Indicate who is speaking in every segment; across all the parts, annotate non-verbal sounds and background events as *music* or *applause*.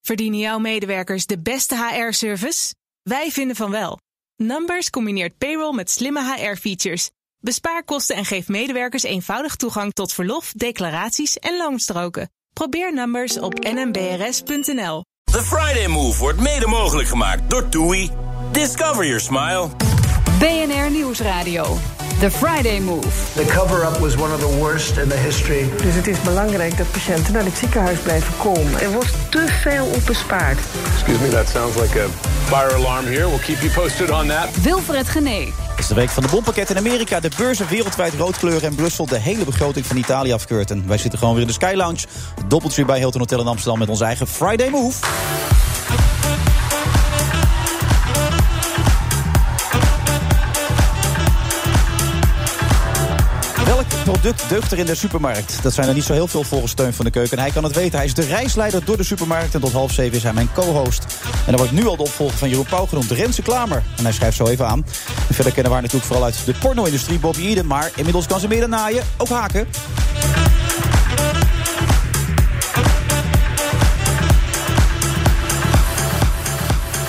Speaker 1: Verdienen jouw medewerkers de beste HR-service? Wij vinden van wel. Numbers combineert payroll met slimme HR-features. Bespaar kosten en geef medewerkers eenvoudig toegang tot verlof, declaraties en loonstroken. Probeer Numbers op nmbrs.nl.
Speaker 2: The Friday Move wordt mede mogelijk gemaakt door TUI. Discover your smile.
Speaker 3: BNR Nieuwsradio. The Friday Move.
Speaker 4: The cover-up was one of the worst in the history.
Speaker 5: Dus het is belangrijk dat patiënten naar het ziekenhuis blijven komen.
Speaker 6: Er wordt te veel op bespaard.
Speaker 7: Excuse me, that sounds like a fire alarm here. We'll keep you posted on that.
Speaker 3: Wilfred Genee.
Speaker 8: Het is de week van de bompakket in Amerika. De beurzen wereldwijd rood kleuren en Brussel de hele begroting van Italië afkeurt. En wij zitten gewoon weer in de Sky Lounge. Doppeltje bij Hilton Hotel in Amsterdam met onze eigen Friday Move. Welk product deugt er in de supermarkt? Dat zijn er niet zo heel veel volgens Steun van de Keuken. En hij kan het weten. Hij is de reisleider door de supermarkt. En tot half zeven is hij mijn co-host. En dan wordt nu al de opvolger van Jeroen Pauw genoemd. Renze Klamer. En hij schrijft zo even aan. En verder kennen we haar natuurlijk vooral uit de porno-industrie. Bobby Eden. Maar inmiddels kan ze meer dan naaien. Ook haken.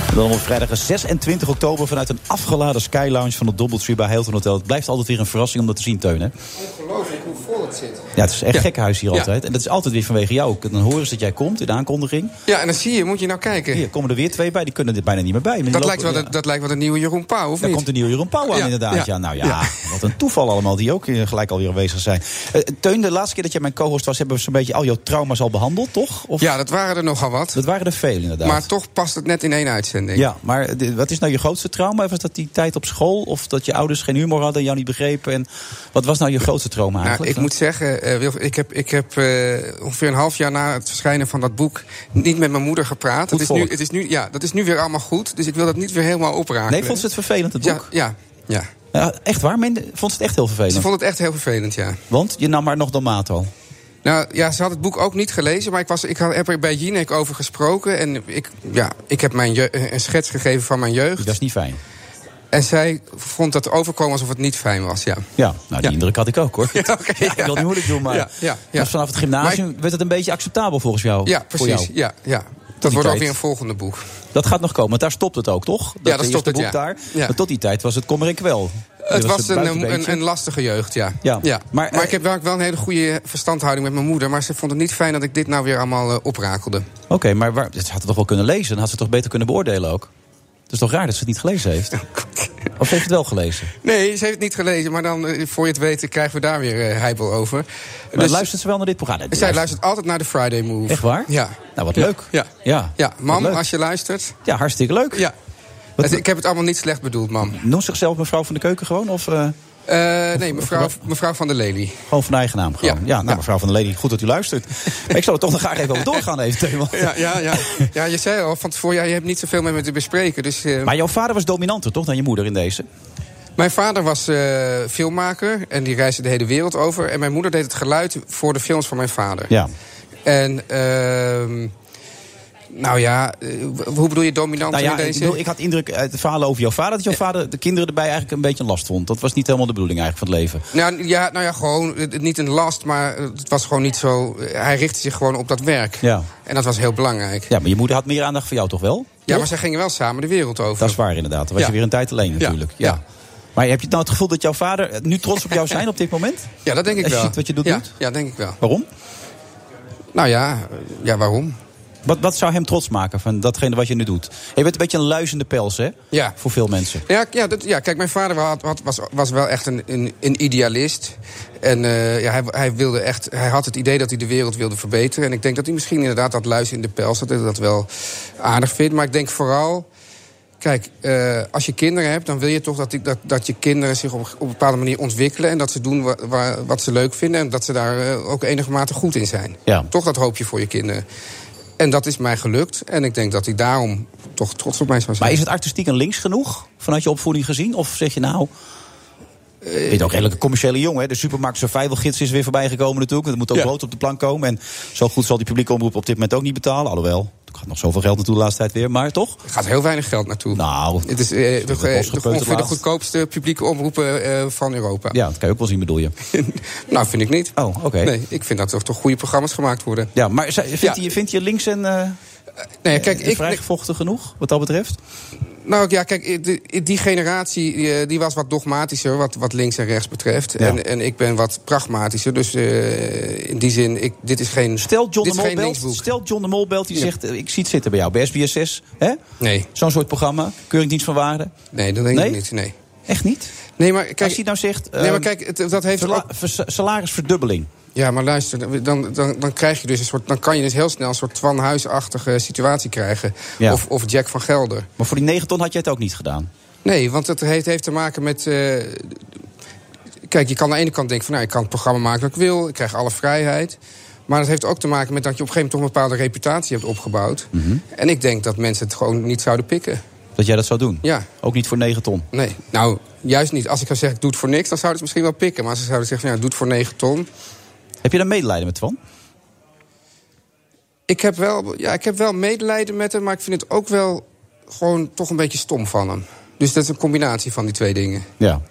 Speaker 8: En dan op vrijdag 26 oktober vanuit een afgeladen Sky Lounge van het Doubletree bij Hilton Hotel. Het blijft altijd weer een verrassing om dat te zien, Teun. Hè?
Speaker 9: Ongelooflijk hoe vol het zit.
Speaker 8: Ja, het is echt gek huis hier altijd. En dat is altijd weer vanwege jou. ook. Dan horen ze dat jij komt in de aankondiging.
Speaker 9: Ja, en dan zie je, moet je nou kijken.
Speaker 8: Hier komen er weer twee bij, die kunnen dit bijna niet meer bij. Maar die
Speaker 9: dat,
Speaker 8: lopen-
Speaker 9: lijkt wel,
Speaker 8: ja.
Speaker 9: de- dat lijkt wel de nieuwe Jeroen Pauw, of
Speaker 8: Daar
Speaker 9: niet?
Speaker 8: komt de nieuwe Jeroen Pauw aan,
Speaker 9: Ja,
Speaker 8: inderdaad. Ja.
Speaker 9: ja.
Speaker 8: nou ja,
Speaker 9: Ja.
Speaker 8: wat een toeval allemaal, die ook eh, gelijk alweer aanwezig zijn. Eh, Teun, de laatste keer dat jij mijn co-host was... hebben we zo'n beetje al jouw trauma's al behandeld, toch? Of,
Speaker 9: Ja, dat waren er nogal wat.
Speaker 8: Dat waren er veel, inderdaad.
Speaker 9: maar toch past het net in één uitzending.
Speaker 8: ja, maar eh, wat is nou je grootste trauma? Was dat die tijd op school? Of dat je ouders geen humor hadden en jou niet begrepen? En wat was nou je grootste trauma
Speaker 9: Nou,
Speaker 8: eigenlijk?
Speaker 9: ik moet zeggen, eh, Wilf, ik heb, ik heb eh, ongeveer een half jaar na het verschijnen van dat boek niet met mijn moeder gepraat.
Speaker 8: Goed
Speaker 9: Het is, nu,
Speaker 8: volk.
Speaker 9: het is nu, ja, dat is nu weer allemaal goed, dus ik wil dat niet weer helemaal opraken.
Speaker 8: Nee, vond ze het vervelend, het
Speaker 9: ja,
Speaker 8: boek?
Speaker 9: ja, ja.
Speaker 8: Ja, echt waar? Men, vond ze het echt heel
Speaker 9: Ze
Speaker 8: vervelend?
Speaker 9: vond het echt heel vervelend, ja.
Speaker 8: Want je nam maar nog Domato.
Speaker 9: Nou ja, ze had het boek ook niet gelezen, maar ik, was, ik had, heb er bij Jinek over gesproken. En ik, ja, ik heb mijn je- een schets gegeven van mijn
Speaker 8: Dat
Speaker 9: jeugd.
Speaker 8: is niet fijn.
Speaker 9: En zij vond dat overkomen alsof het niet fijn was, ja.
Speaker 8: Ja, nou die
Speaker 9: Ja.
Speaker 8: indruk had ik ook hoor.
Speaker 9: *laughs* Ja, oké,
Speaker 8: Ik wil
Speaker 9: ja.
Speaker 8: niet moeilijk doen, maar
Speaker 9: Ja, ja, ja.
Speaker 8: dus vanaf het gymnasium werd het een beetje acceptabel volgens jou.
Speaker 9: Ja,
Speaker 8: voor jou.
Speaker 9: precies. Ja, ja.
Speaker 8: die
Speaker 9: Dat wordt ook
Speaker 8: tijd.
Speaker 9: weer een volgende boek.
Speaker 8: Dat gaat nog komen, want daar stopt het ook, toch? Dat,
Speaker 9: dat
Speaker 8: eerste
Speaker 9: stopt het,
Speaker 8: boek
Speaker 9: ja.
Speaker 8: daar.
Speaker 9: Ja.
Speaker 8: Maar tot die tijd was het kommer en kwel.
Speaker 9: Het was een, een,
Speaker 8: buitenbeentje.
Speaker 9: een, lastige jeugd, ja.
Speaker 8: Ja, maar,
Speaker 9: Maar,
Speaker 8: eh,
Speaker 9: ik heb wel, wel een hele goede verstandhouding met mijn moeder. Maar ze vond het niet fijn dat ik dit nou weer allemaal eh, oprakelde.
Speaker 8: Oké, maar waar, ze had het toch wel kunnen lezen? Dan had ze het toch beter kunnen beoordelen ook? Het is toch raar dat ze het niet
Speaker 9: *laughs*
Speaker 8: gelezen heeft?
Speaker 9: Oh,
Speaker 8: Of ze heeft het wel gelezen?
Speaker 9: Nee, ze heeft het niet gelezen. Maar dan, eh, voor je het weet, krijgen we daar weer eh heibel over. Dus-
Speaker 8: Maar luistert ze wel naar dit programma? Nee, die
Speaker 9: Zij luistert altijd naar de Friday Move.
Speaker 8: Echt waar?
Speaker 9: Ja.
Speaker 8: Nou, wat leuk.
Speaker 9: Ja.
Speaker 8: Ja,
Speaker 9: Ja,
Speaker 8: wat
Speaker 9: mam,
Speaker 8: leuk.
Speaker 9: als je luistert.
Speaker 8: Ja, hartstikke leuk.
Speaker 9: Ja.
Speaker 8: Wat-
Speaker 9: Het- ik heb het allemaal niet slecht bedoeld, mam.
Speaker 8: Noem zichzelf mevrouw van de keuken gewoon? Of, eh,
Speaker 9: Eh, nee, mevrouw, mevrouw van der Lely.
Speaker 8: Gewoon van eigen naam. Gewoon. Ja,
Speaker 9: Ja.
Speaker 8: nou,
Speaker 9: Ja.
Speaker 8: mevrouw van der Lely, goed dat u
Speaker 9: *laughs*
Speaker 8: luistert. maar ik zal er toch nog graag even over doorgaan, even Teun.
Speaker 9: Ja, ja, ja. ja, je zei al, van tevoren, ja, je hebt niet zoveel meer met te bespreken. Dus, eh,
Speaker 8: *laughs* Maar jouw vader was dominanter, toch, dan je moeder in deze?
Speaker 9: Mijn vader was eh, filmmaker en die reisde de hele wereld over. En mijn moeder deed het geluid voor de films van mijn vader.
Speaker 8: Ja.
Speaker 9: En, ehm, nou ja, eh, hoe bedoel je dominant
Speaker 8: Nou ja,
Speaker 9: in
Speaker 8: ik,
Speaker 9: deze?
Speaker 8: bedoel, ik had indruk uit de verhalen over jouw vader... dat jouw vader de kinderen erbij eigenlijk een beetje een last vond. Dat was niet helemaal de bedoeling eigenlijk van het leven.
Speaker 9: Nou ja, nou ja, gewoon eh, niet een last, maar eh, het was gewoon niet zo. eh, Hij richtte zich gewoon op dat werk.
Speaker 8: Ja.
Speaker 9: En dat was heel belangrijk. Ja,
Speaker 8: Ja, maar je moeder had meer aandacht voor jou toch wel?
Speaker 9: maar zij gingen wel samen de wereld over.
Speaker 8: Dat is waar inderdaad. Dan was
Speaker 9: Ja.
Speaker 8: je weer een tijd alleen natuurlijk. Ja.
Speaker 9: ja.
Speaker 8: Maar heb je nou het gevoel dat jouw vader nu trots op jou zijn op dit moment?
Speaker 9: Ja, dat denk ik
Speaker 8: Als je
Speaker 9: wel.
Speaker 8: ziet wat je doet,
Speaker 9: ja,
Speaker 8: doet?
Speaker 9: Ja, denk ik wel.
Speaker 8: Waarom?
Speaker 9: Nou ja, eh, ja waarom?
Speaker 8: Wat, wat zou hem trots maken van datgene wat je nu doet? Je bent een beetje een luizende pels, hè?
Speaker 9: Ja.
Speaker 8: Voor veel mensen.
Speaker 9: Ja, ja, dat, ja, kijk, mijn vader had, had- was, was wel echt een, een, een idealist. En eh, ja, hij, hij, wilde echt, hij had het idee dat hij de wereld wilde verbeteren. En ik denk dat hij misschien inderdaad dat luis in de pels, dat hij dat wel aardig vindt. Maar ik denk vooral, kijk, eh, als je kinderen hebt... dan wil je toch dat, die, dat, dat je kinderen zich op, op een bepaalde manier ontwikkelen... en dat ze doen wa- wa- wat ze leuk vinden... en dat ze daar eh, ook enigmate goed in zijn.
Speaker 8: Ja.
Speaker 9: Toch dat hoop je voor je kinderen. En dat is mij gelukt. En ik denk dat hij daarom toch trots op mij zou zijn.
Speaker 8: Maar is het artistiek en links genoeg? Vanuit je opvoeding gezien? Of zeg je nou. Je bent ook redelijk een commerciële jongen. hè? De supermarkt survivalgids is weer voorbij gekomen natuurlijk. Er moet ook
Speaker 9: Ja.
Speaker 8: brood op de plank komen. En zo goed zal die publieke omroep op dit moment ook niet betalen. Alhoewel, er gaat nog zoveel geld naartoe de laatste tijd weer. Maar toch?
Speaker 9: Er gaat heel weinig geld naartoe.
Speaker 8: Nou,
Speaker 9: Het is eh,
Speaker 8: dat
Speaker 9: toch,
Speaker 8: was
Speaker 9: eh,
Speaker 8: gebeurd
Speaker 9: toch
Speaker 8: het
Speaker 9: ongeveer de
Speaker 8: laatst.
Speaker 9: goedkoopste publieke omroepen eh, van Europa.
Speaker 8: Ja, dat kan je ook wel zien
Speaker 9: *laughs*
Speaker 8: bedoel je.
Speaker 9: nou, vind ik niet.
Speaker 8: Oh, oké.
Speaker 9: Nee, ik vind dat er toch goede programma's gemaakt worden.
Speaker 8: Ja, maar zij- vindt,
Speaker 9: Ja.
Speaker 8: Je, vindt je links en... eh,
Speaker 9: nee, kijk, ik,
Speaker 8: vrijgevochten genoeg, wat dat betreft?
Speaker 9: Nou ja, kijk, die, die generatie eh, die, die was wat dogmatischer wat, wat links en rechts betreft.
Speaker 8: Ja.
Speaker 9: En, en ik ben wat pragmatischer. Dus eh, in die zin, ik, dit is geen,
Speaker 8: Stel John,
Speaker 9: dit
Speaker 8: de
Speaker 9: is
Speaker 8: Mol
Speaker 9: geen
Speaker 8: belt,
Speaker 9: linksboek.
Speaker 8: stel John de Mol belt, die
Speaker 9: Ja.
Speaker 8: zegt, eh, ik zie het zitten bij jou, bij SBS6. Hè?
Speaker 9: Nee,
Speaker 8: Zo'n soort programma, keuringsdienst van waarde.
Speaker 9: nee, dat denk
Speaker 8: Nee?
Speaker 9: ik niet. Nee,
Speaker 8: Echt niet?
Speaker 9: nee maar kijk,
Speaker 8: Als hij nou zegt,
Speaker 9: nee,
Speaker 8: ehm,
Speaker 9: maar kijk het- dat heeft
Speaker 8: Sala-
Speaker 9: ook-
Speaker 8: vers- salarisverdubbeling.
Speaker 9: Ja, maar luister, dan, dan, dan krijg je dus een soort, dan kan je dus heel snel een soort Twan Huisachtige situatie krijgen.
Speaker 8: Ja.
Speaker 9: Of, of Jack van Gelder.
Speaker 8: Maar voor die 9 ton had jij het ook niet gedaan.
Speaker 9: Nee, want het heeft, heeft te maken met. eh, kijk, je kan aan de ene kant denken van nou, ik kan het programma maken wat ik wil, ik krijg alle vrijheid. Maar dat heeft ook te maken met dat je op een gegeven moment toch een bepaalde reputatie hebt opgebouwd. En ik denk dat mensen het gewoon niet zouden pikken.
Speaker 8: Dat jij dat zou doen.
Speaker 9: Ja.
Speaker 8: Ook niet voor 9 ton.
Speaker 9: Nee, nou, juist niet. Als ik zou zeggen, ik doe het voor niks, dan zouden ze het misschien wel pikken. Maar als ze zouden zeggen, van, ja, doe het voor 9 ton.
Speaker 8: Heb je dan medelijden met Twan?
Speaker 9: Ik heb, wel, ja, ik heb wel medelijden met hem, maar ik vind het ook wel gewoon toch een beetje stom van hem. Dus dat is een combinatie van die twee dingen.
Speaker 8: Ja.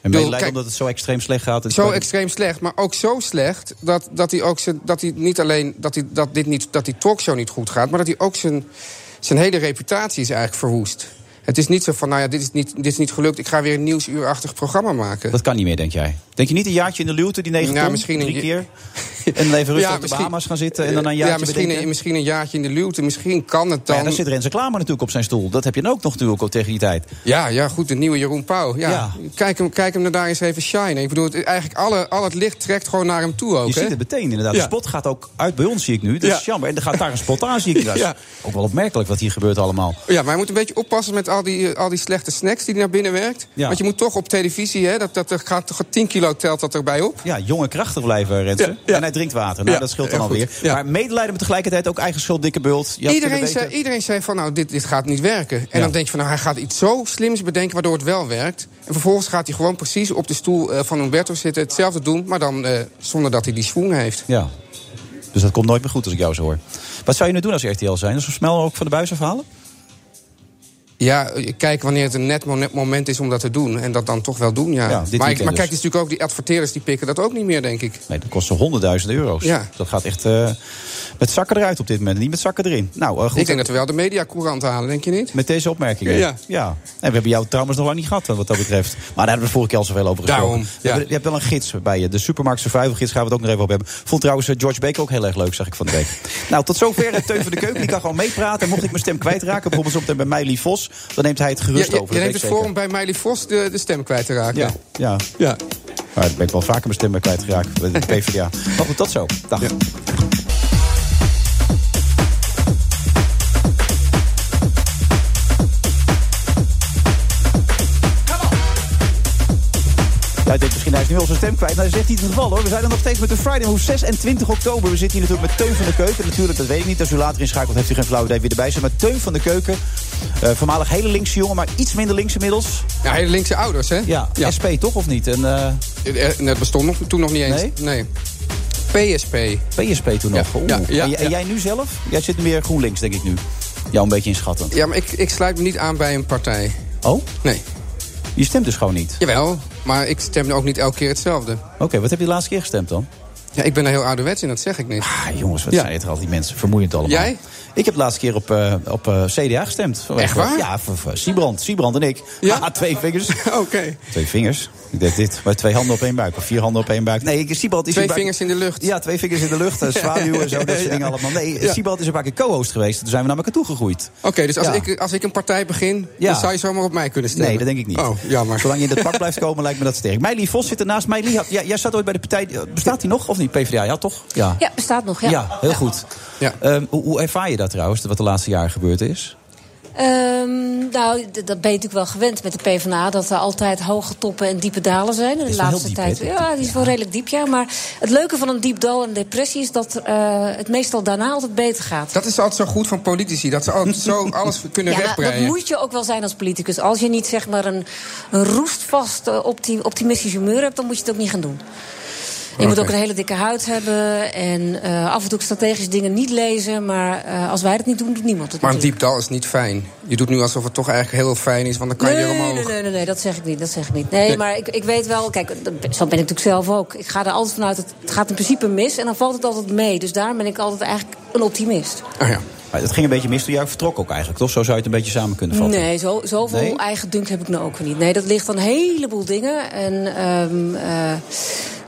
Speaker 8: En medelijden
Speaker 9: kijk-
Speaker 8: omdat het zo extreem slecht gaat. en-
Speaker 9: Zo extreem slecht, maar ook zo slecht dat, dat hij ook zijn, dat hij niet alleen dat hij, dat dit niet, dat die talkshow niet goed gaat, maar dat hij ook zijn, zijn hele reputatie is eigenlijk verwoest. Het is niet zo van, nou ja, dit is niet, dit is niet gelukt, ik ga weer een nieuwsuurachtig programma maken.
Speaker 8: Dat kan niet meer, denk jij.
Speaker 9: *laughs*
Speaker 8: Denk je niet een jaartje in de luwte, die 9
Speaker 9: Ja,
Speaker 8: ton,
Speaker 9: misschien een
Speaker 8: drie
Speaker 9: ja-
Speaker 8: keer? En even rustig
Speaker 9: Ja,
Speaker 8: op de
Speaker 9: misschien-
Speaker 8: Bahamas gaan zitten en dan een jaartje
Speaker 9: ja, misschien,
Speaker 8: bedenken?
Speaker 9: een, misschien een jaartje in de luwte, misschien kan het dan.
Speaker 8: Ja, dan zit Renze Klamer natuurlijk op zijn stoel. Dat heb je dan ook nog natuurlijk ook tegen die tijd.
Speaker 9: Ja, ja, goed, de nieuwe Jeroen Pauw. Ja.
Speaker 8: Ja.
Speaker 9: Kijk, hem, kijk hem daar eens even shine. Ik bedoel, het, eigenlijk alle, al het licht trekt gewoon naar hem toe ook.
Speaker 8: Je
Speaker 9: hè?
Speaker 8: ziet het meteen inderdaad. De
Speaker 9: Ja.
Speaker 8: spot gaat ook uit bij ons, zie ik nu. Dat is
Speaker 9: Ja.
Speaker 8: jammer. En er gaat daar een spot aan, zie ik. Dat
Speaker 9: *laughs*
Speaker 8: is
Speaker 9: Ja.
Speaker 8: ook wel opmerkelijk wat hier gebeurt allemaal.
Speaker 9: Ja, maar hij moet een beetje oppassen met al die, eh, al die slechte snacks die hij naar binnen werkt.
Speaker 8: Ja.
Speaker 9: Want je moet toch op televisie, hè, dat, dat er gaat toch 10 kilo telt dat erbij op.
Speaker 8: Ja, jong en krachtig blijven, Renze.
Speaker 9: Ja, ja.
Speaker 8: En hij drinkt water. Nou,
Speaker 9: Ja,
Speaker 8: dat scheelt dan
Speaker 9: heel goed.
Speaker 8: alweer.
Speaker 9: Ja.
Speaker 8: Maar medelijden, maar tegelijkertijd ook eigen schuld, dikke bult. Je had
Speaker 9: Iedereen
Speaker 8: kunnen
Speaker 9: zei,
Speaker 8: weten-
Speaker 9: iedereen zei van, nou, dit, dit gaat niet werken. En
Speaker 8: Ja.
Speaker 9: dan denk je van, nou, hij gaat iets zo slims bedenken waardoor het wel werkt. En vervolgens gaat hij gewoon precies op de stoel eh, van Humberto zitten, hetzelfde doen, maar dan eh, zonder dat hij die swoon heeft.
Speaker 8: Ja. Dus dat komt nooit meer goed als ik jou zo hoor. Wat zou je nu doen als RTL zijn? Zo snel ook van de buis afhalen?
Speaker 9: Ja, eh, kijk wanneer het een net mo- net moment is om dat te doen. En dat dan toch wel doen, ja.
Speaker 8: Ja, dit
Speaker 9: maar, ik-
Speaker 8: weekend
Speaker 9: maar kijk,
Speaker 8: dus.
Speaker 9: het is natuurlijk ook die adverteerders die pikken dat ook niet meer, denk ik.
Speaker 8: Nee, dat kost ze honderdduizenden euro's.
Speaker 9: Ja.
Speaker 8: Dat gaat echt eh, met zakken eruit op dit moment. Niet met zakken erin. Nou, eh, goed.
Speaker 9: ik denk dat we wel de mediacourant halen, denk je niet?
Speaker 8: Met deze opmerkingen.
Speaker 9: Ja.
Speaker 8: En we hebben jou trouwens nog lang niet gehad, wat dat betreft. Maar daar hebben we vorige keer al zoveel over gesproken.
Speaker 9: Daarom,
Speaker 8: Je
Speaker 9: ja.
Speaker 8: hebt- Je hebt wel een gids bij je. De Supermarkt Survival Gids gaan we het ook nog even op hebben. Vond trouwens eh, George Baker ook heel erg leuk, zag ik
Speaker 9: *laughs*
Speaker 8: van de week. nou, tot zover het *laughs* Teun van de Keuken. Die kan gewoon meepraten. Mocht ik mijn stem kwijtraken, bijvoorbeeld zometeen bij Meili Vos... dan neemt hij het
Speaker 9: Je,
Speaker 8: gerust
Speaker 9: je,
Speaker 8: over.
Speaker 9: je
Speaker 8: dat
Speaker 9: neemt
Speaker 8: weet
Speaker 9: het
Speaker 8: ik
Speaker 9: voor om
Speaker 8: zeker.
Speaker 9: bij Miley Vos de, de stem kwijt te raken.
Speaker 8: Ja, ja.
Speaker 9: ja.
Speaker 8: Maar dat ben ik wel vaker mijn stem bij
Speaker 9: *laughs*
Speaker 8: kwijtgeraakt. Bij de PvdA. Maar goed, tot zo. Dag.
Speaker 9: Ja.
Speaker 8: Ja, ik denk misschien hij is nu al zijn stem kwijt. Maar dat is echt niet het geval hoor. We zijn er nog steeds met de Friday Move 26 oktober. We zitten hier natuurlijk met Teun van de Keuken. Natuurlijk, dat weet ik niet. Als u later inschakelt, heeft u geen flauw idee wie erbij zit. Maar Teun van de Keuken, eh, voormalig hele linkse jongen, maar iets minder links inmiddels.
Speaker 9: Ja, hele linkse ouders, hè?
Speaker 8: Ja, SP toch of niet? En eh,
Speaker 9: Eh, Dat bestond nog, toen nog niet eens. Nee. PSP.
Speaker 8: PSP toen nog. Oeh.
Speaker 9: ja, ja,
Speaker 8: en, j- en
Speaker 9: ja.
Speaker 8: jij nu zelf? Jij zit meer GroenLinks, denk ik nu. Jou een beetje inschatten.
Speaker 9: Ja, maar ik, ik sluit me niet aan bij een partij.
Speaker 8: Oh,
Speaker 9: Nee.
Speaker 8: je stemt dus gewoon niet.
Speaker 9: Jawel, maar ik stem ook niet elke keer hetzelfde.
Speaker 8: Oké, wat heb je de laatste keer gestemd dan?
Speaker 9: Ja, ik ben er heel ouderwets in, dat zeg ik niet.
Speaker 8: Ah, jongens, wat
Speaker 9: Ja.
Speaker 8: zijn het er al die mensen? Vermoeiend allemaal.
Speaker 9: Jij?
Speaker 8: Ik heb de laatste keer op, eh, op eh, CDA gestemd.
Speaker 9: Echt waar?
Speaker 8: Ja, voor, voor Siebrand. Siebrand en ik.
Speaker 9: Ja? Oh.
Speaker 8: Ah, twee
Speaker 9: *laughs*
Speaker 8: vingers.
Speaker 9: Oké.
Speaker 8: twee vingers? Ik deed dit. Maar twee handen op één buik. Of vier handen op één buik. Nee, ik- Siebrand is...
Speaker 9: Twee
Speaker 8: een paar-
Speaker 9: vingers in de lucht.
Speaker 8: Ja, twee vingers in de
Speaker 9: *laughs*
Speaker 8: lucht. eh, Zwaluwen en zo, dat soort dingen allemaal. Nee, ja. is een paar keer co-host geweest. Toen zijn we naar elkaar toegegroeid.
Speaker 9: Oké, dus als,
Speaker 8: Ja.
Speaker 9: ik, als ik een partij begin,
Speaker 8: Ja.
Speaker 9: dan zou je zomaar op mij kunnen stemmen?
Speaker 8: Nee, dat denk ik niet.
Speaker 9: Oh, jammer.
Speaker 8: Zolang je in dat pak blijft komen, lijkt me dat sterk. Meili Vos zit ernaast. Meili, had- ja, jij zat ooit bij de partij... Bestaat die nog of niet? PvdA, ja toch? Ja,
Speaker 10: Ja, bestaat nog, ja.
Speaker 8: Ja, heel goed.
Speaker 9: Ja.
Speaker 8: Ehm, hoe, hoe ervaar je dat trouwens, wat de laatste jaren gebeurd is?
Speaker 10: Ehm, nou, d- dat ben je natuurlijk wel gewend met de PvdA... dat er altijd hoge toppen en diepe dalen zijn. En
Speaker 8: is wel
Speaker 10: de
Speaker 8: heel
Speaker 10: laatste
Speaker 8: diep,
Speaker 10: tijd...
Speaker 8: hè, dit?
Speaker 10: ja, die is wel redelijk diep, ja. Maar het leuke van een diep dal en depressie... is dat eh, het meestal daarna altijd beter gaat.
Speaker 9: Dat is altijd zo goed van politici, dat ze altijd zo
Speaker 8: *laughs*
Speaker 9: alles kunnen
Speaker 10: ja, maar dat
Speaker 9: rechtbreien.
Speaker 10: moet je ook wel zijn als politicus. Als je niet zeg maar een, een roestvast eh, opti- optimistisch humeur hebt, dan moet je het ook niet gaan doen. Je moet
Speaker 9: Oké.
Speaker 10: ook een hele dikke huid hebben en eh, af en toe ook strategische dingen niet lezen. Maar eh, als wij dat niet doen, doet niemand het.
Speaker 9: Maar een
Speaker 10: natuurlijk.
Speaker 9: diep dal is niet fijn. Je doet nu alsof het toch eigenlijk heel fijn is, want dan kan je
Speaker 10: nee,
Speaker 9: weer
Speaker 10: nee,
Speaker 9: omhoog.
Speaker 10: nee, nee, nee, nee, dat zeg ik niet. Dat zeg ik niet. Nee, maar ik, ik weet wel, kijk, dat ben- zo ben ik natuurlijk zelf ook. Ik ga er altijd vanuit, dat het gaat in principe mis en dan valt het altijd mee. Dus daar ben ik altijd eigenlijk een optimist.
Speaker 9: Oh ja.
Speaker 8: Maar het ging een beetje mis toen jij vertrok ook eigenlijk, toch? Zo zou je het een beetje samen kunnen vatten.
Speaker 10: Nee, zo, zoveel
Speaker 8: Nee?
Speaker 10: eigen dunk heb ik nou ook weer niet. Nee, dat ligt aan een heleboel dingen. En, ehm, eh,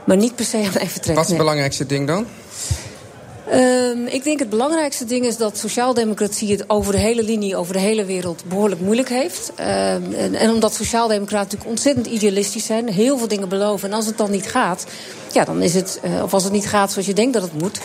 Speaker 10: maar niet per se aan mijn
Speaker 9: Wat is
Speaker 10: vertrek.
Speaker 9: het
Speaker 10: nee.
Speaker 9: belangrijkste ding dan?
Speaker 10: Ehm, ik denk het belangrijkste ding is dat sociaaldemocratie het over de hele linie, over de hele wereld behoorlijk moeilijk heeft. Ehm, en, en omdat sociaaldemocraten natuurlijk ontzettend idealistisch zijn, heel veel dingen beloven. En als het dan niet gaat, ja, dan is het, eh, of als het niet gaat zoals je denkt dat het moet,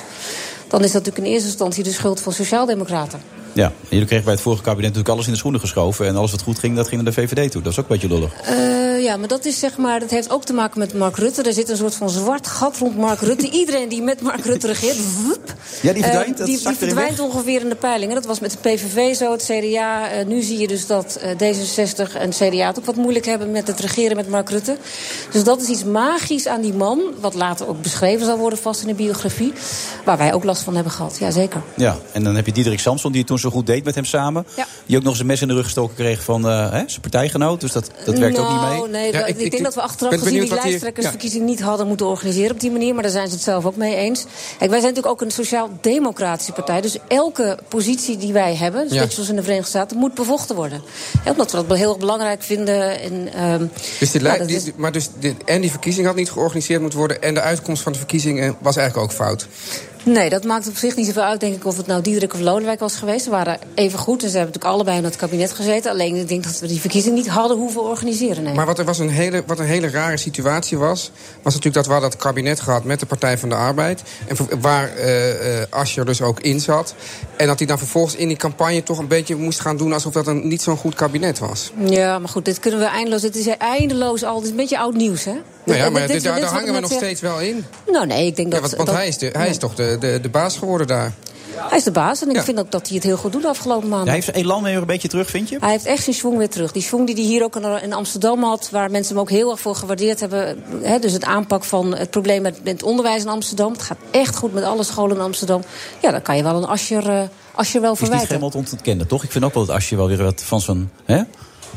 Speaker 10: dan is dat natuurlijk in eerste instantie de schuld van sociaaldemocraten.
Speaker 8: Ja, en jullie kregen bij het vorige kabinet natuurlijk alles in de schoenen geschoven. En alles wat goed ging, dat ging naar de VVD toe. Dat is ook een beetje lullig.
Speaker 10: Eh, ja, maar dat is zeg maar, dat heeft ook te maken met Mark Rutte. Er zit een soort van zwart gat rond Mark Rutte. Iedereen die met Mark Rutte regeert, woep,
Speaker 8: Ja, die
Speaker 10: eh,
Speaker 8: verdwijnt, dat
Speaker 10: die,
Speaker 8: zakt
Speaker 10: die
Speaker 8: erin weg.
Speaker 10: verdwijnt ongeveer in de peilingen. Dat was met de PVV zo, het CDA. Eh, nu zie je dus dat eh, D66 en CDA het ook wat moeilijk hebben met het regeren met Mark Rutte. Dus dat is iets magisch aan die man, wat later ook beschreven zal worden vast in de biografie. Waar wij ook last van hebben gehad, ja zeker.
Speaker 8: Ja, en dan heb je Diederik Samson, die het toen zo goed deed met hem samen.
Speaker 10: Ja.
Speaker 8: Die ook nog eens een mes in de rug gestoken kreeg van eh, hè, zijn partijgenoot. Dus dat, dat werkt ook niet mee.
Speaker 10: Nou, Nee,
Speaker 9: Ja,
Speaker 10: dat-
Speaker 9: ik-
Speaker 10: ik,
Speaker 9: ik-
Speaker 10: denk dat we achteraf
Speaker 9: ben
Speaker 10: gezien
Speaker 9: benieuwd
Speaker 10: die
Speaker 9: wat die-
Speaker 10: lijsttrekkersverkiezing niet hadden moeten organiseren op die manier. Maar daar zijn ze het zelf ook mee eens. Kijk, wij zijn natuurlijk ook een sociaal-democratische partij. Dus elke positie die wij hebben, dus
Speaker 9: Ja.
Speaker 10: net zoals in de Verenigde Staten, moet bevochten worden. En omdat we dat heel erg belangrijk vinden. En, ehm,
Speaker 9: Dus dit
Speaker 10: ja,
Speaker 9: lei-
Speaker 10: dat is-
Speaker 9: dit- maar dus dit, en die verkiezing had niet georganiseerd moeten worden. En de uitkomst van de verkiezingen was eigenlijk ook fout.
Speaker 10: Nee, dat maakt op zich niet zoveel uit, denk ik, of het nou Diederik of Lodewijk was geweest. Ze waren even goed en ze hebben natuurlijk allebei in het kabinet gezeten. Alleen ik denk dat we die verkiezing niet hadden hoeven organiseren. Nee.
Speaker 9: Maar wat, er was een hele, wat een hele rare situatie was, was natuurlijk dat we hadden dat kabinet gehad met de Partij van de Arbeid. En ver- waar eh eh, Asscher dus ook in zat. En dat hij dan vervolgens in die campagne toch een beetje moest gaan doen alsof dat een niet zo'n goed kabinet was.
Speaker 10: Ja, maar goed, dit kunnen we eindeloos. Dit is eindeloos al. Dit is een beetje oud nieuws, hè?
Speaker 9: Nou ja,
Speaker 10: Dit-
Speaker 9: maar dit-
Speaker 10: dit-
Speaker 9: daar,
Speaker 10: dit
Speaker 9: daar
Speaker 10: is wat
Speaker 9: hangen
Speaker 10: ik
Speaker 9: we nog
Speaker 10: net zeg.
Speaker 9: steeds wel in.
Speaker 10: Nou, nee, ik denk
Speaker 9: Ja,
Speaker 10: dat.
Speaker 9: want want
Speaker 10: dat-
Speaker 9: hij is, de, hij is toch de, de, de baas geworden daar.
Speaker 10: hij is de baas en ik
Speaker 9: Ja.
Speaker 10: vind ook dat hij het heel goed doet de afgelopen maanden.
Speaker 8: Hij heeft zijn elan weer een beetje terug, vind je?
Speaker 10: Hij heeft echt zijn schwung weer terug. Die schwung die hij hier ook in- in Amsterdam had, waar mensen hem ook heel erg voor gewaardeerd hebben. Hè, dus het aanpak van het probleem met, met het onderwijs in Amsterdam. Het gaat echt goed met alle scholen in Amsterdam. Ja, dan kan je wel een asjer, eh, asjer wel
Speaker 8: Is niet
Speaker 10: verwijten.
Speaker 8: helemaal te ontkennen, toch? Ik vind ook wel dat Asje wel weer wat van zijn hè?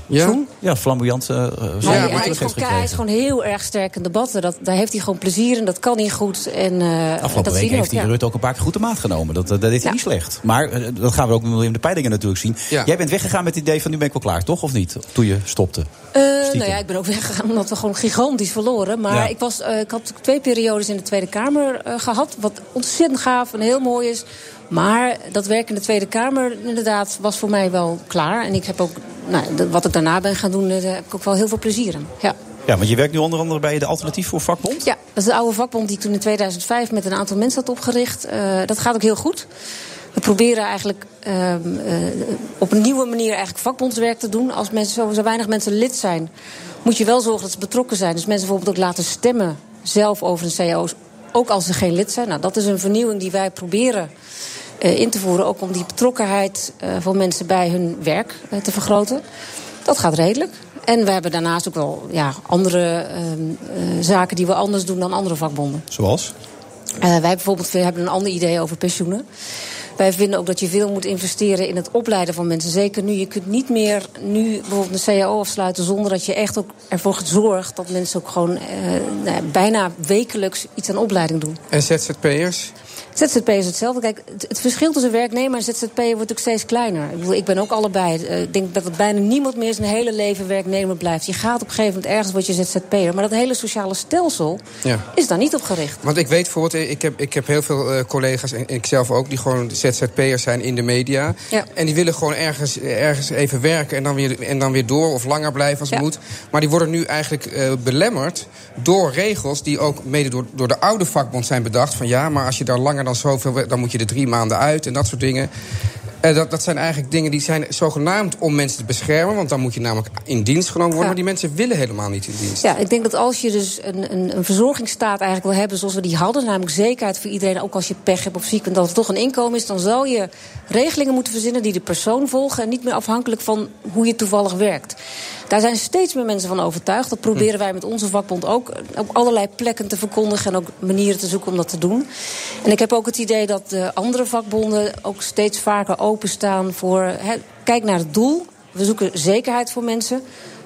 Speaker 9: Ja?
Speaker 8: Ja, flamboyant eh, eh, zijn
Speaker 10: Maar
Speaker 9: Ja,
Speaker 10: hij-
Speaker 8: wat
Speaker 10: hij,
Speaker 8: terug
Speaker 10: is
Speaker 8: heeft
Speaker 10: gewoon, hij is
Speaker 8: gekregen.
Speaker 10: gewoon heel erg sterk in debatten. Dat, daar heeft hij gewoon plezier in, dat kan hij goed. En, eh,
Speaker 8: Afgelopen week
Speaker 10: dat zien we ook,
Speaker 8: heeft hij
Speaker 10: ja.
Speaker 8: Rutte ook een paar keer goed de maat genomen. Dat, dat deed hij
Speaker 10: Ja.
Speaker 8: niet slecht. Maar eh, dat gaan we ook nog in de peilingen natuurlijk zien.
Speaker 9: Ja.
Speaker 8: Jij bent weggegaan met het idee van nu ben ik wel klaar, toch? Of niet? Toen je stopte.
Speaker 10: Eh,
Speaker 8: Stiekem.
Speaker 10: nou ja, ik ben ook *laughs* weggegaan omdat we gewoon gigantisch verloren. Maar
Speaker 8: Ja.
Speaker 10: ik, was, eh, ik had twee periodes in de Tweede Kamer eh, gehad. Wat ontzettend gaaf en heel mooi is. Maar dat werk in de Tweede Kamer inderdaad was voor mij wel klaar. En ik heb ook, nou, de- wat ik daarna ben gaan doen, eh, daar heb ik ook wel heel veel plezier in. Ja.
Speaker 8: Ja, want je werkt nu onder andere bij de Alternatief voor Vakbond.
Speaker 10: Ja, dat is de oude vakbond die ik toen in 2005 met een aantal mensen had opgericht. Eh, dat gaat ook heel goed. We proberen eigenlijk ehm, eh, op een nieuwe manier eigenlijk vakbondswerk te doen. Als mensen, zo, zo weinig mensen lid zijn, moet je wel zorgen dat ze betrokken zijn. Dus mensen bijvoorbeeld ook laten stemmen zelf over hun cao's, ook als ze geen lid zijn. Nou, dat is een vernieuwing die wij proberen eh, in te voeren. Ook om die betrokkenheid eh, van mensen bij hun werk eh, te vergroten. Dat gaat redelijk. En we hebben daarnaast ook wel ja, andere ehm, eh, zaken die we anders doen dan andere vakbonden.
Speaker 11: Oh,
Speaker 8: Zoals?
Speaker 10: Eh, wij bijvoorbeeld we hebben een ander idee over pensioenen. Wij vinden ook dat je veel moet investeren in het opleiden van mensen. Zeker nu. Je kunt niet meer nu bijvoorbeeld een CAO afsluiten zonder dat je echt ook ervoor zorgt dat mensen ook gewoon eh, nou ja, bijna wekelijks iets aan opleiding doen.
Speaker 9: En ZZP'ers?
Speaker 10: ZZP is hetzelfde. Kijk, het, het verschil tussen werknemer en ZZP wordt ook steeds kleiner. Ik, bedoel, ik ben ook allebei. Eh, Ik denk dat het bijna niemand meer zijn hele leven werknemer blijft. Je gaat op een gegeven moment ergens word je ZZP'er. Maar dat hele sociale stelsel
Speaker 9: Ja.
Speaker 10: is daar niet op gericht.
Speaker 9: Want ik weet bijvoorbeeld, ik heb, ik heb heel veel eh, collega's en ik zelf ook, die gewoon ZZP'ers zijn in de media.
Speaker 10: Ja.
Speaker 9: En die willen gewoon ergens, ergens even werken en dan, weer, en dan weer door of langer blijven als het
Speaker 10: Ja.
Speaker 9: moet. Maar die worden nu eigenlijk eh, belemmerd door regels die ook mede door, door de oude vakbond zijn bedacht. Van ja, maar als je daar langer dan zoveel, wer- dan moet je er drie maanden uit en dat soort dingen. Eh, dat, dat zijn eigenlijk dingen die zijn zogenaamd om mensen te beschermen. Want dan moet je namelijk in dienst genomen worden.
Speaker 10: Ja.
Speaker 9: Maar die mensen willen helemaal niet in dienst.
Speaker 10: Ja, ik denk dat als je dus een, een, een verzorgingsstaat eigenlijk wil hebben zoals we die hadden, namelijk zekerheid voor iedereen, ook als je pech hebt of ziek bent, dat er toch een inkomen is, dan zal je regelingen moeten verzinnen die de persoon volgen en niet meer afhankelijk van hoe je toevallig werkt. Daar zijn steeds meer mensen van overtuigd. Dat proberen wij met onze vakbond ook eh, op allerlei plekken te verkondigen en ook manieren te zoeken om dat te doen. En ik heb ook het idee dat de andere vakbonden ook steeds vaker openstaan voor. Hè, kijk naar het doel. We zoeken zekerheid voor mensen.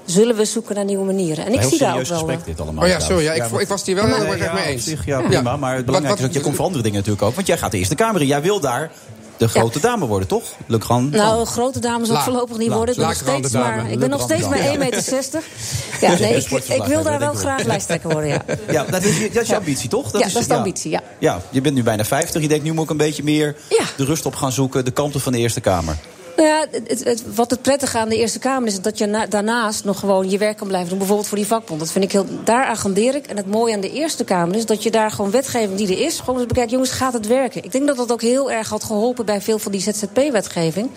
Speaker 10: Zullen we zoeken naar nieuwe manieren? En ik
Speaker 8: Een heel
Speaker 10: zie daar ook
Speaker 8: serieus
Speaker 10: wel. eh,
Speaker 8: gesprek dit allemaal.
Speaker 9: Oh ja,
Speaker 8: trouwens.
Speaker 9: sorry. Ja, ik, vo-
Speaker 8: want-
Speaker 9: ik was het hier wel heel
Speaker 8: Nee,
Speaker 9: erg mee
Speaker 8: ja, op
Speaker 9: eens.
Speaker 8: zich, ja, prima. Maar het belangrijkste is
Speaker 9: Wat-
Speaker 8: dat je
Speaker 9: wat-
Speaker 8: komt voor andere dingen natuurlijk ook. Want jij gaat de Eerste Kamer in. Jij wil daar de grote dame worden, toch? Le Grand
Speaker 10: Nou,
Speaker 8: Dame.
Speaker 10: een grote dame zal
Speaker 9: La-
Speaker 10: ik voorlopig niet
Speaker 9: la-
Speaker 10: worden. Ik ben
Speaker 9: la
Speaker 10: nog steeds
Speaker 9: grande dame,
Speaker 10: maar, ik
Speaker 9: le
Speaker 10: ben nog steeds
Speaker 9: grande
Speaker 10: maar 1,60
Speaker 9: dame.
Speaker 10: meter. *laughs* Ja, nee, ik, ik wil daar wel graag lijsttrekker worden, oh ja.
Speaker 8: Ja, dat is, dat is je ambitie, toch?
Speaker 10: Ja, dat is de ambitie, ja.
Speaker 8: Ja, je bent nu bijna 50. Je denkt, nu moet ik een beetje meer
Speaker 10: Ja.
Speaker 8: de rust op gaan zoeken. De kanten van de Eerste Kamer.
Speaker 10: Nou ja, het- het, het- wat het prettige aan de Eerste Kamer is... dat je na- daarnaast nog gewoon je werk kan blijven doen. Bijvoorbeeld voor die vakbond. Dat vind ik heel... Daar agendeer ik. En het mooie aan de Eerste Kamer is... dat je daar gewoon wetgeving die er is... gewoon eens bekijkt, jongens, gaat het werken? Ik denk dat dat ook heel erg had geholpen... bij veel van die ZZP-wetgeving.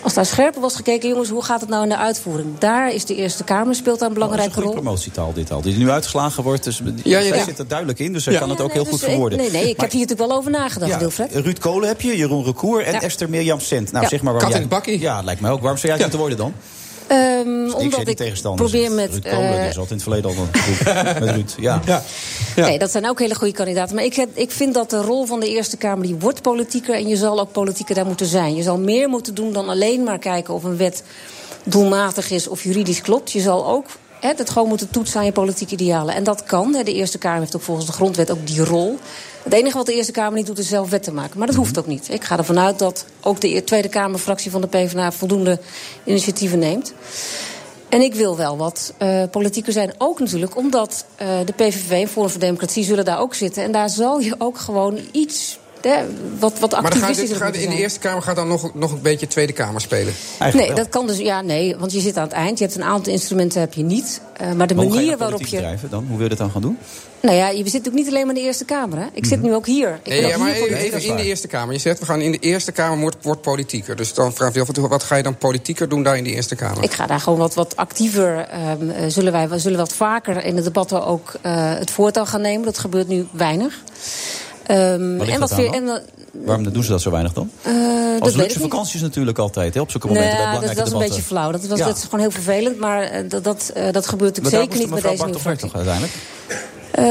Speaker 10: Als daar scherper was gekeken, jongens, hoe gaat het nou in de uitvoering? Daar is de Eerste Kamer, speelt daar een
Speaker 8: Nou, Dat is een
Speaker 10: belangrijke
Speaker 8: goede
Speaker 10: rol.
Speaker 8: promotietaal, dit al. Die nu uitgeslagen wordt. Dus
Speaker 9: Ja, ja,
Speaker 8: zij
Speaker 9: ja.
Speaker 8: zit er duidelijk in, dus zij kan het
Speaker 10: Ja,
Speaker 8: ook
Speaker 10: nee,
Speaker 8: heel
Speaker 10: dus
Speaker 8: goed
Speaker 10: ik-
Speaker 8: verwoorden.
Speaker 10: Nee, nee, ik heb
Speaker 8: Maar-
Speaker 10: hier natuurlijk wel over nagedacht, Wilfred.
Speaker 8: Ruud Kolen heb je, Jeroen Recour en
Speaker 10: Ja.
Speaker 8: Esther Mirjam Cent. Nou,
Speaker 10: Ja.
Speaker 8: zeg maar waarom
Speaker 9: Kat in
Speaker 8: jij-
Speaker 9: het bakkie.
Speaker 8: Ja, lijkt mij ook. Waarom zou jij het niet worden dan?
Speaker 10: Ehm,
Speaker 8: zeg
Speaker 10: omdat
Speaker 8: die
Speaker 10: ik
Speaker 8: tegenstanders.
Speaker 10: probeer met...
Speaker 8: Ruud Kolen,
Speaker 10: eh,
Speaker 8: die zat in het verleden al een groep
Speaker 10: *laughs*
Speaker 8: met Ruud. Ja.
Speaker 9: Ja.
Speaker 10: Nee, dat zijn ook hele goede kandidaten. Maar ik, heb, ik vind dat de rol van de Eerste Kamer, die wordt politieker... en je zal ook politieker daar moeten zijn. Je zal meer moeten doen dan alleen maar kijken of een wet doelmatig is... of juridisch klopt. Je zal ook hè, dat gewoon moeten toetsen aan je politieke idealen. En dat kan. Hè. De Eerste Kamer heeft ook volgens de grondwet ook die rol. Het enige wat de Eerste Kamer niet doet, is zelf wet te maken. Maar dat hoeft ook niet. Ik ga ervan uit dat ook de E- Tweede Kamerfractie van de PvdA... voldoende initiatieven neemt. En ik wil wel wat eh, politieker zijn. Ook natuurlijk omdat eh, de PVV en Forum voor Democratie zullen daar ook zitten. En daar zal je ook gewoon iets hè, wat, wat
Speaker 9: Maar dan gaat dit,
Speaker 10: activistischer
Speaker 9: gaat-
Speaker 10: moeten
Speaker 9: in de
Speaker 10: zijn.
Speaker 9: Eerste Kamer gaat dan nog, nog een beetje Tweede Kamer spelen.
Speaker 8: Eigenlijk
Speaker 10: Nee,
Speaker 8: wel.
Speaker 10: dat kan dus. Ja, nee, want je zit aan het eind. Je hebt een aantal instrumenten heb je niet. Eh, maar
Speaker 8: Maar
Speaker 10: de
Speaker 8: hoe ga je
Speaker 10: manier
Speaker 8: dat
Speaker 10: waarop
Speaker 8: politiek
Speaker 10: je.
Speaker 8: Bedrijven dan? Hoe wil je dat dan gaan doen?
Speaker 10: Nou ja, je zit natuurlijk niet alleen maar in de Eerste Kamer. Hè? Ik zit
Speaker 8: Mhm.
Speaker 10: nu ook hier. Ik ben
Speaker 9: Nee,
Speaker 10: ook
Speaker 9: ja, maar
Speaker 10: hier
Speaker 9: even,
Speaker 10: politiek.
Speaker 9: even in de Eerste Kamer. Je zegt, we gaan in de Eerste Kamer wordt, wordt politieker. Dus dan vraag je wat ga je dan politieker doen daar in de Eerste Kamer?
Speaker 10: Ik ga daar gewoon wat, wat actiever. ehm, eh, zullen wij we zullen wat vaker in de debatten ook eh, het voortouw gaan nemen. Dat gebeurt nu weinig. Ehm,
Speaker 8: ligt
Speaker 10: en
Speaker 8: dat
Speaker 10: wat
Speaker 8: aan
Speaker 10: weer.
Speaker 8: dan?
Speaker 10: En, dan-
Speaker 8: Waarom doen ze dat zo weinig dan?
Speaker 10: eh, dat
Speaker 8: Als
Speaker 10: weet ik
Speaker 8: luxe
Speaker 10: niet.
Speaker 8: vakanties natuurlijk altijd, hè, op zulke
Speaker 10: Nou
Speaker 8: momenten. bij
Speaker 10: ja, dat,
Speaker 8: belangrijke
Speaker 10: dat is een beetje
Speaker 8: debatten.
Speaker 10: flauw. Dat, was,
Speaker 8: Ja.
Speaker 10: dat is gewoon heel vervelend. Maar eh, dat, dat, eh, dat
Speaker 8: Maar
Speaker 10: gebeurt natuurlijk
Speaker 8: daar
Speaker 10: zeker
Speaker 8: moest
Speaker 10: niet met
Speaker 8: mevrouw
Speaker 10: deze nieuwe
Speaker 8: Bartels
Speaker 10: fractie.
Speaker 8: toch uiteindelijk?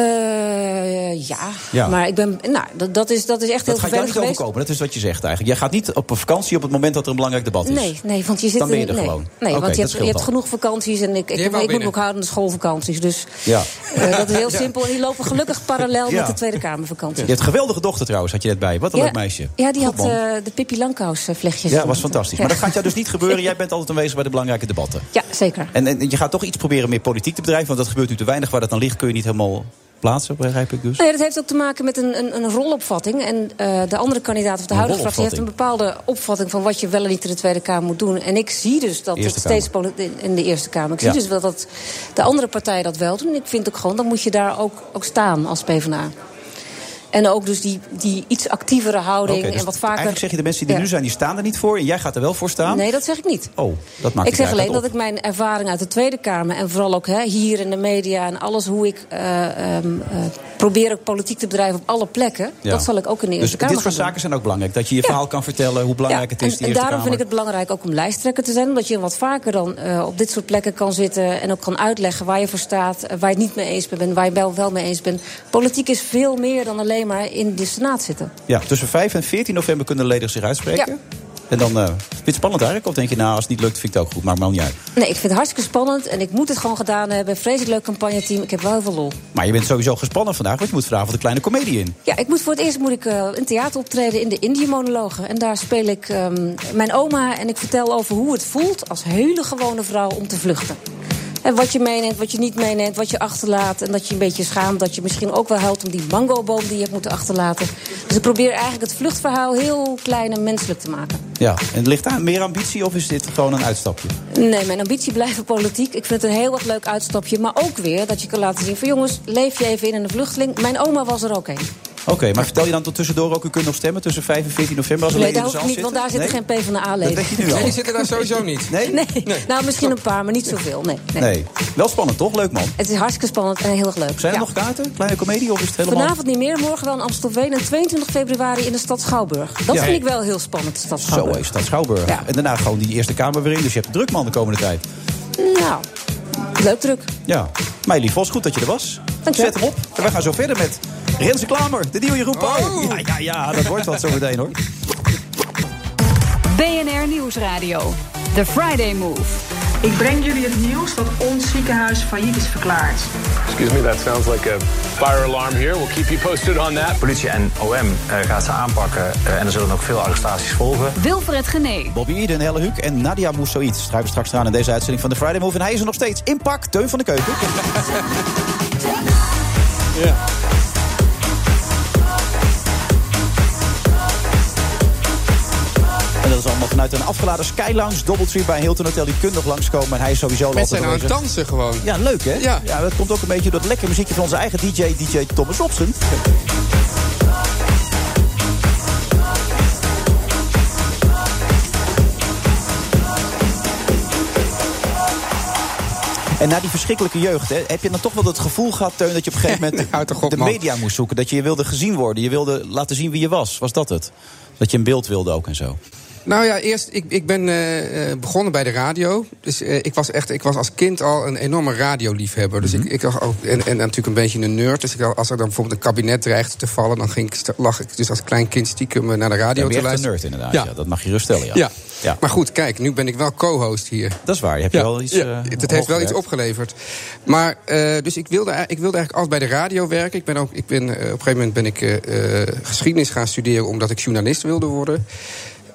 Speaker 10: Eh, ja.
Speaker 8: Ja.
Speaker 10: maar ik ben. Nou, dat, dat, is, dat is
Speaker 8: Dat gaat
Speaker 10: echt heel
Speaker 8: jou
Speaker 10: vervelend
Speaker 8: niet
Speaker 10: geweest.
Speaker 8: overkomen, dat is wat je zegt eigenlijk. Jij gaat niet op een vakantie op het moment dat er een belangrijk debat is.
Speaker 10: Nee, nee, want je zit
Speaker 8: Dan ben je
Speaker 10: in-
Speaker 8: er
Speaker 10: nee,
Speaker 8: gewoon.
Speaker 10: Nee,
Speaker 8: Oké,
Speaker 10: want je
Speaker 8: dat
Speaker 10: hebt, je
Speaker 8: scheelt
Speaker 10: hebt
Speaker 8: al.
Speaker 10: genoeg vakanties en ik, ik,
Speaker 9: hebt wel
Speaker 10: ik, moet me
Speaker 9: binnen.
Speaker 10: ook houden aan de schoolvakanties. Dus
Speaker 8: Ja. *laughs*
Speaker 10: eh, dat is heel simpel. En die lopen gelukkig parallel
Speaker 8: Ja.
Speaker 10: met de Tweede Kamervakantie.
Speaker 8: Je hebt een geweldige dochter trouwens, had je net bij. Wat een
Speaker 10: Ja,
Speaker 8: leuk meisje.
Speaker 10: Ja, die
Speaker 8: Goed,
Speaker 10: had
Speaker 8: man.
Speaker 10: eh, de Pippi Langkous eh, vlechtjes.
Speaker 8: ja, was fantastisch. Maar
Speaker 10: Ja.
Speaker 8: dat gaat jou dus
Speaker 10: *laughs*
Speaker 8: niet gebeuren. Jij bent altijd aanwezig bij de belangrijke debatten.
Speaker 10: Ja, zeker.
Speaker 8: En, en je gaat toch iets proberen meer politiek te bedrijven, want dat gebeurt nu te weinig. Waar dat dan ligt kun je niet helemaal plaatsen, begrijp ik dus.
Speaker 10: Nou ja, dat heeft ook te maken met een, een, een rolopvatting. En eh, de andere kandidaat of de
Speaker 8: Een
Speaker 10: huidige fractie heeft een
Speaker 8: rolopvatting.
Speaker 10: bepaalde opvatting van wat je wel en niet in de Tweede Kamer moet doen. En ik zie dus dat
Speaker 8: Eerste
Speaker 10: het steeds poli- in- in de Eerste Kamer. Ik
Speaker 8: Ja.
Speaker 10: zie dus wel dat de andere partijen dat wel doen. En ik vind ook gewoon, dan moet je daar ook, ook staan als PvdA. En ook dus die, die iets actievere houding
Speaker 8: Oké, dus
Speaker 10: en wat vaker.
Speaker 8: Eigenlijk zeg je de mensen die er
Speaker 10: Ja.
Speaker 8: nu zijn, die staan er niet voor. En jij gaat er wel voor staan.
Speaker 10: Nee, dat zeg ik niet.
Speaker 8: Oh, dat maakt
Speaker 10: Ik zeg
Speaker 8: het
Speaker 10: alleen
Speaker 8: eigenlijk
Speaker 10: dat
Speaker 8: op.
Speaker 10: ik mijn ervaring uit de Tweede Kamer en vooral ook hè, hier in de media en alles hoe ik eh, ehm, eh, probeer ook politiek te bedrijven op alle plekken,
Speaker 8: Ja.
Speaker 10: dat zal ik ook in de
Speaker 8: Dus
Speaker 10: Eerste Kamer
Speaker 8: dit soort
Speaker 10: gaan doen.
Speaker 8: zaken zijn ook belangrijk. Dat je je
Speaker 10: Ja.
Speaker 8: verhaal kan vertellen, hoe belangrijk
Speaker 10: Ja,
Speaker 8: het is.
Speaker 10: en,
Speaker 8: de
Speaker 10: en
Speaker 8: Eerste
Speaker 10: daarom vind ik
Speaker 8: Kamer.
Speaker 10: het belangrijk ook om lijsttrekker te zijn. Omdat je wat vaker dan eh, op dit soort plekken kan zitten. En ook kan uitleggen waar je voor staat. eh, Waar je het niet mee eens bent. Waar je wel, wel mee eens bent. Politiek is veel meer dan alleen maar in de Senaat zitten.
Speaker 8: Ja, tussen 5 en 14 november kunnen de leden zich uitspreken.
Speaker 10: Ja.
Speaker 8: En dan eh, vind je het spannend eigenlijk? Of denk je, nou, als het niet lukt, vind ik het ook goed. Maakt me al niet uit.
Speaker 10: Nee, ik vind het hartstikke spannend. En ik moet het gewoon gedaan hebben. Vreselijk leuk campagneteam. Ik heb wel heel veel lol.
Speaker 8: Maar je bent sowieso gespannen vandaag, want je moet vanavond een kleine comedie in.
Speaker 10: Ja, ik moet voor het eerst moet ik, eh, een theater optreden in de Indië-monologen. En daar speel ik ehm, mijn oma en ik vertel over hoe het voelt als hele gewone vrouw om te vluchten. En wat je meeneemt, wat je niet meeneemt, wat je achterlaat. En dat je een beetje schaamt, dat je misschien ook wel helpt om die mangoboom die je hebt moeten achterlaten. Dus ik probeer eigenlijk het vluchtverhaal heel klein en menselijk te maken.
Speaker 8: Ja, en ligt daar meer ambitie of is dit gewoon een uitstapje?
Speaker 10: Nee, mijn ambitie blijft politiek. Ik vind het een heel wat leuk uitstapje. Maar ook weer dat je kan laten zien van jongens, leef je even in een vluchteling. Mijn oma was er ook een.
Speaker 8: Oké, maar vertel je dan tot tussendoor ook, u kunt nog stemmen tussen 5 en 14 november als er
Speaker 10: Nee,
Speaker 8: leden
Speaker 10: daar
Speaker 8: in de
Speaker 10: hoef ik
Speaker 8: zaal
Speaker 10: niet, want daar zitten
Speaker 8: Nee?
Speaker 10: geen PvdA-leden.
Speaker 8: Dat weet je nu al.
Speaker 9: Nee, die zitten daar sowieso niet.
Speaker 8: Nee?
Speaker 10: Nee. nou misschien een paar, maar niet zoveel. Nee, nee.
Speaker 8: Nee. Wel spannend, toch? Leuk man.
Speaker 10: Het is hartstikke spannend en heel erg leuk.
Speaker 8: Zijn er
Speaker 10: Ja.
Speaker 8: nog kaarten? Kleine comedie of is het helemaal...
Speaker 10: Vanavond niet meer, morgen wel in Amstelveen en 22 februari in de stad Schouwburg. Dat
Speaker 8: Ja.
Speaker 10: vind ik wel heel spannend, de stad
Speaker 8: Zo
Speaker 10: Schouwburg.
Speaker 8: is dat, Schouwburg.
Speaker 10: Ja.
Speaker 8: En daarna gewoon die Eerste Kamer weer in. Dus je hebt druk man de komende tijd.
Speaker 10: Nou, leuk druk.
Speaker 8: Ja. Meili Vos, goed dat je er was.
Speaker 10: Dank je.
Speaker 8: Zet hem op. En wij gaan zo verder met Renze Klamer, de nieuwe Jeroen Pauw.
Speaker 9: Oh.
Speaker 8: Ja, ja, ja, dat wordt wat zo meteen hoor.
Speaker 3: BNR Nieuwsradio. The Friday Move.
Speaker 12: Ik breng jullie het nieuws dat ons ziekenhuis failliet is verklaard.
Speaker 7: Excuse me, that sounds like a fire alarm here. We'll keep you posted on that.
Speaker 13: Politie en OM
Speaker 7: eh,
Speaker 13: uh, gaat ze aanpakken uh, en er zullen ook veel arrestaties volgen.
Speaker 3: Wilfred Gené.
Speaker 8: Bobby Eden, Helle Huuk en Nadia Moussaoid schrijven straks aan in deze uitzending van de Friday Move. En hij is er nog steeds in pak, Teun van de Keuken. ja. En dat is allemaal vanuit een afgeladen Skylounge Doubletree bij Hilton Hotel. Die kunt nog langskomen. En hij is sowieso al
Speaker 9: Mensen zijn aan het dansen gewoon.
Speaker 8: Ja, leuk hè? Ja. ja. Dat komt ook een beetje door het lekkere muziekje van onze eigen DJ, DJ Thomas Robson. En na die verschrikkelijke jeugd, hè, heb je dan toch wel het gevoel gehad, Teun, dat je op een
Speaker 9: *laughs*
Speaker 8: gegeven moment
Speaker 9: ja, nou, op,
Speaker 8: de media moest zoeken? Dat je, je wilde gezien worden, je wilde laten zien wie je was. Was dat het? Dat je een beeld wilde ook en zo?
Speaker 9: Nou ja, eerst, ik, ik ben uh, begonnen bij de radio. Dus uh, ik, was echt, ik was als kind al een enorme radioliefhebber. Dus mm
Speaker 8: Mhm.
Speaker 9: -hmm. ik, ik ook, en, en natuurlijk een beetje een nerd. Dus ik, als er dan bijvoorbeeld een kabinet dreigde te vallen... dan ging ik, lag ik dus als klein kind stiekem naar de radio
Speaker 8: ja,
Speaker 9: te
Speaker 8: luisteren. een nerd inderdaad, ja. ja. dat mag je geruststellen. Ja.
Speaker 9: ja. Ja. Maar goed, kijk, nu ben ik wel co-host hier.
Speaker 8: Dat is waar, heb je wel iets eh,
Speaker 9: uh, Het heeft wel iets opgeleverd. Maar, dus ik wilde, ik wilde eigenlijk altijd bij de radio werken. Ik ben ook, ik ben, eh, op een gegeven moment ben ik eh, geschiedenis gaan studeren... omdat ik journalist wilde worden...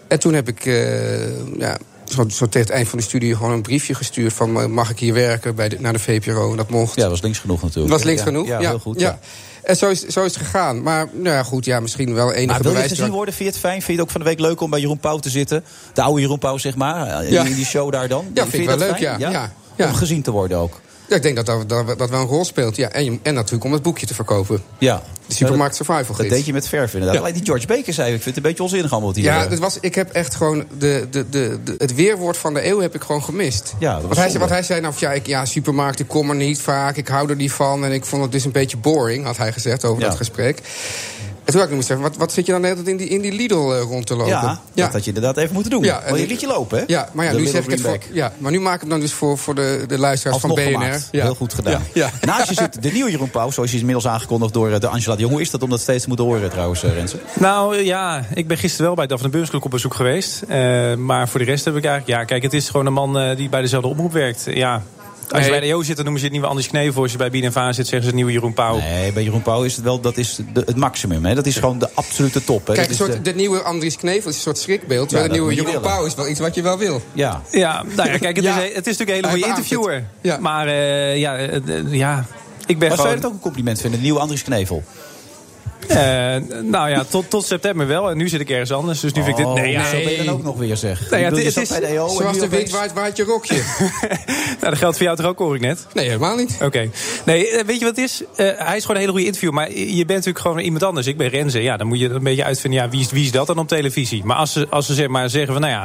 Speaker 9: En toen heb ik uh, ja, zo, zo, tegen het eind van de studie gewoon een briefje gestuurd van uh, mag ik hier werken bij de, naar *laughs* de VPRO en dat mocht.
Speaker 8: Ja, dat was links genoeg natuurlijk.
Speaker 9: Was links
Speaker 8: ja,
Speaker 9: genoeg,
Speaker 8: ja, ja, heel goed.
Speaker 9: Ja. En zo is, zo is het gegaan. Maar nou ja, goed, ja, misschien wel enige maar
Speaker 8: wil
Speaker 9: bewijs.
Speaker 8: je gezien worden? Vind je het fijn? Vind je het ook van de week leuk om bij Jeroen Pauw te zitten? De oude Jeroen Pauw, zeg maar. eh, In, in die show daar dan.
Speaker 9: Ja, vind, vind ik wel leuk,
Speaker 8: ja. Ja? Om gezien te worden ook.
Speaker 9: Ja, ik denk dat dat, dat dat, wel een rol speelt. Ja, en, je, en natuurlijk om het boekje te verkopen.
Speaker 8: Ja.
Speaker 9: De Supermarkt Survival Gids.
Speaker 8: Dat deed je met verf inderdaad. Ja. Alleen die George Baker zei, ik vind het een beetje onzinnig allemaal hier.
Speaker 9: Ja, dat was, ik heb echt gewoon de, de, de, de, het weerwoord van de eeuw heb ik gewoon gemist.
Speaker 8: Ja,
Speaker 9: dat was wat, hij, wat hij zei, nou, ja, ik, ja, supermarkt, ik kom er niet vaak, ik hou er niet van. En ik vond het dus een beetje boring, had hij gezegd over ja. dat gesprek. En toen had ik moest zeggen, wat, wat zit je dan net in die, in die Lidl uh, rond te lopen?
Speaker 8: Ja, ja, dat had je inderdaad even moeten doen. Ja, Wil je liedje lopen, hè?
Speaker 9: Ja, maar ja, nu zeg ik het voor, ja, maar nu maak ik hem dan dus voor, voor de, de luisteraars
Speaker 8: Alsnog
Speaker 9: van BNR.
Speaker 8: Ja. Heel goed gedaan. Ja, Naast je zit de nieuwe Jeroen Pauw, zoals je is inmiddels aangekondigd door eh, de Angela de Jong. Hoe is dat om dat steeds te moeten horen trouwens, eh, Rensen?
Speaker 14: Nou ja, ik ben gisteren wel bij Daphne Beurskloek op bezoek geweest. Uh, maar voor de rest heb ik eigenlijk... Ja, kijk, het is gewoon een man uh, die bij dezelfde omroep werkt. Ja, als je bij de EO zit, dan noemen ze het nieuwe Anders Knevel. Als je bij BNNVA zit, zeggen ze het nieuwe Jeroen Pauw.
Speaker 8: Nee, bij Jeroen Pauw is het wel dat is de, het maximum. Hè? Dat is gewoon de absolute top. Hè?
Speaker 9: Kijk,
Speaker 8: dat
Speaker 9: soort, de... de... nieuwe Andries Knevel is een soort schrikbeeld. Ja, de nieuwe Jeroen Pauw is wel iets wat je wel wil.
Speaker 8: Ja,
Speaker 14: ja nou ja, kijk, het, ja. Is, het is natuurlijk een hele goede interviewer. Ja. Maar uh, ja, uh, ja, ik ben gewoon...
Speaker 8: maar
Speaker 14: zou
Speaker 8: je dat ook een compliment vinden, de nieuwe Andries Knevel?
Speaker 14: Uh, nou ja, tot, tot september wel. En nu zit ik ergens anders. Dus nu vind ik dit.
Speaker 8: Nee,
Speaker 14: ja,
Speaker 8: Oh, zo ben je dan ook nog weer zeg.
Speaker 14: Nee, Nou ja,
Speaker 8: het,
Speaker 14: is, het
Speaker 9: is
Speaker 8: E
Speaker 9: zoals de wind waait, waait je rokje.
Speaker 14: nou, dat geldt voor jou toch ook, hoor ik net?
Speaker 9: Nee, helemaal niet.
Speaker 14: Oké. Okay. Nee, weet je wat het is? Uh, hij is gewoon een hele goede interview. Maar je bent natuurlijk gewoon iemand anders. Ik ben Renze. Ja, dan moet je een beetje uitvinden. Ja, wie is, wie is dat dan op televisie? Maar als ze, als ze zeg maar zeggen van, nou ja,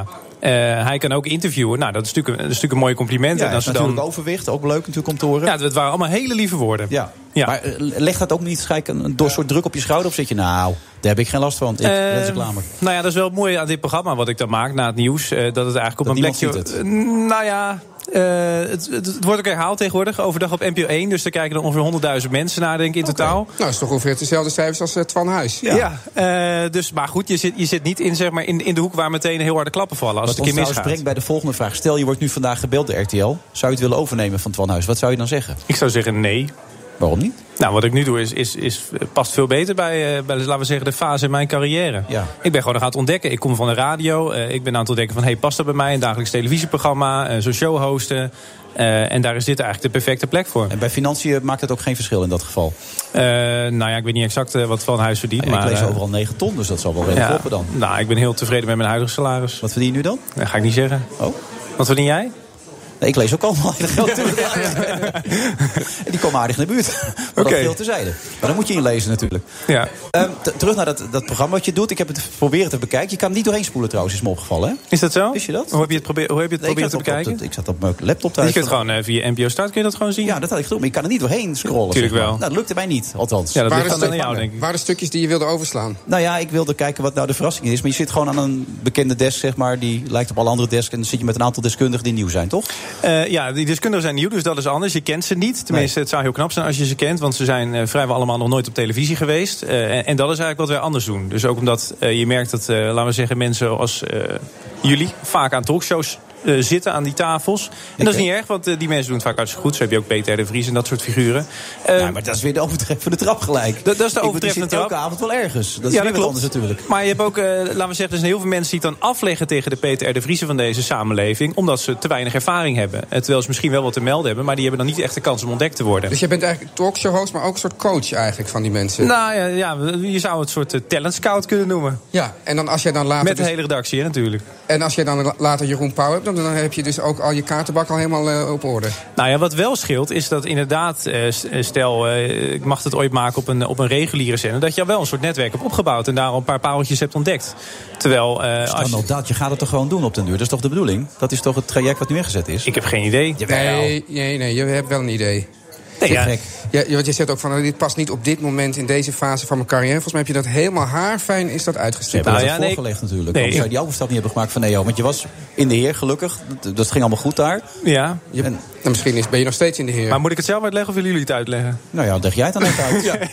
Speaker 14: uh, hij kan ook interviewen. Nou, dat is natuurlijk, een, dat is natuurlijk een mooi compliment.
Speaker 8: Ja,
Speaker 14: en als
Speaker 8: dat is dan... natuurlijk overwicht. Ook leuk natuurlijk om te horen.
Speaker 14: Ja, het waren allemaal hele lieve woorden.
Speaker 8: Ja. ja. Maar uh, legt dat ook niet schijk, een, door soort druk op je schouder? Of zit je, nou, daar heb ik geen last
Speaker 14: Ehm,
Speaker 8: van. Ik, uh, dat is Nou
Speaker 14: ja, dat is wel mooi aan dit programma wat ik dan maak na het nieuws. eh, dat het eigenlijk op
Speaker 8: dat
Speaker 14: een plekje...
Speaker 8: Het.
Speaker 14: nou ja, uh, het, het, wordt ook herhaald tegenwoordig, overdag op NPO 1. Dus daar kijken er ongeveer 100.000 mensen naar, denk ik, in okay. totaal.
Speaker 9: Nou, dat is toch ongeveer dezelfde cijfers als uh, Twan Huis.
Speaker 14: Ja, ja uh, dus, maar goed, je zit, je zit niet in, zeg maar, in, in de hoek waar meteen heel harde klappen vallen. Als
Speaker 8: wat
Speaker 14: het een keer misgaat.
Speaker 8: brengt bij de volgende vraag. Stel, je wordt nu vandaag gebeld, de RTL. Zou je het willen overnemen van Twan Huis? Wat zou je dan zeggen?
Speaker 14: Ik zou zeggen nee.
Speaker 8: Waarom niet?
Speaker 14: Nou, wat ik nu doe is, is, is past veel beter bij, uh, bij, laten we zeggen, de fase in mijn carrière.
Speaker 8: Ja.
Speaker 14: Ik ben gewoon aan het ontdekken. Ik kom van de radio. Uh, ik ben aan het ontdekken van, hey, past dat bij mij? Een dagelijks televisieprogramma, uh, zo'n show hosten. eh, en daar is dit eigenlijk de perfecte plek voor.
Speaker 8: En bij financiën maakt het ook geen verschil in dat geval?
Speaker 14: nou ja, ik weet niet exact wat Van Huis verdient. maar, eh,
Speaker 8: ik lees overal 9 ton, dus dat zal wel redelijk ja, kloppen dan.
Speaker 14: Nou, ik ben heel tevreden met mijn huidige salaris.
Speaker 8: Wat verdien je nu dan?
Speaker 14: Dat ga ik niet zeggen.
Speaker 8: Oh.
Speaker 14: Wat verdien jij?
Speaker 8: ik lees ook allemaal heel
Speaker 14: *laughs*
Speaker 8: geld terug. en die komen aardig in de buurt. *laughs* Maar okay. dat veel terzijde. Maar dan moet je inlezen natuurlijk.
Speaker 14: Ja.
Speaker 8: Um, terug naar dat, dat programma wat je doet. Ik heb het proberen te bekijken. Je kan hem niet doorheen spoelen trouwens, is me opgevallen. Hè?
Speaker 14: Is dat zo?
Speaker 8: Wist je dat?
Speaker 14: Hoe heb je het, probeer, hoe heb je het nee, proberen te
Speaker 8: op,
Speaker 14: bekijken?
Speaker 8: Op, ik zat op mijn laptop thuis.
Speaker 14: Je kunt gewoon uh, via NPO Start kun je dat gewoon zien.
Speaker 8: Ja, dat had ik gedaan. Maar je kan er niet doorheen scrollen.
Speaker 14: Natuurlijk
Speaker 8: zeg
Speaker 14: maar. wel.
Speaker 8: Nou, dat lukte mij niet, althans.
Speaker 14: Ja, dat
Speaker 9: waren
Speaker 14: dan aan jou, denk ik.
Speaker 9: Waren stukjes die je wilde overslaan?
Speaker 8: Nou ja, ik wilde kijken wat nou de verrassing is. Maar je zit gewoon aan een bekende desk, zeg maar. Die lijkt op alle andere desks. En dan zit je met een aantal deskundigen die nieuw zijn, toch?
Speaker 14: Uh, ja, die deskundigen zijn nieuw, dus dat is anders. Je kent ze niet. Tenminste, het zou heel knap zijn als je ze kent. Want ze zijn uh, vrijwel allemaal nog nooit op televisie geweest. Eh, Uh, en, en, dat is eigenlijk wat wij anders doen. Dus ook omdat je merkt dat, laten we zeggen, mensen als jullie, vaak aan talkshows eh, zitten aan die tafels. En dat is niet erg, want eh, die mensen doen het vaak hartstikke goed. Zo heb je ook Peter R. de Vries en dat soort figuren. Eh,
Speaker 8: nou, maar dat is weer de overtreffende trap gelijk.
Speaker 14: Dat, dat is de
Speaker 8: Ik bedoel, die
Speaker 14: overtreffende
Speaker 8: zit
Speaker 14: trap.
Speaker 8: elke avond wel ergens. Dat is weer wat anders natuurlijk.
Speaker 14: Maar je hebt ook, eh, laten we zeggen, er zijn heel veel mensen die het dan afleggen tegen de Peter R. de Vriezen van deze samenleving. Omdat ze te weinig ervaring hebben. Eh, Terwijl ze misschien wel wat te melden hebben, maar die hebben dan niet echt de kans om ontdekt te worden.
Speaker 9: Dus jij bent eigenlijk talkshow-host, maar ook een soort coach eigenlijk van die mensen.
Speaker 14: Nou ja, ja, je zou het soort eh, talent scout kunnen noemen.
Speaker 9: Ja, en dan als jij dan later...
Speaker 14: Met de
Speaker 9: dus-
Speaker 14: hele redactie, hè, natuurlijk.
Speaker 9: En als jij dan la- later Jeroen Pauw hebt, dan, dan heb je dus ook al je kaartenbak al helemaal eh, op orde.
Speaker 14: Nou ja, wat wel scheelt is dat inderdaad, eh, s- eh, stel eh, ik mag het ooit maken op een, op een reguliere zender, dat je al wel een soort netwerk hebt opgebouwd en daar al een paar pareltjes hebt ontdekt. Terwijl eh, als je,
Speaker 8: Standaard nou dat, je gaat het toch gewoon doen op den duur? Dat is toch de bedoeling? Dat is toch het traject wat nu ingezet is?
Speaker 14: Ik heb geen idee.
Speaker 9: Nee, nee, nee, je hebt wel een idee.
Speaker 14: Nee, ja. gek.
Speaker 9: Ja, je- want je zegt ook van, eh, dit past niet op dit moment in deze fase van mijn carrière. Volgens mij heb je dat helemaal haarfijn is dat
Speaker 8: Ze
Speaker 14: Nou
Speaker 9: uitgestippeld.
Speaker 8: hebben dat ook voorgelegd natuurlijk.
Speaker 9: Nee,
Speaker 8: Anders zou je die overstap niet hebben gemaakt van nee, joh, want je was in de heer gelukkig. Dat, dat ging allemaal goed daar.
Speaker 14: Ja.
Speaker 8: En,
Speaker 9: misschien ben je nog steeds in de heer.
Speaker 14: Maar moet ik het zelf uitleggen of willen jullie het uitleggen?
Speaker 8: Nou ja, leg jij het dan even uit.
Speaker 9: Kijk,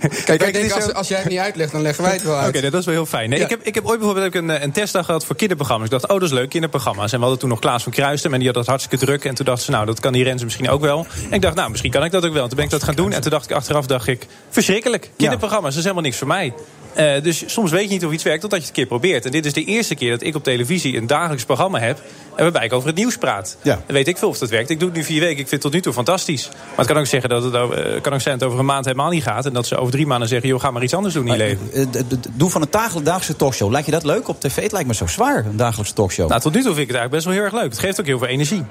Speaker 14: Kijk,
Speaker 9: ik
Speaker 14: dit
Speaker 9: denk,
Speaker 14: is
Speaker 9: als,
Speaker 14: zo-
Speaker 9: als jij het niet uitlegt, dan leggen wij het wel
Speaker 14: Oké,
Speaker 9: uit.
Speaker 14: nee, dat is wel heel fijn. Nee,
Speaker 9: Ja.
Speaker 14: ik, heb, ik heb ooit bijvoorbeeld ook een, eh, een testdag gehad voor kinderprogramma's. Ik dacht, oh, dat is leuk, kinderprogramma's. En we hadden toen nog Klaas van Kruistem en die had dat hartstikke druk. En toen dacht ze, nou, dat kan die Renze misschien ook wel. En ik dacht, nou, misschien kan ik dat ook wel. En toen ben ik dat gaan doen en toen dacht ik achteraf, dacht ik, verschrikkelijk. Kinderprogramma's, dat is helemaal niks voor mij. Eh, dus soms weet je niet of iets werkt totdat je het een keer probeert. En dit is de eerste keer dat ik op televisie een dagelijks programma heb... en waarbij ik over het nieuws praat.
Speaker 8: Ja.
Speaker 14: En weet ik veel of dat werkt. Ik doe het nu vier weken. Ik vind het tot nu toe fantastisch. Maar het kan ook, zeggen dat het, over- eh, kan ook zijn dat het over een maand helemaal niet gaat... en dat ze over drie maanden zeggen, joh, ga maar iets anders doen in je leven.
Speaker 8: Eh, d- d- Doe van een dagel- dagelijkse talkshow. Lijkt je dat leuk op tv? Het lijkt me zo zwaar, een dagelijkse talkshow.
Speaker 14: Nou, tot nu toe vind ik het eigenlijk best wel heel erg leuk. Het geeft ook heel veel energie.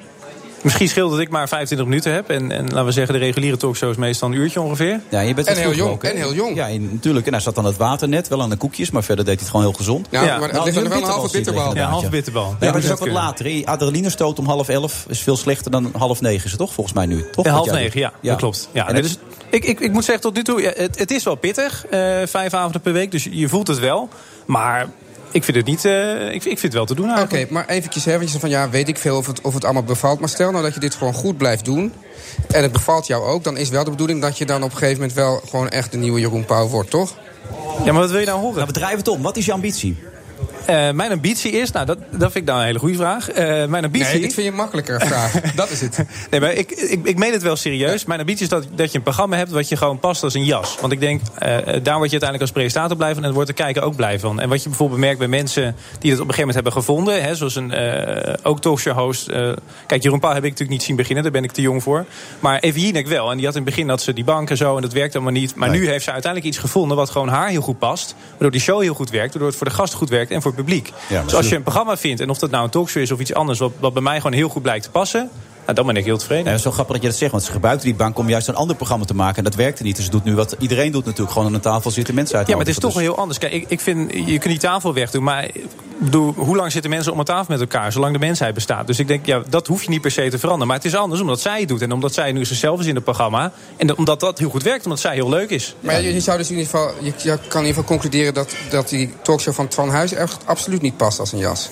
Speaker 14: Misschien scheelt dat ik maar 25 minuten heb. En, en laten we zeggen, de reguliere talkshows meestal een uurtje ongeveer.
Speaker 8: Ja, je bent
Speaker 14: En
Speaker 8: wat
Speaker 14: heel
Speaker 8: vroeger
Speaker 14: jong,
Speaker 8: ook, hè?
Speaker 14: en heel jong.
Speaker 8: Ja, en natuurlijk. En hij zat aan het waternet, wel aan de koekjes, maar verder deed hij het gewoon heel gezond.
Speaker 14: Ja, Ja. maar er
Speaker 8: Nou,
Speaker 14: ligt er
Speaker 8: nu
Speaker 14: wel een halve
Speaker 8: bitterbal zie ik
Speaker 14: bitterbal.
Speaker 8: inderdaad,
Speaker 14: Ja, halve bitterbal.
Speaker 8: Ja,
Speaker 14: Ja,
Speaker 8: maar dat
Speaker 14: dat
Speaker 8: is ook wat
Speaker 14: kunnen.
Speaker 8: later. hè? Adrenalinestoot om half elf is veel slechter dan half negen, is het toch volgens mij nu? Toch,
Speaker 14: Ja,
Speaker 8: wat
Speaker 14: half
Speaker 8: jij
Speaker 14: negen,
Speaker 8: doet?
Speaker 14: ja, Dat klopt. Ja,
Speaker 8: En
Speaker 14: nee,
Speaker 8: het-
Speaker 14: dus ik, ik, ik moet zeggen, tot nu toe, ja, het, het is wel pittig. eh, vijf avonden per week, dus je voelt het wel. Maar ik vind het niet... eh, ik, ik vind het wel te doen
Speaker 9: Oké, maar eventjes, hè, want je zegt van ja, weet ik veel of het, of het allemaal bevalt. Maar stel nou dat je dit gewoon goed blijft doen. En het bevalt jou ook, dan is wel de bedoeling dat je dan op een gegeven moment wel gewoon echt de nieuwe Jeroen Pauw wordt, toch?
Speaker 14: Ja, maar wat wil je nou horen? Nou,
Speaker 8: bedrijf het om. Wat is je ambitie?
Speaker 14: Eh, mijn ambitie is, nou dat, dat vind ik nou een hele goede vraag. Eh, mijn ambitie
Speaker 9: Nee, dit vind je makkelijker
Speaker 14: *laughs*
Speaker 9: vraag. dat is het.
Speaker 14: Nee, maar ik, ik, ik meen het wel serieus. Mijn ambitie is dat, dat je een programma hebt wat je gewoon past als een jas. Want ik denk, eh, eh, daar word je uiteindelijk als presentator blij van... en daar wordt de kijker ook blij van. En wat je bijvoorbeeld merkt bij mensen die dat op een gegeven moment hebben gevonden... Hè, zoals een eh ook talkshow-host... eh, kijk, Jeroen Pauw heb ik natuurlijk niet zien beginnen, daar ben ik te jong voor. Maar Evie Jinek wel. En die had in het begin dat ze die bank en zo en dat werkte allemaal niet. Maar nu heeft ze uiteindelijk iets gevonden wat gewoon haar heel goed past. Waardoor die show heel goed werkt, waardoor het voor de gast goed werkt en voor het publiek.
Speaker 8: maar
Speaker 14: dus als
Speaker 8: ze-
Speaker 14: je een programma vindt, en of dat nou een talkshow is of iets anders... wat, wat bij mij gewoon heel goed blijkt te passen... Nou, dan ben ik heel tevreden.
Speaker 8: Nou, het is zo grappig dat je dat zegt, want ze gebruikten die bank om juist een ander programma te maken. En dat werkte niet. Dus ze doet nu wat iedereen doet natuurlijk. Gewoon aan een tafel zitten mensen uit.
Speaker 14: Ja, maar het is toch wel heel anders. Kijk, ik, ik vind, je kunt die tafel wegdoen, maar ik bedoel, hoe lang zitten mensen om een tafel met elkaar? Zolang de mensheid bestaat. Dus ik denk, ja, dat hoef je niet per se te veranderen. Maar het is anders omdat zij het doet en omdat zij nu zichzelf is in het programma. En dat- omdat dat heel goed werkt, omdat zij heel leuk is.
Speaker 9: Maar je, je zou dus in ieder geval, je, je kan in ieder geval concluderen dat, dat die talkshow van Twan Huis echt absoluut niet past als een jas.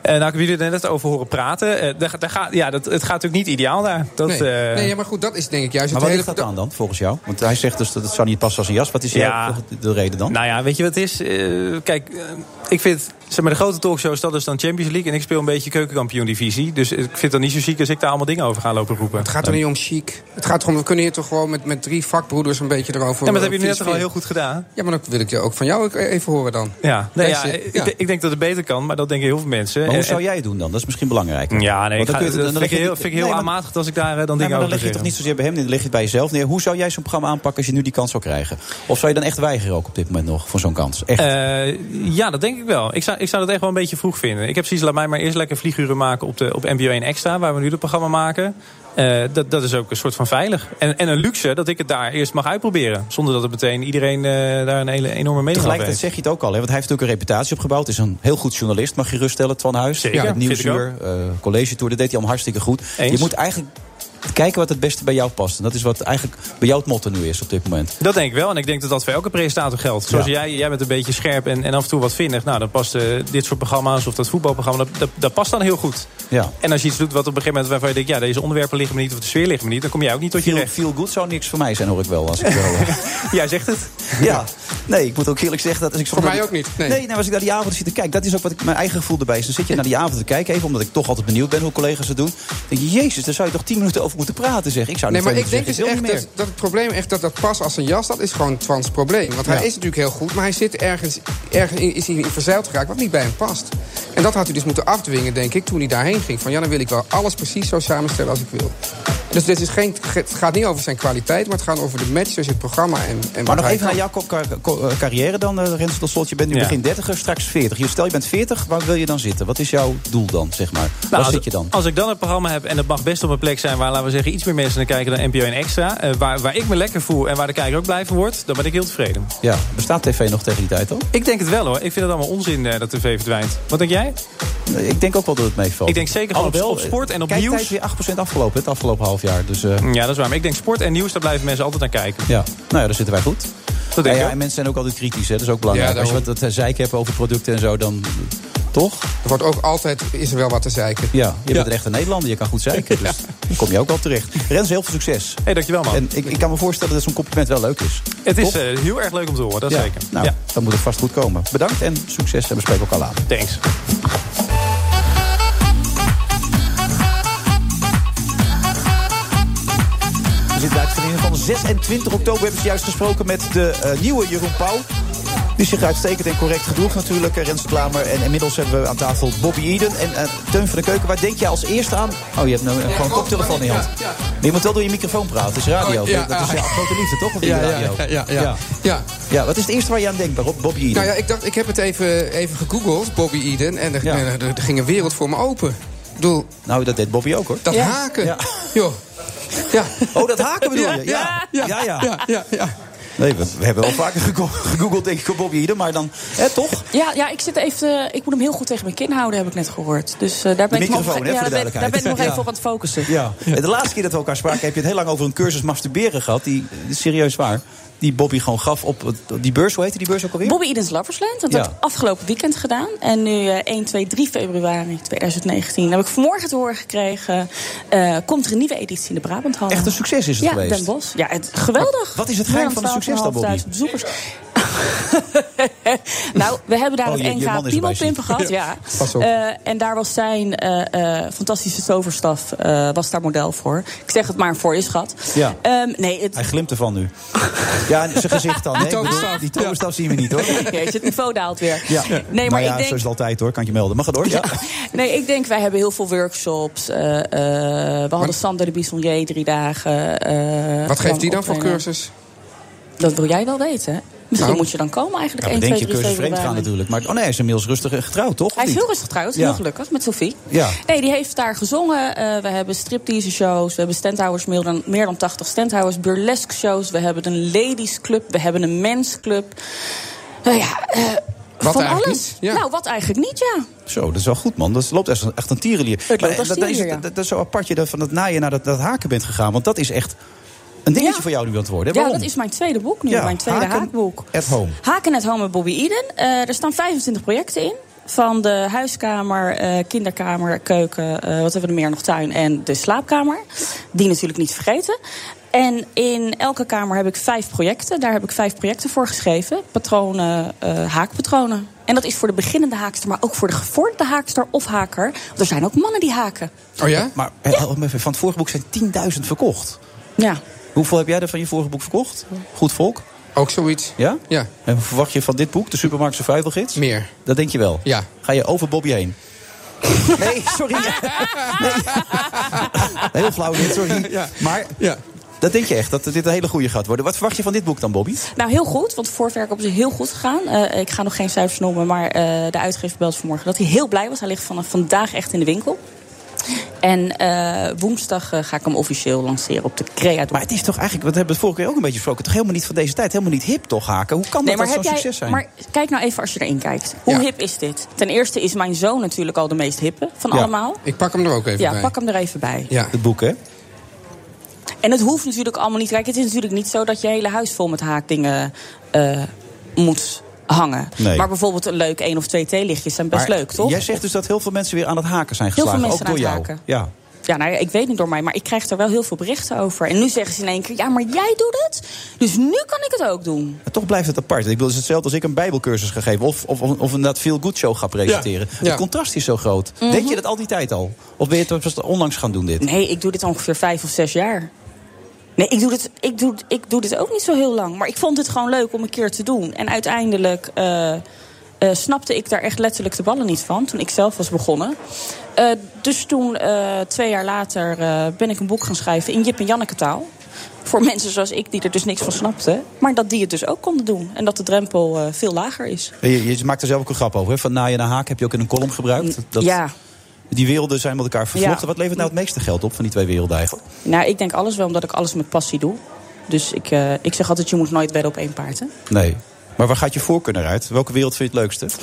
Speaker 14: Eh, nou, ik heb jullie er net over horen praten. Eh, daar, daar gaat, ja, dat, het gaat natuurlijk niet ideaal daar. Dat,
Speaker 9: nee,
Speaker 14: eh,
Speaker 9: nee ja, maar goed, dat is denk ik juist
Speaker 8: Maar
Speaker 9: het
Speaker 8: waar
Speaker 9: hele...
Speaker 8: ligt dat aan dan, volgens jou? Want hij zegt dus dat het zou niet passen als een jas. Wat is
Speaker 14: Ja.
Speaker 8: jouw- de reden dan?
Speaker 14: Nou ja, weet je wat het is? Eh, kijk, eh, ik vind zeg maar, de grote talkshows, dat is dan Champions League. En ik speel een beetje keukenkampioen-divisie. Dus eh, ik vind het dan niet zo ziek als ik daar allemaal dingen over ga lopen roepen.
Speaker 9: Het gaat er niet om chic. Het gaat erom, we kunnen hier toch gewoon met, met drie vakbroeders een beetje erover...
Speaker 14: Ja, maar dat hebben jullie net toch al
Speaker 9: filosoferen.
Speaker 14: heel goed gedaan?
Speaker 9: Ja, maar dan wil ik je ook van jou ook even horen dan.
Speaker 14: Ja, nee, ja,
Speaker 9: Mensen,
Speaker 14: ik,
Speaker 9: ja.
Speaker 14: ik denk dat het beter kan, maar dat denken heel veel mensen.
Speaker 8: Maar hoe
Speaker 14: En-
Speaker 8: zou jij het doen dan? Dat is misschien belangrijk.
Speaker 14: Ja, nee,
Speaker 8: Want
Speaker 14: ik
Speaker 8: dan
Speaker 14: ga,
Speaker 8: kun je-
Speaker 14: dat
Speaker 8: dan leg
Speaker 14: vind ik
Speaker 8: je-
Speaker 14: heel, vind ik
Speaker 8: nee,
Speaker 14: heel
Speaker 8: maar-
Speaker 14: aanmatig als ik daar eh, dan
Speaker 8: Nee,
Speaker 14: dingen
Speaker 8: Nou, maar dan
Speaker 14: over
Speaker 8: leg je
Speaker 14: zeg.
Speaker 8: toch niet zozeer bij hem, dan leg je het bij jezelf neer. Hoe zou jij zo'n programma aanpakken als je nu die kans zou krijgen? Of zou je dan echt weigeren ook op dit moment nog voor zo'n kans? Echt?
Speaker 14: Eh, ja, dat denk ik wel. Ik zou, ik zou dat echt wel een beetje vroeg vinden. Ik heb precies, laat mij maar eerst lekker vlieguren maken op, de, op NPO 1 Extra, waar we nu het programma maken. Eh, dat, dat is ook een soort van veilig. En, en een luxe dat ik het daar eerst mag uitproberen. Zonder dat het meteen iedereen eh, daar een hele, enorme mening over
Speaker 8: Tegelijkertijd
Speaker 14: heeft.
Speaker 8: zeg je het ook al, hè, want hij heeft natuurlijk een reputatie opgebouwd. Is een heel goed journalist, mag je geruststellen, Twan Huis.
Speaker 14: Zeker,
Speaker 8: Met
Speaker 14: vind ik
Speaker 8: Nieuwsuur, eh, College Tour, dat deed hij allemaal hartstikke goed.
Speaker 14: Eens.
Speaker 8: Je moet eigenlijk kijken wat het beste bij jou past. En dat is wat eigenlijk bij jou het motto nu is op dit moment.
Speaker 14: Dat denk ik wel. En ik denk dat dat voor elke presentator geldt. Zoals
Speaker 8: Ja.
Speaker 14: jij, jij bent een beetje scherp en, en af en toe wat vinnig. Nou, dan past eh, dit soort programma's of dat voetbalprogramma, dat, dat, dat past dan heel goed.
Speaker 8: Ja.
Speaker 14: En als je iets doet wat op een gegeven moment waarvan je denkt... ja, deze onderwerpen liggen me niet of de sfeer ligt me niet... dan kom jij ook niet tot je
Speaker 8: Feel,
Speaker 14: recht.
Speaker 8: feel good zou niks voor mij zijn, hoor ik wel. Als ik wel eh,
Speaker 14: *laughs* Jij zegt het.
Speaker 8: Ja, nee, ik moet ook eerlijk zeggen dat als ik soms
Speaker 9: Voor mij
Speaker 8: naar die-
Speaker 9: ook niet, nee.
Speaker 8: nee, nou, als ik naar die avond zit te kijken, dat is ook wat ik mijn eigen gevoel erbij is. Dan zit je naar die avond te kijken, even omdat ik toch altijd benieuwd ben hoe collega's het doen. Dan denk je, jezus, daar zou je toch tien minuten over moeten praten, zeg. Ik zou
Speaker 9: Nee,
Speaker 8: niet
Speaker 9: maar
Speaker 8: veel
Speaker 9: ik denk dus
Speaker 8: moeten zeggen,
Speaker 9: echt
Speaker 8: ik wil
Speaker 9: dat,
Speaker 8: niet
Speaker 9: dat het probleem echt dat dat pas als een jas, dat is gewoon Twans probleem. Want hij
Speaker 8: Ja.
Speaker 9: is natuurlijk heel goed, maar hij zit ergens, ergens in, is hij in verzeild geraakt wat niet bij hem past. En dat had hij dus moeten afdwingen, denk ik, toen hij daarheen ging. Van ja, dan wil ik wel alles precies zo samenstellen als ik wil. Dus dit is geen, het gaat niet over zijn kwaliteit, maar het gaat over de match tussen het programma en, en wat
Speaker 8: meer. Maar nog
Speaker 9: hij
Speaker 8: even naar
Speaker 9: kan.
Speaker 8: jouw ko- ka- ko- eh, carrière dan, eh, Rens, tot slot. Je bent nu
Speaker 14: Ja.
Speaker 8: begin 30, straks 40. Je- Stel, je bent 40, waar wil je dan zitten? Wat is jouw doel dan, zeg maar?
Speaker 14: Nou,
Speaker 8: waar
Speaker 14: als,
Speaker 8: zit je dan?
Speaker 14: Als ik dan een programma heb, en dat mag best op een plek zijn... waar, laten we zeggen, iets meer mensen naar kijken dan NPO en Extra... eh, waar, waar ik me lekker voel en waar de kijker ook blij van wordt... dan ben ik heel tevreden.
Speaker 8: Ja, bestaat tv nog tegen die tijd al?
Speaker 14: Ik denk het wel hoor. Ik vind het allemaal onzin eh, dat tv verdwijnt. Wat denk jij?
Speaker 8: Nee, Ik denk ook wel dat het meevalt.
Speaker 14: Ik denk zeker gewoon op-
Speaker 8: Alhoewel,
Speaker 14: op sport en op
Speaker 8: kijktijd
Speaker 14: nieuws.
Speaker 8: weer 8% afgelopen, het afgelopen half jaar. Dus, eh,
Speaker 14: Mm, Ja, dat is waar. Maar ik denk sport en nieuws, daar blijven mensen altijd naar kijken.
Speaker 8: Ja, nou ja, daar zitten wij goed.
Speaker 14: Dat denk ik
Speaker 8: Nou ja,
Speaker 14: ook.
Speaker 8: en mensen zijn ook altijd kritisch, hè? dat is ook belangrijk.
Speaker 9: Ja,
Speaker 8: Als je
Speaker 9: daarom.
Speaker 8: wat dat zeik hebt over producten en zo, dan toch?
Speaker 9: Er wordt ook altijd, is er wel wat te zeiken.
Speaker 8: Ja, je bent een echte Nederlander, je kan goed zeiken. Dus dan kom je ook wel terecht. Rens, heel veel succes.
Speaker 14: hey, dankjewel man.
Speaker 8: En ik, ik kan me voorstellen dat zo'n compliment wel leuk is.
Speaker 14: het is
Speaker 8: Toch?
Speaker 14: eh, heel erg leuk om te horen, dat
Speaker 8: Ja,
Speaker 14: zeker.
Speaker 8: Nou,
Speaker 14: Ja,
Speaker 8: dan moet het vast goed komen. Bedankt en succes en we spreken elkaar later.
Speaker 14: thanks.
Speaker 8: We zitten uit vrienden van 26 oktober. Hebben ze juist gesproken met de eh, nieuwe Jeroen Pauw. Die zich uitstekend en correct gedroeg natuurlijk. eh, Rens Klamer. En inmiddels hebben we aan tafel Bobby Eden. En eh, Teun van de Keuken, waar denk jij als eerste aan? Oh, je hebt nou eh, gewoon een koptelefoon in je hand. Maar je moet wel door je microfoon praten. Het is radio.
Speaker 9: Oh, ja,
Speaker 8: dat is
Speaker 9: ah.
Speaker 8: jouw grote liefde, toch? Of in de radio?
Speaker 9: ja. ja.
Speaker 8: Ja, wat is het eerste waar je aan denkt, Rob? Bobby Eden?
Speaker 9: Nou ja, ik dacht, ik heb het even, even gegoogeld, Bobby Eden. En er,
Speaker 8: Ja.
Speaker 9: er, er ging een wereld voor me open. Ik bedoel,
Speaker 8: Nou, dat deed Bobby ook, hoor.
Speaker 9: dat haken.
Speaker 8: Ja.
Speaker 9: Joh. Ja.
Speaker 8: Oh, dat haken bedoel je? Ja. Ja, ja.
Speaker 9: ja, ja, ja.
Speaker 8: Nee, we, we hebben wel vaker gego- gegoogeld, denk ik, op Bobby Eden. Maar dan, hè, toch?
Speaker 15: Ja, ja, ik zit even. eh, ik moet hem heel goed tegen mijn kin houden, heb ik net gehoord. Dus eh, daar ben ik nog,
Speaker 8: microfoon, hè,
Speaker 15: ja,
Speaker 8: voor de
Speaker 15: daar ben, daar ben ik nog
Speaker 8: *laughs* duidelijkheid.
Speaker 15: even op aan het focussen.
Speaker 8: Ja. De laatste keer dat we elkaar spraken, heb je het heel lang over een cursus masturberen gehad. Die, serieus waar. Die Bobby gewoon gaf op het- die beurs. Hoe heette die beurs ook alweer?
Speaker 15: Bobby Eden's Loversland, dat heb
Speaker 8: Ja.
Speaker 15: ik afgelopen weekend gedaan. En nu eh, 1, 2, 3 februari 2019 heb ik vanmorgen te horen gekregen... eh, komt er een nieuwe editie in de Brabanthal.
Speaker 8: Echt een succes is het
Speaker 15: ja,
Speaker 8: geweest.
Speaker 15: Den Bosch. Ja, het, geweldig.
Speaker 8: Wat is het geheim van het succes dan, Bobby?
Speaker 15: 12.500 bezoekers. *laughs* nou, we hebben daar
Speaker 8: Oh,
Speaker 15: het
Speaker 8: je- je man
Speaker 15: NK
Speaker 8: is erbij,
Speaker 15: Piemelpimpen
Speaker 8: zie
Speaker 15: gehad.
Speaker 8: ik.
Speaker 15: Ja.
Speaker 8: Pas op.
Speaker 15: Eh, en daar was zijn eh, eh, fantastische toverstaf eh, was daar model voor. Ik zeg het maar voor je schat.
Speaker 8: Ja.
Speaker 15: Ehm, nee, het,
Speaker 8: Hij
Speaker 15: *laughs*
Speaker 8: glimt ervan nu. Ja, en zijn gezicht dan. hè? Ik bedoel, Die toverstaf zien we niet hoor.
Speaker 15: Jeetje, het niveau daalt weer.
Speaker 8: Ja. Nou
Speaker 15: Nee, maar
Speaker 8: ja,
Speaker 15: ik denk...
Speaker 8: zo is het altijd hoor. Kan je melden. Mag het hoor? Ja.
Speaker 15: Nee, ik denk wij hebben heel veel workshops. eh, eh, we hadden Sander de Bissonnier drie dagen. eh,
Speaker 9: Wat geeft die dan
Speaker 15: gewoon
Speaker 9: voor
Speaker 15: optreden.
Speaker 9: cursus?
Speaker 15: Dat wil jij wel weten. hè? Misschien
Speaker 9: Nou.
Speaker 15: moet je dan komen eigenlijk.
Speaker 8: Ja, dan
Speaker 15: 1,
Speaker 8: denk
Speaker 15: 2,
Speaker 8: je
Speaker 15: 3
Speaker 8: cursus vreemd gaan
Speaker 15: februari.
Speaker 8: natuurlijk. Maar oh nee, hij is inmiddels rustig getrouwd toch? Of
Speaker 15: Hij is
Speaker 8: niet?
Speaker 15: heel rustig trouwens,
Speaker 8: Ja.
Speaker 15: heel gelukkig, met Sophie.
Speaker 8: Ja.
Speaker 15: Nee, die heeft daar gezongen. Eh, we hebben striptease shows, we hebben standhouders, meer dan, meer dan 80 standhouders, burlesque shows. We hebben een ladies club, we hebben een mensclub. Nou ja, eh, van
Speaker 9: eigenlijk
Speaker 15: alles.
Speaker 9: niet, ja.
Speaker 15: Nou, wat eigenlijk niet, ja.
Speaker 8: Zo, dat is wel goed, man. Dat loopt echt, echt een tierenlier.
Speaker 15: loopt
Speaker 8: Maar
Speaker 15: als
Speaker 8: dat, dat, is,
Speaker 15: tierenlier, ja.
Speaker 8: dat, dat is zo apart je dat van dat naaien naar dat, dat haken bent gegaan. Want dat is echt een dingetje
Speaker 15: Ja.
Speaker 8: voor jou nu aan het worden. hè?
Speaker 15: Ja,
Speaker 8: Waarom?
Speaker 15: dat is mijn tweede boek nu,
Speaker 8: Ja,
Speaker 15: mijn tweede
Speaker 8: Haken
Speaker 15: haakboek.
Speaker 8: At home.
Speaker 15: Haken at Home met Bobby Eden. Eh, er staan 25 projecten in. Van de huiskamer, eh, kinderkamer, keuken, eh, wat hebben we er meer nog, tuin en de slaapkamer. Die natuurlijk niet vergeten. En in elke kamer heb ik vijf projecten. Daar heb ik vijf projecten voor geschreven. Patronen, eh, haakpatronen. En dat is voor de beginnende haakster, maar ook voor de gevorderde haakster of haker. Want er zijn ook mannen die haken.
Speaker 9: Oh ja?
Speaker 8: Maar eh, help me even, van het vorige boek zijn 10.000 verkocht.
Speaker 15: Ja.
Speaker 8: Hoeveel heb jij er van je vorige boek verkocht? Goed volk?
Speaker 9: Ook zoiets?
Speaker 8: Ja?
Speaker 9: Ja.
Speaker 8: En verwacht je van dit boek, de Supermarkt Survival Gids?
Speaker 9: Meer.
Speaker 8: Dat denk je wel?
Speaker 9: Ja.
Speaker 8: Ga je over Bobby heen? nee,
Speaker 9: *laughs*
Speaker 8: sorry. Nee. Heel flauw dit,
Speaker 9: *laughs*
Speaker 8: sorry.
Speaker 9: Ja.
Speaker 8: Maar
Speaker 9: Ja.
Speaker 8: dat denk je echt, dat dit een hele goeie gaat worden. Wat verwacht je van dit boek dan, Bobby?
Speaker 15: Nou, heel goed, want de voorverkoop is heel goed gegaan. Eh, ik ga nog geen cijfers noemen, maar eh, de uitgever belt vanmorgen dat hij heel blij was. Hij ligt vanaf vandaag echt in de winkel. En eh, woensdag eh, ga ik hem officieel lanceren op de Crea.
Speaker 8: Maar het is toch eigenlijk, wat hebben we vorige keer ook een beetje gesproken, toch helemaal niet van deze tijd, helemaal niet hip toch haken? Hoe kan dat dat zo'n succes zijn?
Speaker 15: maar kijk nou even als je erin kijkt. Hoe
Speaker 9: Ja.
Speaker 15: hip is dit? Ten eerste is mijn zoon natuurlijk al de meest hippe van
Speaker 8: Ja.
Speaker 15: allemaal.
Speaker 9: Ik pak hem er ook even
Speaker 15: Ja,
Speaker 9: bij.
Speaker 15: pak hem er even bij.
Speaker 9: Ja.
Speaker 8: Het boek, hè?
Speaker 15: En het hoeft natuurlijk allemaal niet. Kijk, het is natuurlijk niet zo dat je hele huis vol met haakdingen eh, moet hangen.
Speaker 8: Nee.
Speaker 15: Maar bijvoorbeeld een leuk één of twee theelichtjes zijn best
Speaker 8: Maar
Speaker 15: leuk, toch?
Speaker 8: Jij zegt dus dat heel veel mensen weer aan het haken zijn
Speaker 15: Heel veel
Speaker 8: geslagen.
Speaker 15: mensen
Speaker 8: ook door
Speaker 15: aan
Speaker 8: jou.
Speaker 15: het
Speaker 8: Ja.
Speaker 15: Ja, nou, ja, ik weet niet door mij, maar ik krijg er wel heel veel berichten over. En nu zeggen ze in één keer, ja, maar jij doet het, dus nu kan ik het ook doen.
Speaker 8: Maar toch blijft het apart. Ik bedoel, het is hetzelfde als ik een bijbelcursus ga geven... of, of, of inderdaad veel good show ga presenteren.
Speaker 15: Ja.
Speaker 8: Het contrast is zo groot.
Speaker 15: Mhm.
Speaker 8: Denk je dat al die tijd al? Of ben je het pas onlangs gaan doen dit?
Speaker 15: Nee, ik doe dit ongeveer vijf of zes jaar. Nee, ik doe, dit, ik, doe, ik doe dit ook niet zo heel lang. Maar ik vond het gewoon leuk om een keer te doen. En uiteindelijk eh, eh, snapte ik daar echt letterlijk de ballen niet van toen ik zelf was begonnen. Eh, dus toen, eh, twee jaar later, eh, ben ik een boek gaan schrijven in Jip en Janneke taal. Voor mensen zoals ik die er dus niks van snapten. Maar dat die het dus ook konden doen. En dat de drempel eh, veel lager is.
Speaker 8: Je, je maakt er zelf ook een grap over. Hè? Van naaien naar haak heb je ook in een column gebruikt. Dat,
Speaker 15: Mm, Ja.
Speaker 8: Die werelden zijn met elkaar vervlochten.
Speaker 15: Ja.
Speaker 8: Wat levert nou het meeste geld op van die twee werelden eigenlijk?
Speaker 15: Nou, ik denk alles wel omdat ik alles met passie doe. Dus ik, eh, ik zeg altijd, je moet nooit wedden op één paard. Hè?
Speaker 8: Nee. Maar waar gaat je voorkeur naar uit? Welke wereld vind je het leukste?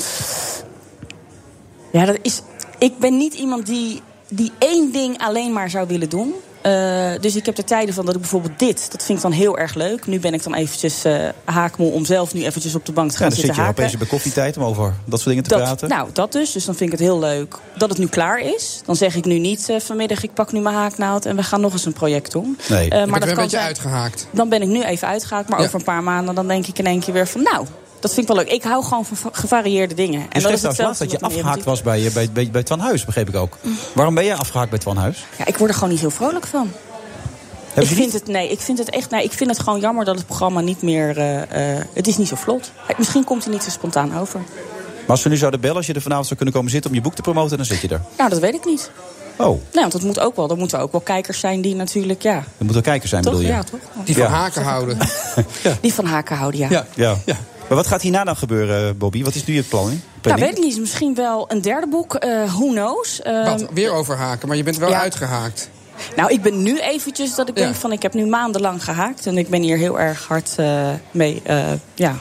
Speaker 15: Ja, dat is. Ik ben niet iemand die, die één ding alleen maar zou willen doen. Eh, dus ik heb er tijden van dat ik bijvoorbeeld dit, dat vind ik dan heel erg leuk. Nu ben ik dan eventjes eh haakmoe om zelf nu eventjes op de bank te
Speaker 8: Ja,
Speaker 15: gaan
Speaker 8: dan zit
Speaker 15: zitten
Speaker 8: je
Speaker 15: haken.
Speaker 8: opeens bij koffietijd om over dat soort dingen te
Speaker 15: dat,
Speaker 8: praten.
Speaker 15: Nou, dat dus. Dus dan vind ik het heel leuk dat het nu klaar is. Dan zeg ik nu niet eh, vanmiddag, ik pak nu mijn haaknaald en we gaan nog eens een project doen.
Speaker 8: Nee.
Speaker 15: Eh,
Speaker 8: Je bent
Speaker 15: maar
Speaker 8: weer
Speaker 15: dat
Speaker 8: een
Speaker 15: kan
Speaker 8: beetje
Speaker 15: zijn-
Speaker 9: uitgehaakt.
Speaker 15: Dan ben ik nu even uitgehaakt, maar over een paar maanden dan denk ik in één keer weer van nou, dat vind ik wel leuk. Ik hou gewoon van va- gevarieerde dingen.
Speaker 8: En je
Speaker 15: dat
Speaker 8: schreef trouwens laatst dat je
Speaker 15: wat mijn
Speaker 8: afgehaakt was bij, eh, bij, bij, bij Twan Huis, begreep ik ook. Waarom ben jij afgehaakt bij Twan Huis?
Speaker 15: Ja, ik word er gewoon niet heel vrolijk van.
Speaker 8: Hebben
Speaker 15: ik
Speaker 8: ze
Speaker 15: vind het, nee, ik vind het echt, nee, ik vind het gewoon jammer dat het programma niet meer, eh, eh, het is niet zo vlot. Eh, Misschien komt hij niet zo spontaan over.
Speaker 8: Maar als ze nu zouden bellen, als je er vanavond zou kunnen komen zitten om je boek te promoten, dan zit je er.
Speaker 15: Nou, dat weet ik niet.
Speaker 8: Oh,
Speaker 15: Nee, want dat moet ook wel. Er moeten ook wel kijkers zijn die natuurlijk, ja,
Speaker 8: dan moet er kijkers zijn,
Speaker 15: toch?
Speaker 8: bedoel je?
Speaker 15: Ja, toch?
Speaker 9: Die van haken
Speaker 8: *laughs*
Speaker 9: houden.
Speaker 15: Die van haken houden, ja.
Speaker 8: Ja. ja. Maar wat gaat hierna dan gebeuren, eh, Bobby? Wat is nu je plan? hè?
Speaker 15: Nou,
Speaker 8: Planning?
Speaker 15: weet ik niet. Misschien wel een derde boek. eh who knows? Ehm,
Speaker 9: Wat? Weer overhaken, maar je bent wel uitgehaakt.
Speaker 15: Nou, ik ben nu eventjes dat ik
Speaker 9: Ja.
Speaker 15: denk van... ik heb nu maandenlang gehaakt en ik ben hier heel erg hard eh, mee, eh, ja,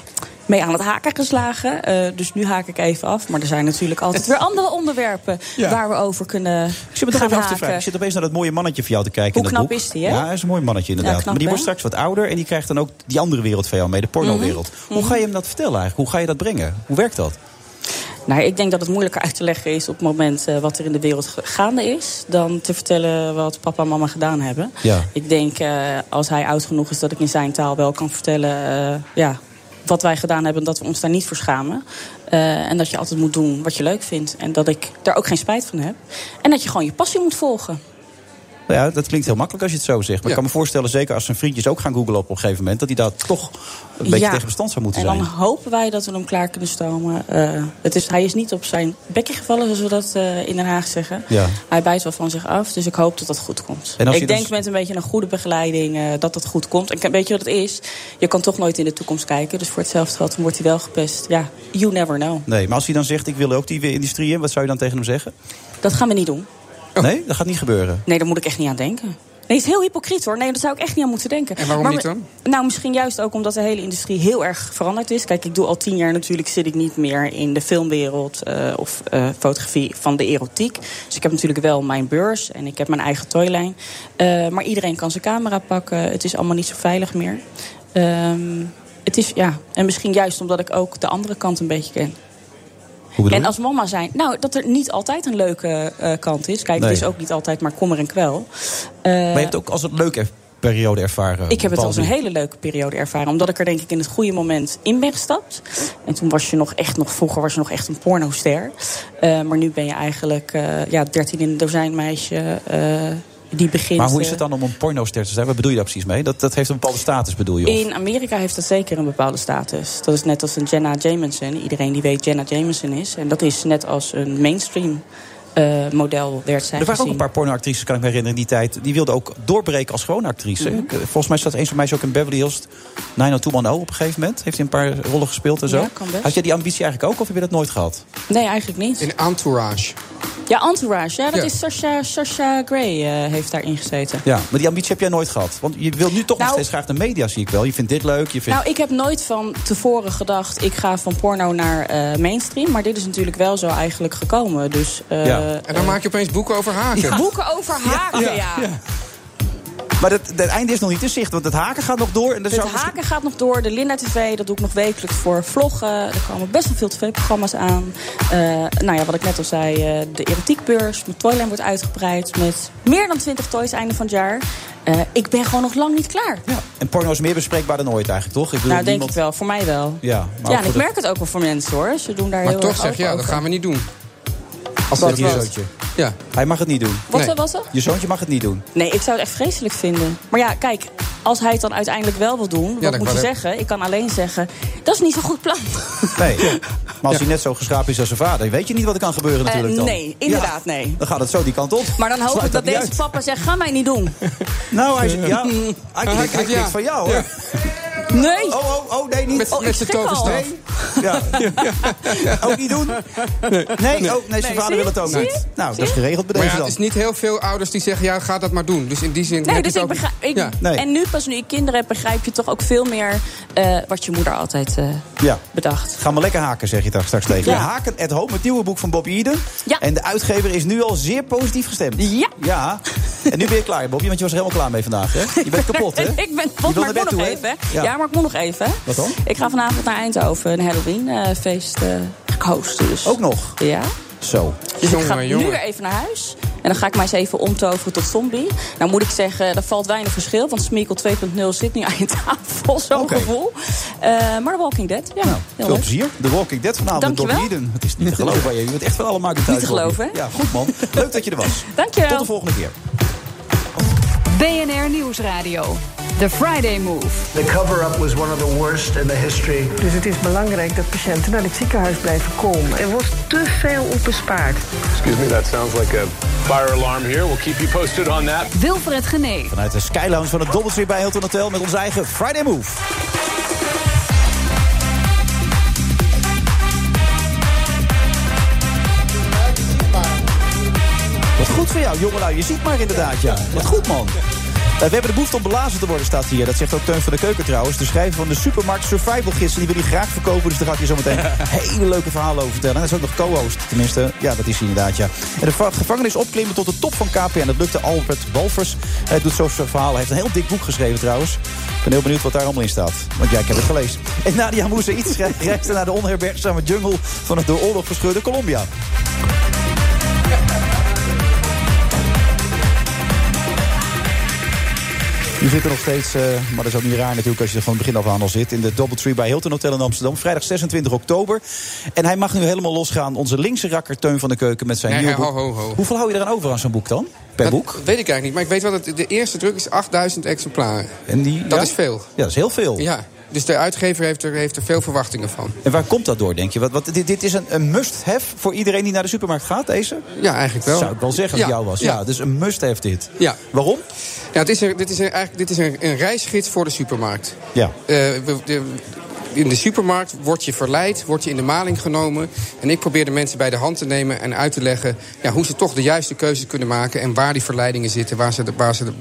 Speaker 15: mee aan het haken geslagen. Eh, dus nu haak ik even af. Maar er zijn natuurlijk altijd weer andere
Speaker 9: *laughs*
Speaker 15: onderwerpen
Speaker 8: Ja.
Speaker 15: waar we over kunnen
Speaker 8: Ik zit me toch even af
Speaker 15: gaan
Speaker 8: te
Speaker 15: haken.
Speaker 8: vragen. Ik zit opeens naar dat mooie mannetje van jou te kijken.
Speaker 15: Hoe
Speaker 8: in dat
Speaker 15: knap
Speaker 8: boek.
Speaker 15: is die, hè?
Speaker 8: Ja, hij is een mooi mannetje inderdaad.
Speaker 15: knap,
Speaker 8: maar die wordt
Speaker 15: hè? Mhm.
Speaker 8: straks wat ouder en die krijgt dan ook die andere wereld van jou mee, de pornowereld. Hoe ga je hem dat vertellen eigenlijk? Hoe ga je dat brengen? Hoe werkt dat?
Speaker 15: Nou, ik denk dat het moeilijker uit te leggen is op het moment eh, wat er in de wereld ge- gaande is... dan te vertellen wat papa en mama gedaan hebben.
Speaker 16: Ja.
Speaker 15: Ik denk eh, als hij oud genoeg is dat ik in zijn taal wel kan vertellen... eh, ja, wat wij gedaan hebben en dat we ons daar niet voor schamen. Eh, en dat je altijd moet doen wat je leuk vindt. En dat ik daar ook geen spijt van heb. En dat je gewoon je passie moet volgen.
Speaker 8: Nou ja, dat klinkt heel makkelijk als je het zo zegt. Maar ik kan me voorstellen, zeker als zijn vriendjes ook gaan googlen op een gegeven moment, dat hij daar toch een beetje
Speaker 15: Ja.
Speaker 8: tegen bestand zou moeten
Speaker 15: en
Speaker 8: zijn.
Speaker 15: dan hopen wij dat we hem klaar kunnen stomen. Eh, het is, hij is niet op zijn bekje gevallen, zoals we dat eh, in Den Haag zeggen.
Speaker 8: Ja.
Speaker 15: Hij bijt wel van zich af, dus ik hoop dat dat goed komt.
Speaker 8: En als je
Speaker 15: Ik
Speaker 8: dus-
Speaker 15: denk met een beetje een goede begeleiding eh, dat dat goed komt. En k- weet je wat het is? Je kan toch nooit in de toekomst kijken. Dus voor hetzelfde geld wordt hij wel gepest. Ja, you never know.
Speaker 8: Nee, maar als hij dan zegt, ik wil ook die industrie in, wat zou je dan tegen hem zeggen?
Speaker 15: Dat gaan we niet doen.
Speaker 8: Nee, dat gaat niet gebeuren.
Speaker 15: Nee, daar moet ik echt niet aan denken. Nee, het is heel hypocriet hoor. Nee, daar zou ik echt niet aan moeten denken.
Speaker 8: En waarom
Speaker 15: Maar
Speaker 8: niet
Speaker 15: we-
Speaker 8: dan?
Speaker 15: Nou, misschien juist ook omdat de hele industrie heel erg veranderd is. Kijk, ik doe al tien jaar natuurlijk, zit ik niet meer in de filmwereld eh, of eh, fotografie van de erotiek. Dus ik heb natuurlijk wel mijn beurs en ik heb mijn eigen toylijn. Eh, maar iedereen kan zijn camera pakken. Het is allemaal niet zo veilig meer. Ehm, het is, ja, en misschien juist omdat ik ook de andere kant een beetje ken.
Speaker 8: bedoel
Speaker 15: En
Speaker 8: je?
Speaker 15: als mama zijn, nou, dat er niet altijd een leuke eh, kant is. Kijk, het
Speaker 8: Nee.
Speaker 15: is ook niet altijd maar kommer en kwel. Eh,
Speaker 8: maar je hebt ook eh, als een leuke periode ervaren.
Speaker 15: ik heb het als een
Speaker 8: Paul.
Speaker 15: hele leuke periode ervaren. Omdat ik er denk ik in het goede moment in ben gestapt. En toen was je nog echt, nog vroeger was je nog echt een pornoster. Eh, maar nu ben je eigenlijk eh, ja, 13 in een dozijn meisje eh, die begint...
Speaker 8: Maar hoe is
Speaker 15: eh,
Speaker 8: het dan om een pornoster te zijn? Wat bedoel je daar precies mee? Dat, dat heeft een bepaalde status, bedoel je? Of-
Speaker 15: In Amerika heeft dat zeker een bepaalde status. Dat is net als een Jenna Jameson. Iedereen die weet Jenna Jameson is. En dat is net als een mainstream eh, model werd
Speaker 8: Er
Speaker 15: zij
Speaker 8: waren ook
Speaker 15: gezien.
Speaker 8: een paar pornoactrices, kan ik me herinneren, in die tijd. Die wilden ook doorbreken als gewone actrice.
Speaker 15: Mhm.
Speaker 8: Ik, eh, Volgens mij zat een van mij ook in Beverly Hills 90210 op een gegeven moment. Heeft hij een paar rollen gespeeld en zo.
Speaker 15: Ja, kan best.
Speaker 8: Had jij die ambitie eigenlijk ook, of heb je dat nooit gehad?
Speaker 15: Nee, eigenlijk niet.
Speaker 9: In Entourage.
Speaker 15: Ja, Entourage. Ja, dat
Speaker 8: Ja.
Speaker 15: is Sasha, Sasha Gray eh, heeft daarin gezeten.
Speaker 8: Ja, maar die ambitie heb jij nooit gehad. Want je wilt nu toch nog
Speaker 15: Nou-
Speaker 8: steeds graag de media, zie ik wel. Je vindt dit leuk, je vindt...
Speaker 15: Nou, ik heb nooit van tevoren gedacht... ik ga van porno naar eh, mainstream. Maar dit is natuurlijk wel zo eigenlijk gekomen. Dus, eh,
Speaker 9: En dan maak je opeens boeken over haken.
Speaker 15: Nou, Ja, boeken over haken, ja.
Speaker 8: Maar het, het einde is nog niet in zicht, want het haken gaat nog door. En
Speaker 15: het haken misschien... gaat nog door. De Linda TV, dat doe ik nog wekelijks voor vloggen. Er komen best wel veel tv-programma's aan. Uh, nou ja, wat ik net al zei, uh, de erotiekbeurs. Mijn Toyland wordt uitgebreid met meer dan 20 toys einde van het jaar. Uh, ik ben gewoon nog lang niet klaar.
Speaker 8: Ja. En porno is meer bespreekbaar dan ooit eigenlijk, toch?
Speaker 15: Ik bedoel, nou, denk niemand... ik wel. Voor mij wel.
Speaker 8: Ja,
Speaker 15: maar ja en ik de... merk het ook wel voor mensen, hoor. Ze doen daar
Speaker 9: maar
Speaker 15: heel
Speaker 9: toch zeg
Speaker 15: je, ja,
Speaker 9: over. dat gaan we niet doen.
Speaker 8: Als dat, dat je zoontje.
Speaker 9: Ja.
Speaker 8: Hij mag het niet doen.
Speaker 15: Wat nee. was dat?
Speaker 8: Je zoontje mag het niet doen.
Speaker 15: Nee, ik zou het echt vreselijk vinden. Maar ja, kijk, als hij het dan uiteindelijk wel wil doen, wat ja, moet je zeggen? Ik kan alleen zeggen, dat is niet zo'n *laughs* goed plan.
Speaker 8: Nee, maar als ja. hij net zo geschrapen is als zijn vader, weet je niet wat er kan gebeuren natuurlijk dan.
Speaker 15: Uh, nee, inderdaad, ja, nee.
Speaker 8: Dan gaat het zo die kant op.
Speaker 15: Maar dan hoop ik dat, deze uit. papa zegt, ga mij niet doen.
Speaker 8: *laughs* nou, hij zegt,
Speaker 15: *laughs*
Speaker 8: ja, hij kijkt niks van jou hoor.
Speaker 15: Nee.
Speaker 8: Oh, oh, oh, nee, niet.
Speaker 9: Met, oh, met zijn toverstaf. Nee.
Speaker 8: Ja. ook niet doen? Nee, nee, nee. Oh, nee zijn vader wil het ook niet. Nou, dat is geregeld bij deze
Speaker 9: maar ja, Het is niet heel veel ouders die zeggen, ja, ga dat maar doen. Dus in die zin
Speaker 15: Nee, dus ik
Speaker 9: ook...
Speaker 15: begrijp... Ik, ja. nee. En nu, pas nu ik kinderen heb, begrijp je toch ook veel meer... Uh, wat je moeder altijd uh, ja. bedacht.
Speaker 8: Ga maar lekker haken, zeg je daar straks tegen. Ja. Haken at Home, het nieuwe boek van Bob Eden. En de uitgever is nu al zeer positief gestemd.
Speaker 15: Ja.
Speaker 8: Ja. En nu ben je klaar, Bobby, want je was er helemaal klaar mee vandaag, hè? Je bent kapot, hè?
Speaker 15: *laughs* ik ben kapot, maar ik moet nog even, hè? Ja. maar ik moet nog even.
Speaker 8: Wat dan?
Speaker 15: Ik ga vanavond naar Eindhoven, een eh, Halloween-feest uh, hosten. Dus.
Speaker 8: Ook nog?
Speaker 15: Ja.
Speaker 8: Zo.
Speaker 15: Dus ik ga nu weer even naar huis. En dan ga ik mij eens even omtoveren tot zombie. Nou moet ik zeggen, er valt weinig verschil. Want Smeekel 2.0 zit nu aan je tafel, zo'n okay. gevoel. Uh, maar The Walking Dead, ja. Nou,
Speaker 8: veel leuk. plezier. The Walking Dead vanavond
Speaker 15: Dankjewel.
Speaker 8: door Eden. Het is niet te geloven. Je bent echt van alle maken thuis.
Speaker 15: Niet te geloven,
Speaker 8: Ja, goed man. Leuk dat je er was.
Speaker 15: Dankjewel.
Speaker 8: Tot de volgende keer.
Speaker 3: BNR Nieuwsradio. The Friday Move.
Speaker 4: The cover-up was one of the worst in the history.
Speaker 5: Dus het is belangrijk dat patiënten naar het ziekenhuis blijven komen.
Speaker 17: Er wordt te veel op bespaard.
Speaker 7: Excuse me, that sounds like a fire alarm here. We'll keep you posted on that.
Speaker 3: Wilfred Genee.
Speaker 8: Vanuit de Skylounge van het Dobbeltje bij Hilton Hotel met ons eigen Friday Move. Wat goed voor jou, jongelui. Je ziet maar inderdaad, ja. Wat goed, man. Eh, We hebben de behoefte om belazen te worden, staat hier. Dat zegt ook Teun van de Keuken trouwens. De schrijver van de supermarkt Survival Gidsen. Die wil hij graag verkopen. Dus daar gaat hij zo meteen hele leuke verhalen over vertellen. En hij is ook nog co-host. Tenminste, ja, dat is hij inderdaad, ja. En de gevangenis opklimmen tot de top van KPN. Dat lukte Albert Balvers. Hij doet zo'n verhaal. Hij heeft een heel dik boek geschreven trouwens. Ik ben heel benieuwd wat daar allemaal in staat. Want jij ja, hebt het gelezen. En Nadia Moussa iets *laughs* reisde naar de onherbergzame jungle... van het door oorlog verscheurde Colombia. Je zit er nog steeds, uh, maar dat is ook niet raar natuurlijk als je er van het begin af aan al zit. In de Doubletree bij Hilton Hotel in Amsterdam. Vrijdag 26 oktober. En hij mag nu helemaal losgaan. Onze linkse rakker Teun van de Keuken met zijn
Speaker 9: nee,
Speaker 8: nieuwe boek.
Speaker 9: Ho, ho, ho.
Speaker 8: Hoeveel hou je eraan over aan zo'n boek dan? Per
Speaker 9: dat
Speaker 8: boek?
Speaker 9: weet ik eigenlijk niet. Maar ik weet wel dat de eerste druk is 8000 exemplaren.
Speaker 8: En die,
Speaker 9: dat
Speaker 8: ja?
Speaker 9: is veel.
Speaker 8: Ja, dat is heel veel.
Speaker 9: Ja. Dus de uitgever heeft er, heeft er veel verwachtingen van.
Speaker 8: En waar komt dat door, denk je? Want, want dit, dit, is een, een must-have voor iedereen die naar de supermarkt gaat, deze?
Speaker 9: Ja, eigenlijk wel.
Speaker 8: Zou ik wel zeggen als het
Speaker 9: Ja,
Speaker 8: jou was.
Speaker 9: ja.
Speaker 8: Ja, dus een must-have dit.
Speaker 9: Ja.
Speaker 8: Waarom?
Speaker 9: Ja, het is een, dit is, een, eigenlijk, dit is een, een reisgids voor de supermarkt.
Speaker 8: Ja.
Speaker 9: Eh, we- de- in de supermarkt word je verleid, word je in de maling genomen. En ik probeer de mensen bij de hand te nemen en uit te leggen... Ja, hoe ze toch de juiste keuzes kunnen maken... en waar die verleidingen zitten, waar ze, de- waar ze, de-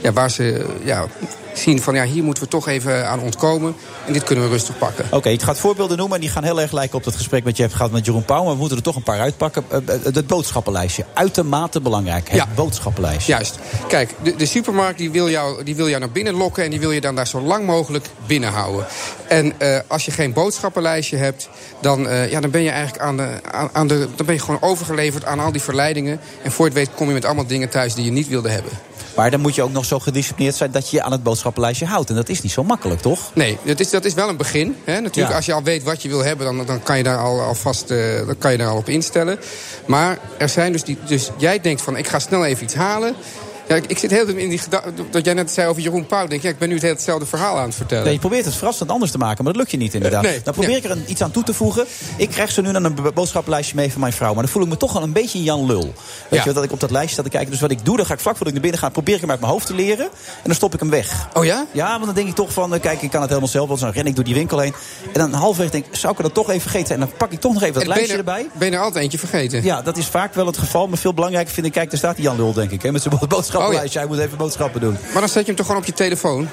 Speaker 9: ja, waar ze ja, zien van... ja, hier moeten we toch even aan ontkomen en dit kunnen we rustig pakken.
Speaker 8: Oké, ik ga het voorbeelden noemen. En die gaan heel erg lijken op dat gesprek dat je hebt gehad met Jeroen Pauw. Maar we moeten er toch een paar uitpakken. Eh, eh, Het boodschappenlijstje. Uitermate belangrijk. Het
Speaker 9: Ja.
Speaker 8: boodschappenlijstje.
Speaker 9: Juist. Kijk, de, de supermarkt die wil, jou, die wil jou naar binnen lokken... en die wil je dan daar zo lang mogelijk binnen houden. En eh, als je geen boodschappenlijstje hebt... dan, eh, ja, dan ben je eigenlijk aan de, aan, aan de, dan ben je gewoon overgeleverd aan al die verleidingen. En voor je het weet kom je met allemaal dingen thuis die je niet wilde hebben.
Speaker 8: Maar dan moet je ook nog zo gedisciplineerd zijn dat je je aan het boodschappenlijstje houdt. En dat is niet zo makkelijk, toch?
Speaker 9: Nee, dat is, dat is wel een begin. Hè. Natuurlijk,
Speaker 8: Ja.
Speaker 9: als je al weet wat je wil hebben, dan, dan kan je daar al, alvast, eh, dan kan je daar al op instellen. Maar er zijn dus die. Dus jij denkt van ik ga snel even iets halen. Ja, ik, ik zit heel de tijd in die gedachte. Dat jij net zei over Jeroen Pauw. Ik Denk, ja, ik ben nu het hele hetzelfde verhaal aan het vertellen.
Speaker 8: Nee, je probeert het verrassend anders te maken, maar dat lukt je niet inderdaad.
Speaker 9: Eh, nee,
Speaker 8: dan probeer
Speaker 9: nee.
Speaker 8: ik er een, iets aan toe te voegen. Ik krijg ze nu dan een b- boodschappenlijstje mee van mijn vrouw. Maar dan voel ik me toch al een beetje Jan Lul. Weet
Speaker 9: Ja.
Speaker 8: je wel, dat ik op dat lijstje sta te kijken. Dus wat ik doe, dan ga ik vlak voordat ik naar binnen ga... probeer ik hem uit mijn hoofd te leren en dan stop ik hem weg.
Speaker 9: Oh ja?
Speaker 8: Ja, want dan denk ik toch van, eh, kijk, ik kan het helemaal zelf. Want dan ren ik door die winkel heen. En dan halverwege denk ik, zou ik er dan toch even vergeten zijn? En dan pak ik toch nog even dat
Speaker 9: En ben, je
Speaker 8: lijstje
Speaker 9: er,
Speaker 8: erbij.
Speaker 9: ben je er altijd eentje vergeten?
Speaker 8: Ja, dat is vaak wel het geval. Maar veel belangrijker vind ik,
Speaker 9: Oh,
Speaker 8: kijk, daar staat die Jan Lul, denk ik. Hè, met zijn bo- boodschappenlijstje. Hij moet even boodschappen doen.
Speaker 9: Maar dan zet je hem toch gewoon op je telefoon?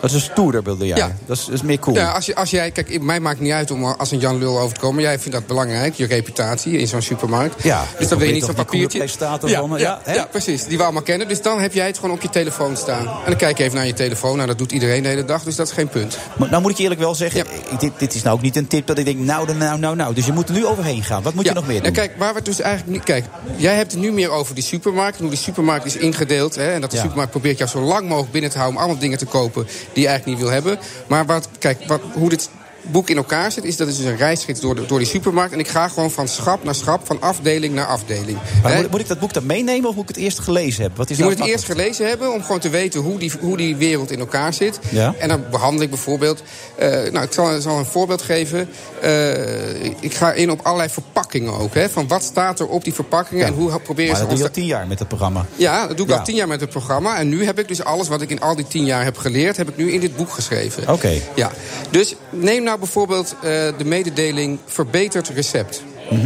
Speaker 8: Dat is stoerder, wilde jij.
Speaker 9: Ja.
Speaker 8: Dat, is, dat is meer cool.
Speaker 9: Ja, als, je, als jij, kijk, mij maakt niet uit om als een Jan Lul over te komen. Maar jij vindt dat belangrijk, je reputatie in zo'n supermarkt.
Speaker 8: Ja,
Speaker 9: dus dan wil je niet zo'n
Speaker 8: die coole
Speaker 9: papiertje.
Speaker 8: presentator
Speaker 9: ja,
Speaker 8: van,
Speaker 9: ja,
Speaker 8: ja, hè?
Speaker 9: ja, precies. Die we allemaal kennen. Dus dan heb jij het gewoon op je telefoon staan. En dan kijk je even naar je telefoon. Nou, dat doet iedereen de hele dag, dus dat is geen punt.
Speaker 8: Maar nou moet ik je eerlijk wel zeggen, ik- dit, dit is nou ook niet een tip dat ik denk, nou, dan, nou, nou, nou. Dus je moet er nu overheen gaan. Wat moet je nog meer doen?
Speaker 9: Nou, kijk, waar we het dus eigenlijk niet. Kijk, jij hebt het nu meer over die supermarkt. en Hoe die supermarkt is ingedeeld. Hè, en dat de
Speaker 8: Ja.
Speaker 9: supermarkt probeert jou zo lang mogelijk binnen te houden. om allemaal dingen te kopen die je eigenlijk niet wil hebben. Maar wat, kijk, wat, hoe dit boek in elkaar zit, is dat is dus een reisgids door, de, door die supermarkt. En ik ga gewoon van schap naar schap, van afdeling naar afdeling.
Speaker 8: Maar
Speaker 9: Hè,
Speaker 8: moet, moet ik dat boek dan meenemen of moet ik het eerst gelezen hebben? Wat is
Speaker 9: je
Speaker 8: nou
Speaker 9: moet het eerst gelezen hebben om gewoon te weten hoe die, hoe die wereld in elkaar zit.
Speaker 8: Ja.
Speaker 9: En dan behandel ik bijvoorbeeld. eh, nou, ik zal, zal een voorbeeld geven. Eh, ik ga in op allerlei verpakkingen ook. Hè, van wat staat er op die verpakkingen en hoe proberen
Speaker 8: Maar
Speaker 9: ze
Speaker 8: dat doe
Speaker 9: ons
Speaker 8: je
Speaker 9: te-
Speaker 8: al tien jaar met het programma.
Speaker 9: ja, dat doe ik
Speaker 8: Ja.
Speaker 9: al tien jaar met het programma. En nu heb ik dus alles wat ik in al die tien jaar heb geleerd... heb ik nu in dit boek geschreven.
Speaker 8: Oh.
Speaker 9: Oké. Ja. Dus neem nou bijvoorbeeld eh, de mededeling verbeterd recept.
Speaker 8: Mhm.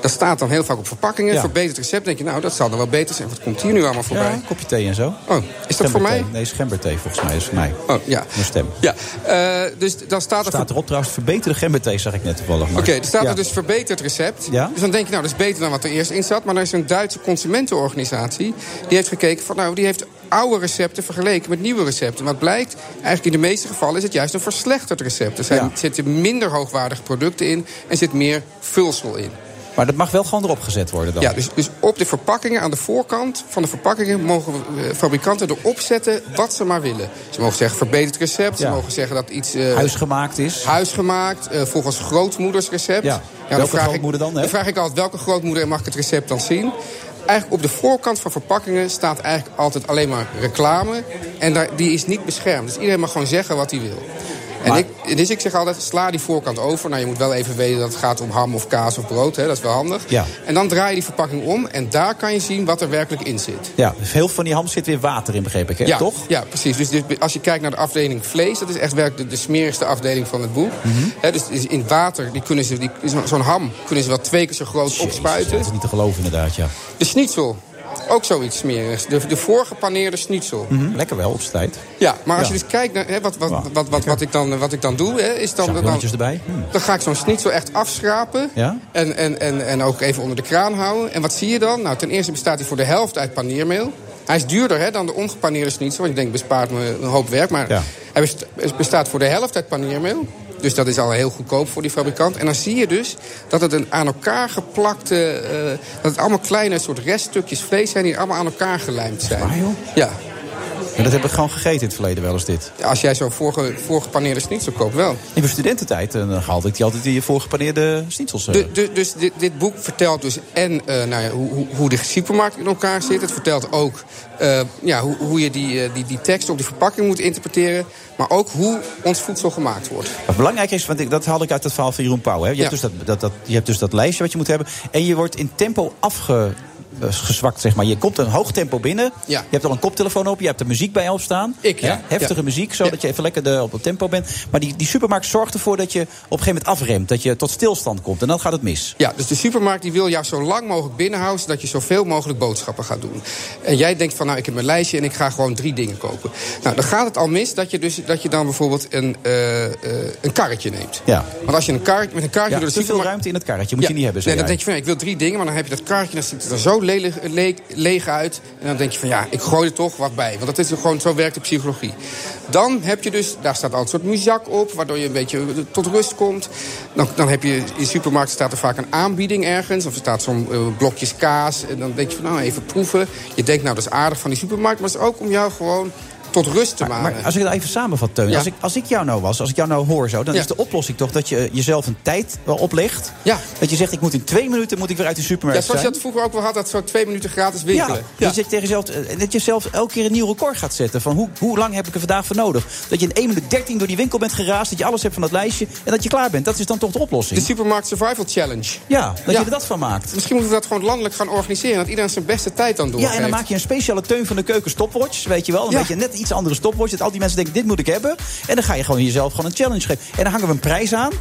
Speaker 9: Dat staat dan heel vaak op verpakkingen.
Speaker 8: Ja.
Speaker 9: Verbeterd recept, denk je, nou, dat zal dan wel beter zijn. Wat komt hier nu allemaal voorbij?
Speaker 8: Ja, kopje thee en zo.
Speaker 9: Oh, is dat voor mij?
Speaker 8: Nee, gemberthee volgens mij. is voor mij.
Speaker 9: Oh, ja.
Speaker 8: Mijn stem.
Speaker 9: Ja, eh, dus dan staat er...
Speaker 8: Staat erop trouwens, verbeterde gemberthee, zag ik net toevallig. maar-
Speaker 9: Oké, er staat
Speaker 8: Ja.
Speaker 9: er dus verbeterd recept.
Speaker 8: Ja.
Speaker 9: Dus dan denk je, nou, dat is beter dan wat er eerst in zat. Maar er is een Duitse consumentenorganisatie. Die heeft gekeken van, nou, die heeft oude recepten vergeleken met nieuwe recepten. Wat blijkt, eigenlijk in de meeste gevallen is het juist een verslechterd recept. Er zijn, zitten minder hoogwaardige producten in en zit meer vulsel in.
Speaker 8: Maar dat mag wel gewoon erop gezet worden dan.
Speaker 9: Ja, dus, dus op de verpakkingen, aan de voorkant van de verpakkingen... mogen eh, fabrikanten erop zetten wat ze maar willen. Ze mogen zeggen verbeterd recept, ze
Speaker 8: Ja.
Speaker 9: mogen zeggen dat iets... eh,
Speaker 8: Huisgemaakt is.
Speaker 9: Huisgemaakt, eh, volgens grootmoeders recept.
Speaker 8: Ja. Welke
Speaker 9: grootmoeder dan? Dan vraag ik altijd welke grootmoeder en mag ik het recept dan zien? Eigenlijk op de voorkant van verpakkingen staat eigenlijk altijd alleen maar reclame. En daar, die is niet beschermd. Dus iedereen mag gewoon zeggen wat hij wil. En ik, dus ik zeg altijd, sla die voorkant over. Nou, je moet wel even weten dat het gaat om ham of kaas of brood. Hè, dat is wel handig.
Speaker 8: Ja.
Speaker 9: En dan draai je die verpakking om. En daar kan je zien wat er werkelijk in zit.
Speaker 8: Ja, dus heel veel van die ham zit weer water in, begreep ik, hè?
Speaker 9: Ja,
Speaker 8: toch?
Speaker 9: Ja, precies. Dus, dus als je kijkt naar de afdeling vlees, dat is echt werkelijk de, de smerigste afdeling van het boek.
Speaker 8: Mhm.
Speaker 9: Hè, dus is in water, die kunnen ze, die, zo- zo'n ham kunnen ze wel twee keer zo groot opspuiten.
Speaker 8: Dat is niet te geloven inderdaad, ja.
Speaker 9: De schnitzel, ook zoiets smerigs. De, de voorgepaneerde schnitzel.
Speaker 8: Mhm, Lekker wel, op z'n tijd.
Speaker 9: Ja, maar als
Speaker 8: Ja.
Speaker 9: je dus kijkt naar hè, wat, wat, wat, wat, wat, ik dan, wat ik dan doe, hè, is dan, dan,
Speaker 8: Champignonnetjes erbij. Hm.
Speaker 9: dan ga ik zo'n schnitzel echt afschrapen.
Speaker 8: Ja?
Speaker 9: En, en, en, en ook even onder de kraan houden. En wat zie je dan? Nou, ten eerste bestaat hij voor de helft uit paneermeel. Hij is duurder hè, dan de ongepaneerde schnitzel. Want je denkt, bespaart me een hoop werk. Maar
Speaker 8: Ja.
Speaker 9: hij best- het bestaat voor de helft uit paneermeel. Dus dat is al heel goedkoop voor die fabrikant. En dan zie je dus dat het een aan elkaar geplakte... eh, dat het allemaal kleine soort reststukjes vlees zijn... die allemaal aan elkaar gelijmd zijn. Ja.
Speaker 8: En dat heb ik gewoon gegeten in het verleden wel eens dit.
Speaker 9: Als jij zo'n voorge, voorgepaneerde schnitzel koopt, wel.
Speaker 8: In mijn studententijd eh, dan haalde ik die altijd die voorgepaneerde schnitzels. eh.
Speaker 9: Du- du- dus dit, dit boek vertelt dus en eh, nou ja, hoe, hoe- hoe de supermarkt in elkaar zit. Het vertelt ook eh, ja, hoe, hoe je die, eh, die, die teksten op die verpakking moet interpreteren. Maar ook hoe ons voedsel gemaakt wordt.
Speaker 8: Wat belangrijk is, want ik, dat haalde ik uit het verhaal van Jeroen Pauw. Hè? Je, hebt dus dat, dat, dat, je hebt dus dat lijstje wat je moet hebben. En je wordt in tempo afgezwakt, zeg maar. Je komt een hoog tempo binnen.
Speaker 9: Ja.
Speaker 8: Je hebt al een koptelefoon op. Je hebt de muziek bij je op staan.
Speaker 9: Ik, ja.
Speaker 8: Hè? Heftige
Speaker 9: Ja.
Speaker 8: muziek, zodat je even lekker de, op het tempo bent. Maar die, die supermarkt zorgt ervoor dat je op een gegeven moment afremt. Dat je tot stilstand komt. En dan gaat het mis.
Speaker 9: Ja, dus de supermarkt die wil jou zo lang mogelijk binnenhouden... zodat je zoveel mogelijk boodschappen gaat doen. En jij denkt van, nou, ik heb mijn lijstje en ik ga gewoon drie dingen kopen. Nou, dan gaat het al mis dat je, dus, dat je dan bijvoorbeeld een, eh, eh, een karretje neemt.
Speaker 8: Ja.
Speaker 9: Want als je een karretje, met een karretje
Speaker 8: Ja,
Speaker 9: door de
Speaker 8: dus te veel
Speaker 9: supermarkt...
Speaker 8: ruimte in het karretje moet je niet hebben.
Speaker 9: Nee,
Speaker 8: zeg
Speaker 9: dan
Speaker 8: jij.
Speaker 9: denk je van, ja, ik wil drie dingen, maar dan heb je dat kaartje... en dan ziet het er zo lelig- le- leeg uit. En dan denk je van, ja, ik gooi er toch wat bij. Want dat is gewoon, zo werkt de psychologie. Dan heb je dus, daar staat al een soort muzak op... waardoor je een beetje eh, tot rust komt. Dan, dan heb je, in supermarkten staat er vaak een aanbieding ergens... of er staat zo'n eh, blokjes kaas. En dan denk je van, nou, even proeven. Je denkt, nou, dat is aardig van die supermarkt... maar het is ook om jou gewoon tot rust te maken.
Speaker 8: Maar als ik dat even samenvat, Teun.
Speaker 9: Ja.
Speaker 8: Als, ik, als ik jou nou was, als ik jou nou hoor zo... dan
Speaker 9: Ja.
Speaker 8: is de oplossing toch dat je jezelf een tijd wel oplegt. Dat je zegt, ik moet in twee minuten moet ik weer uit de
Speaker 9: ja,
Speaker 8: supermarkt
Speaker 9: zoals je
Speaker 8: zijn.
Speaker 9: dat vroeger ook wel had, dat zo twee minuten gratis
Speaker 8: ja,
Speaker 9: winkelen.
Speaker 8: Dus dat je tegen jezelf, eh, dat je zelf elke keer een nieuw record gaat zetten. Van hoe, hoe lang heb ik er vandaag voor nodig? Dat je in 1 minuut 13 door die winkel bent geraasd. Dat je alles hebt van dat lijstje. En dat je klaar bent. Dat is dan toch de oplossing.
Speaker 9: De Supermarkt Survival Challenge.
Speaker 8: ja, dat je er dat van maakt.
Speaker 9: Misschien moeten we dat gewoon landelijk gaan organiseren. Dat iedereen zijn beste tijd dan doorgeeft.
Speaker 8: Ja, en dan maak je een speciale teun van de keuken stopwatch. Weet je wel, een beetje een net iets andere stopwatch. Dat al die mensen denken, dit moet ik hebben. En dan ga je gewoon jezelf gewoon een challenge geven. En dan hangen we een prijs aan.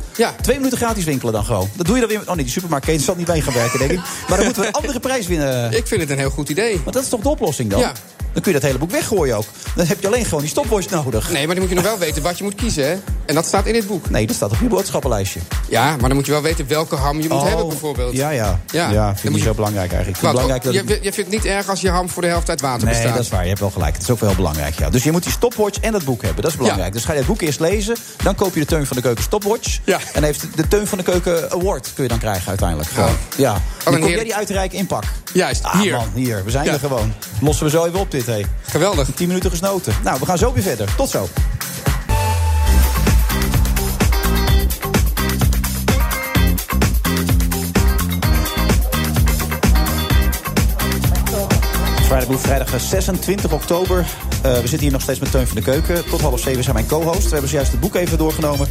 Speaker 8: Twee minuten gratis winkelen dan gewoon. Dat doe je dan weer. met- Oh nee, die supermarktketen zal
Speaker 9: *laughs*
Speaker 8: niet bij gaan werken, denk ik. Maar dan moeten we een andere prijs winnen.
Speaker 9: Ik vind het een heel goed idee.
Speaker 8: Maar dat is toch de oplossing dan?
Speaker 9: Ja.
Speaker 8: dan kun je dat hele boek weggooien ook. Dan heb je alleen gewoon die stopwatch nodig.
Speaker 9: Nee, maar dan moet je nog wel weten wat je moet kiezen, hè? En dat staat in dit boek.
Speaker 8: Nee, dat staat op je boodschappenlijstje.
Speaker 9: Ja, maar dan moet je wel weten welke ham je moet
Speaker 8: Oh,
Speaker 9: hebben, bijvoorbeeld.
Speaker 8: Ja, ja. Ja, vind ik
Speaker 9: moet
Speaker 8: niet
Speaker 9: je-
Speaker 8: zo belangrijk eigenlijk. Ik
Speaker 9: Wat,
Speaker 8: vind het belangrijk
Speaker 9: ook-
Speaker 8: dat
Speaker 9: je, je vindt het niet erg als je ham voor de helft uit water
Speaker 8: Nee,
Speaker 9: bestaat.
Speaker 8: dat is waar. Je hebt wel gelijk. Het is ook wel heel belangrijk. Ja. Dus je moet die stopwatch en dat boek hebben. Dat is belangrijk. Dus ga je het boek eerst lezen. Dan koop je de Teun van de Keuken stopwatch. En heeft de- de Teun van de Keuken Award kun je dan krijgen uiteindelijk. Gewoon. Ja. Dan kom jij
Speaker 9: heerlijk-
Speaker 8: die uitreiken inpak.
Speaker 9: Juist,
Speaker 8: Ah,
Speaker 9: hier.
Speaker 8: man, hier. We zijn
Speaker 9: Ja.
Speaker 8: er gewoon. Lossen we zo even op dit, hé.
Speaker 9: Geweldig.
Speaker 8: Tien minuten gesnoten. Nou, we gaan zo weer verder. Tot zo. Vrijdagboek, vrijdag 26 oktober. Eh, we zitten hier nog steeds met Teun van de Keuken. Tot half zeven zijn mijn co-host. We hebben zojuist het boek even doorgenomen.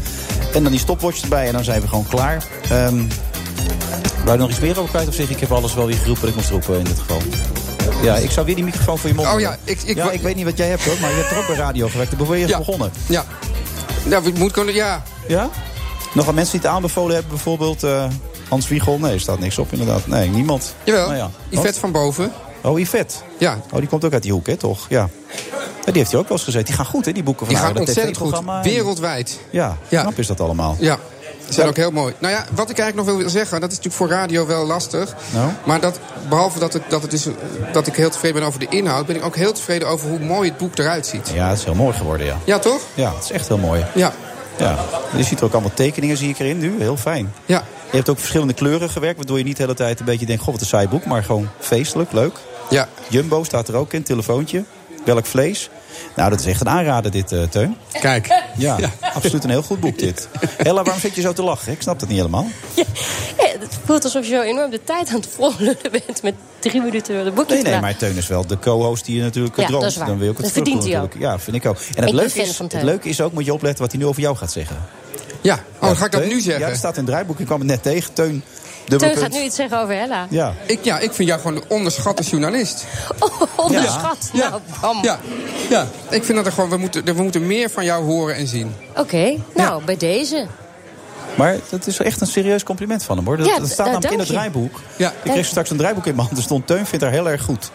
Speaker 8: En dan die stopwatch erbij en dan zijn we gewoon klaar. Ehm wou je nog iets meer over kwijt of zeg ik, ik heb alles wel weer geroepen dat ik moest roepen in dit geval? Ja, ik zou weer die microfoon voor je mond
Speaker 9: Oh
Speaker 8: doen.
Speaker 9: ja, ik- ik-
Speaker 8: ja, ik weet niet wat jij hebt hoor, maar je hebt er ook bij radio gewerkt. Daar ben je
Speaker 9: Ja.
Speaker 8: begonnen.
Speaker 9: Ja. Ja, we- moet kunnen, ja.
Speaker 8: Ja? Nog wat mensen die het aanbevolen hebben, bijvoorbeeld eh, Hans Wiegel. Nee, er staat niks op inderdaad. Nee, niemand.
Speaker 9: Jawel,
Speaker 8: Nou ja.
Speaker 9: Yvette van boven.
Speaker 8: Oh, Yvette.
Speaker 9: Ja.
Speaker 8: Oh, die komt ook uit die hoek, hè, toch? Ja. Ja, die heeft hij ook wel eens gezeten. Die gaan goed, hè, die boeken van
Speaker 9: Die
Speaker 8: haar,
Speaker 9: gaan
Speaker 8: dat
Speaker 9: ontzettend goed.
Speaker 8: TV-programma.
Speaker 9: Wereldwijd.
Speaker 8: Ja, knap is dat allemaal.
Speaker 9: Ja, ze zijn ook heel mooi. Nou ja, wat ik eigenlijk nog wil zeggen, dat is natuurlijk voor radio wel lastig.
Speaker 8: Nou?
Speaker 9: Maar dat, behalve dat, het, dat, het is, dat ik heel tevreden ben over de inhoud, ben ik ook heel tevreden over hoe mooi het boek eruit ziet.
Speaker 8: Ja, het is heel mooi geworden, ja.
Speaker 9: Ja, toch?
Speaker 8: Ja, het is echt heel mooi.
Speaker 9: Ja.
Speaker 8: Ja. Je ziet er ook allemaal tekeningen zie ik erin nu. Heel fijn.
Speaker 9: Ja.
Speaker 8: Je hebt ook verschillende kleuren gewerkt, waardoor je niet de hele tijd een beetje denkt... goh, wat een saai boek, maar gewoon feestelijk, leuk.
Speaker 9: Ja.
Speaker 8: Jumbo staat er ook in, telefoontje. Welk vlees? Nou, dat is echt een aanrader dit, eh, Teun.
Speaker 9: Kijk.
Speaker 8: Ja, absoluut een heel goed boek dit. Ella, waarom zit je zo te lachen? Ik snap dat niet helemaal.
Speaker 16: Ja, het voelt alsof je zo enorm de tijd aan het volgen *laughs* bent met drie minuten door de boekje
Speaker 8: Nee,
Speaker 16: te
Speaker 8: nee,
Speaker 16: praten.
Speaker 8: maar Teun is wel de co-host die je natuurlijk
Speaker 16: Ja,
Speaker 8: droomt.
Speaker 16: dat is waar.
Speaker 8: Dan wil je ook het
Speaker 16: Dat verdient
Speaker 8: terugdoen
Speaker 16: hij ook.
Speaker 8: natuurlijk. Ja, vind ik ook. En het,
Speaker 16: ben
Speaker 8: leuke
Speaker 16: fan
Speaker 8: is,
Speaker 16: van
Speaker 8: het
Speaker 16: Teun.
Speaker 8: leuke is ook, moet je opletten wat hij nu over jou gaat zeggen.
Speaker 9: Ja, oh, ga ik dat
Speaker 8: Teun-
Speaker 9: nu zeggen?
Speaker 8: Ja, dat staat in het draaiboek. Ik kwam het net tegen. Teun,
Speaker 16: Teun
Speaker 8: dubbelpunt.
Speaker 16: gaat nu iets zeggen over Hella.
Speaker 8: Ja.
Speaker 9: Ik, ja, ik vind jou gewoon een onderschatte
Speaker 16: *laughs*
Speaker 9: journalist.
Speaker 16: Oh, Onderschat. Nou, bam.
Speaker 9: Ja, ja. ik vind dat er gewoon, we moeten, we moeten meer van jou horen en zien.
Speaker 16: Oké, nou, bij deze.
Speaker 8: Maar dat is echt een serieus compliment van hem hoor. Dat,
Speaker 16: Ja,
Speaker 8: dat staat
Speaker 16: nou,
Speaker 8: namelijk in het
Speaker 16: dank je.
Speaker 8: draaiboek.
Speaker 9: Ja.
Speaker 8: Ik kreeg straks een draaiboek in mijn hand. Er stond Teun vindt haar heel erg goed.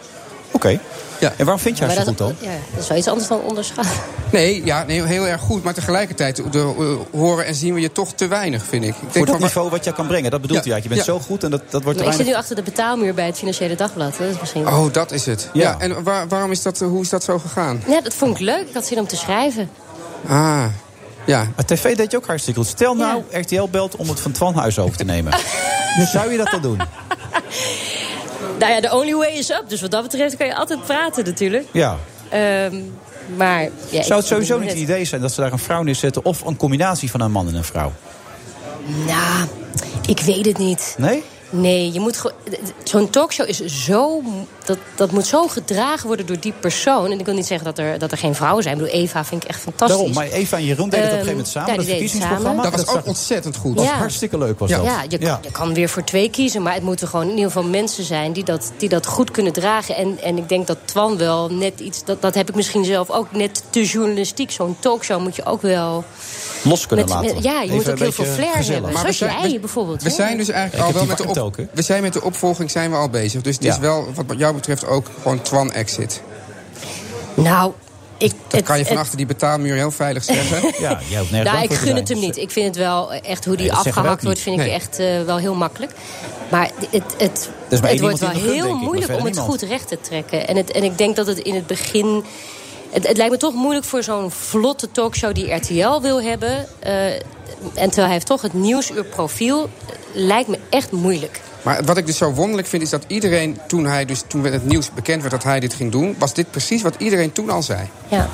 Speaker 8: Oké. En waarom vind je haar
Speaker 16: Maar
Speaker 8: zo
Speaker 16: dat,
Speaker 8: goed dan?
Speaker 16: ja, dat is wel iets anders dan onderschat.
Speaker 9: Nee, ja, nee, heel erg goed. Maar tegelijkertijd de, eh, horen en zien we je toch te weinig, vind ik. ik denk
Speaker 8: Voor dat
Speaker 9: van-
Speaker 8: niveau wat jij kan brengen. Dat bedoelt
Speaker 9: Ja,
Speaker 8: hij eigenlijk. Je bent
Speaker 9: ja.
Speaker 8: zo goed en dat, dat wordt
Speaker 16: Maar
Speaker 8: te
Speaker 16: ik zit nu
Speaker 8: weinig-
Speaker 16: achter de betaalmuur bij het Financiële Dagblad. Dat is misschien...
Speaker 9: Oh, dat is het.
Speaker 8: Ja.
Speaker 9: Ja. en waar- waarom is dat, eh, hoe is dat zo gegaan?
Speaker 16: Ja, dat vond ik leuk. Ik had zin om te schrijven.
Speaker 9: Ah, ja.
Speaker 8: Maar tv deed je ook hartstikke goed. Stel nou, RTL belt om het van Twan Huis over te
Speaker 16: *laughs*
Speaker 8: nemen. dus zou je dat dan doen?
Speaker 16: Nou ja, the only way is up. Dus wat dat betreft kan je altijd praten natuurlijk.
Speaker 8: Ja.
Speaker 16: Ehm, maar... Ja, ik
Speaker 8: Zou het
Speaker 16: vind
Speaker 8: sowieso niet
Speaker 16: net-
Speaker 8: het idee zijn dat ze daar een vrouw neerzetten... of een combinatie van een man en een vrouw?
Speaker 16: Nou, ik weet het niet.
Speaker 8: Nee?
Speaker 16: Nee, je moet gewoon- zo'n talkshow is zo. Dat, dat moet zo gedragen worden door die persoon. En ik wil niet zeggen dat er, dat er geen vrouwen zijn. Ik bedoel, Eva vind ik echt fantastisch.
Speaker 8: Daarom, maar Eva en Jeroen deden het op een gegeven moment samen.
Speaker 16: Ehm, ja,
Speaker 8: dat
Speaker 16: die deden het
Speaker 8: verkiezingsprogramma.
Speaker 16: samen.
Speaker 9: Dat was ook
Speaker 8: zag-
Speaker 9: ontzettend goed.
Speaker 8: was
Speaker 16: Ja.
Speaker 8: hartstikke leuk was dat.
Speaker 16: Ja, je, kan- je kan weer voor twee kiezen. Maar het moeten gewoon in ieder geval mensen zijn die dat, die dat goed kunnen dragen. En, en ik denk dat Twan wel net iets. Dat, dat heb ik misschien zelf ook net te journalistiek. Zo'n talkshow moet je ook wel.
Speaker 8: Los kunnen
Speaker 16: Met-
Speaker 8: laten.
Speaker 16: met- ja, je moet
Speaker 8: een
Speaker 16: ook heel
Speaker 8: beetje
Speaker 16: veel flair
Speaker 8: gezellig.
Speaker 16: hebben.
Speaker 9: we
Speaker 16: Zoals
Speaker 9: zijn-
Speaker 16: jij
Speaker 9: we-
Speaker 16: bijvoorbeeld,
Speaker 9: We
Speaker 16: hè?
Speaker 9: zijn dus
Speaker 8: Ik
Speaker 9: eigenlijk
Speaker 8: heb
Speaker 9: al wel
Speaker 8: die
Speaker 9: met de,
Speaker 8: warmte
Speaker 9: op-
Speaker 8: ook, hè?
Speaker 9: we zijn met de opvolging zijn we al bezig. Dus het is
Speaker 8: Ja.
Speaker 9: wel, wat jou betreft, ook gewoon Twan-exit.
Speaker 16: Nou, ik.
Speaker 9: Dat
Speaker 16: het-
Speaker 9: kan je van
Speaker 16: het-
Speaker 9: achter die betaalmuur heel veilig zeggen.
Speaker 8: *laughs* Ja, jij hoeft nergens
Speaker 16: Nou,
Speaker 8: bang voor
Speaker 16: ik
Speaker 8: te
Speaker 16: gun
Speaker 8: zijn.
Speaker 16: het hem niet. Ik vind het wel eh, echt hoe die
Speaker 8: Nee, dat zeggen we
Speaker 16: afgehakt
Speaker 8: ook
Speaker 16: wordt,
Speaker 8: niet.
Speaker 16: vind ik
Speaker 8: Nee.
Speaker 16: echt eh, wel heel makkelijk. Maar het, het,
Speaker 8: is maar één
Speaker 16: het wordt
Speaker 8: iemand die
Speaker 16: wel
Speaker 8: het gunt, denk ik,
Speaker 16: heel
Speaker 8: maar
Speaker 16: moeilijk
Speaker 8: verder
Speaker 16: om het
Speaker 8: niemand.
Speaker 16: goed recht te trekken. En, het, en ik denk dat het in het begin. Het, het lijkt me toch moeilijk voor zo'n vlotte talkshow die RTL wil hebben. eh, en terwijl hij heeft toch het nieuwsuurprofiel. eh, lijkt me echt moeilijk.
Speaker 9: Maar wat ik dus zo wonderlijk vind, is dat iedereen toen, hij dus, toen het nieuws bekend werd dat hij dit ging doen, was dit precies wat iedereen toen al zei.
Speaker 16: Ja.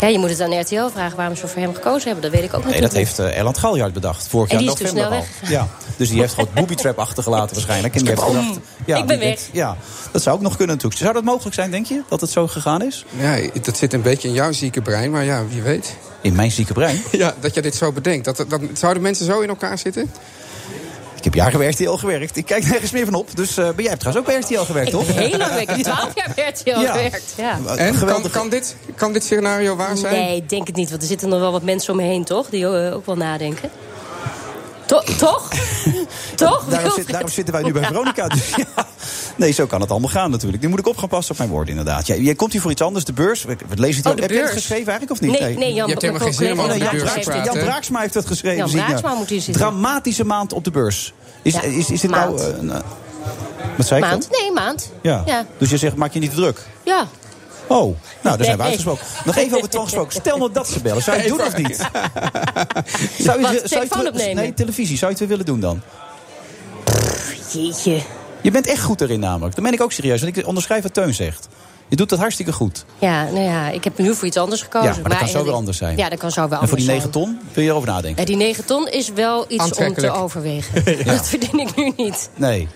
Speaker 16: ja, je moet het aan RTL vragen waarom ze voor hem gekozen hebben. Dat weet ik ook
Speaker 8: Nee,
Speaker 16: natuurlijk
Speaker 8: dat
Speaker 16: niet.
Speaker 8: heeft eh, Erland Galjaard bedacht. Vorig
Speaker 16: En
Speaker 8: jaar
Speaker 16: die is toen
Speaker 8: november
Speaker 16: snel
Speaker 8: al. Ja, dus die
Speaker 16: *laughs*
Speaker 8: heeft gewoon booby trap achtergelaten waarschijnlijk. En die heeft gedacht, ja,
Speaker 16: Ik ben
Speaker 8: die
Speaker 16: weg.
Speaker 8: denkt- ja, dat zou ook nog kunnen natuurlijk. Zou dat mogelijk zijn, denk je, dat het zo gegaan is?
Speaker 9: Ja, dat zit een beetje in jouw zieke brein, maar ja, wie weet.
Speaker 8: In mijn zieke brein?
Speaker 9: *laughs* Ja, dat je dit zo bedenkt. Dat, dat, zouden mensen zo in elkaar zitten?
Speaker 8: Ik heb jaren bij RTL gewerkt. Ik kijk nergens meer van op. Dus eh, maar jij hebt trouwens ook bij RTL gewerkt, toch?
Speaker 16: Heel lang,
Speaker 8: *laughs*
Speaker 16: ik heb twaalf jaar bij RTL
Speaker 8: Ja.
Speaker 16: gewerkt. Ja.
Speaker 9: En kan,
Speaker 8: Geweldig.
Speaker 9: kan, dit, kan dit scenario waar zijn?
Speaker 16: Nee, ik denk het niet. Want er zitten nog wel wat mensen om me heen, toch? Die eh, ook wel nadenken. To- toch? toch?
Speaker 8: Daarom, zit-
Speaker 16: *laughs*
Speaker 8: daarom zitten wij nu bij Veronica. *laughs* Dus ja. Nee, zo kan het allemaal gaan natuurlijk. Nu moet ik op gaan passen op mijn woorden inderdaad. Ja, jij komt hier voor iets anders, de beurs. We we lezen het
Speaker 16: Oh,
Speaker 8: ook.
Speaker 16: de
Speaker 8: Heb je het
Speaker 16: beurs.
Speaker 8: geschreven eigenlijk of niet?
Speaker 16: Nee, nee, Jan- Je hebt helemaal mijn geen zin om collega- over de
Speaker 8: Jan
Speaker 16: beurs te
Speaker 8: Braaksma-
Speaker 16: praten,
Speaker 8: Jan
Speaker 16: hè?
Speaker 8: Braaksma heeft dat geschreven.
Speaker 16: Jan
Speaker 8: zie ik nou.
Speaker 16: Braaksma moet hier zitten.
Speaker 8: Dramatische maand op de beurs. Is,
Speaker 16: Ja,
Speaker 8: is, is, dit nou...
Speaker 16: maand.
Speaker 8: eh, een, eh, wat zei ik
Speaker 16: maand?
Speaker 8: dat?
Speaker 16: Nee, maand.
Speaker 8: Ja.
Speaker 16: Ja.
Speaker 8: Dus je zegt, maak je niet te druk.
Speaker 16: Ja.
Speaker 8: Oh, nou, daar zijn we
Speaker 16: Nee.
Speaker 8: uitgesproken. Nog even over Twan gesproken. Stel nou dat ze bellen. Zou je het doen of niet? Zou je,
Speaker 16: Wat,
Speaker 8: zou je het
Speaker 16: telefoon
Speaker 8: wel-
Speaker 16: opnemen?
Speaker 8: Nee, televisie. Zou je het weer willen doen dan?
Speaker 16: Jeetje.
Speaker 8: Je bent echt goed erin namelijk. Dat meen ik ook serieus. Want ik onderschrijf wat Teun zegt. Je doet dat hartstikke goed.
Speaker 16: Ja, nou ja, ik heb nu voor iets anders gekozen.
Speaker 8: ja, maar dat kan zo weer anders zijn.
Speaker 16: Ja, dat kan zo weer
Speaker 8: En
Speaker 16: anders
Speaker 8: voor die
Speaker 16: zijn.
Speaker 8: 9 ton wil je erover nadenken?
Speaker 16: Ja, die 9 ton is wel iets om te
Speaker 8: Aantrekkelijk. *laughs*
Speaker 16: overwegen.
Speaker 8: Ja.
Speaker 16: Dat verdien ik nu niet.
Speaker 8: Nee.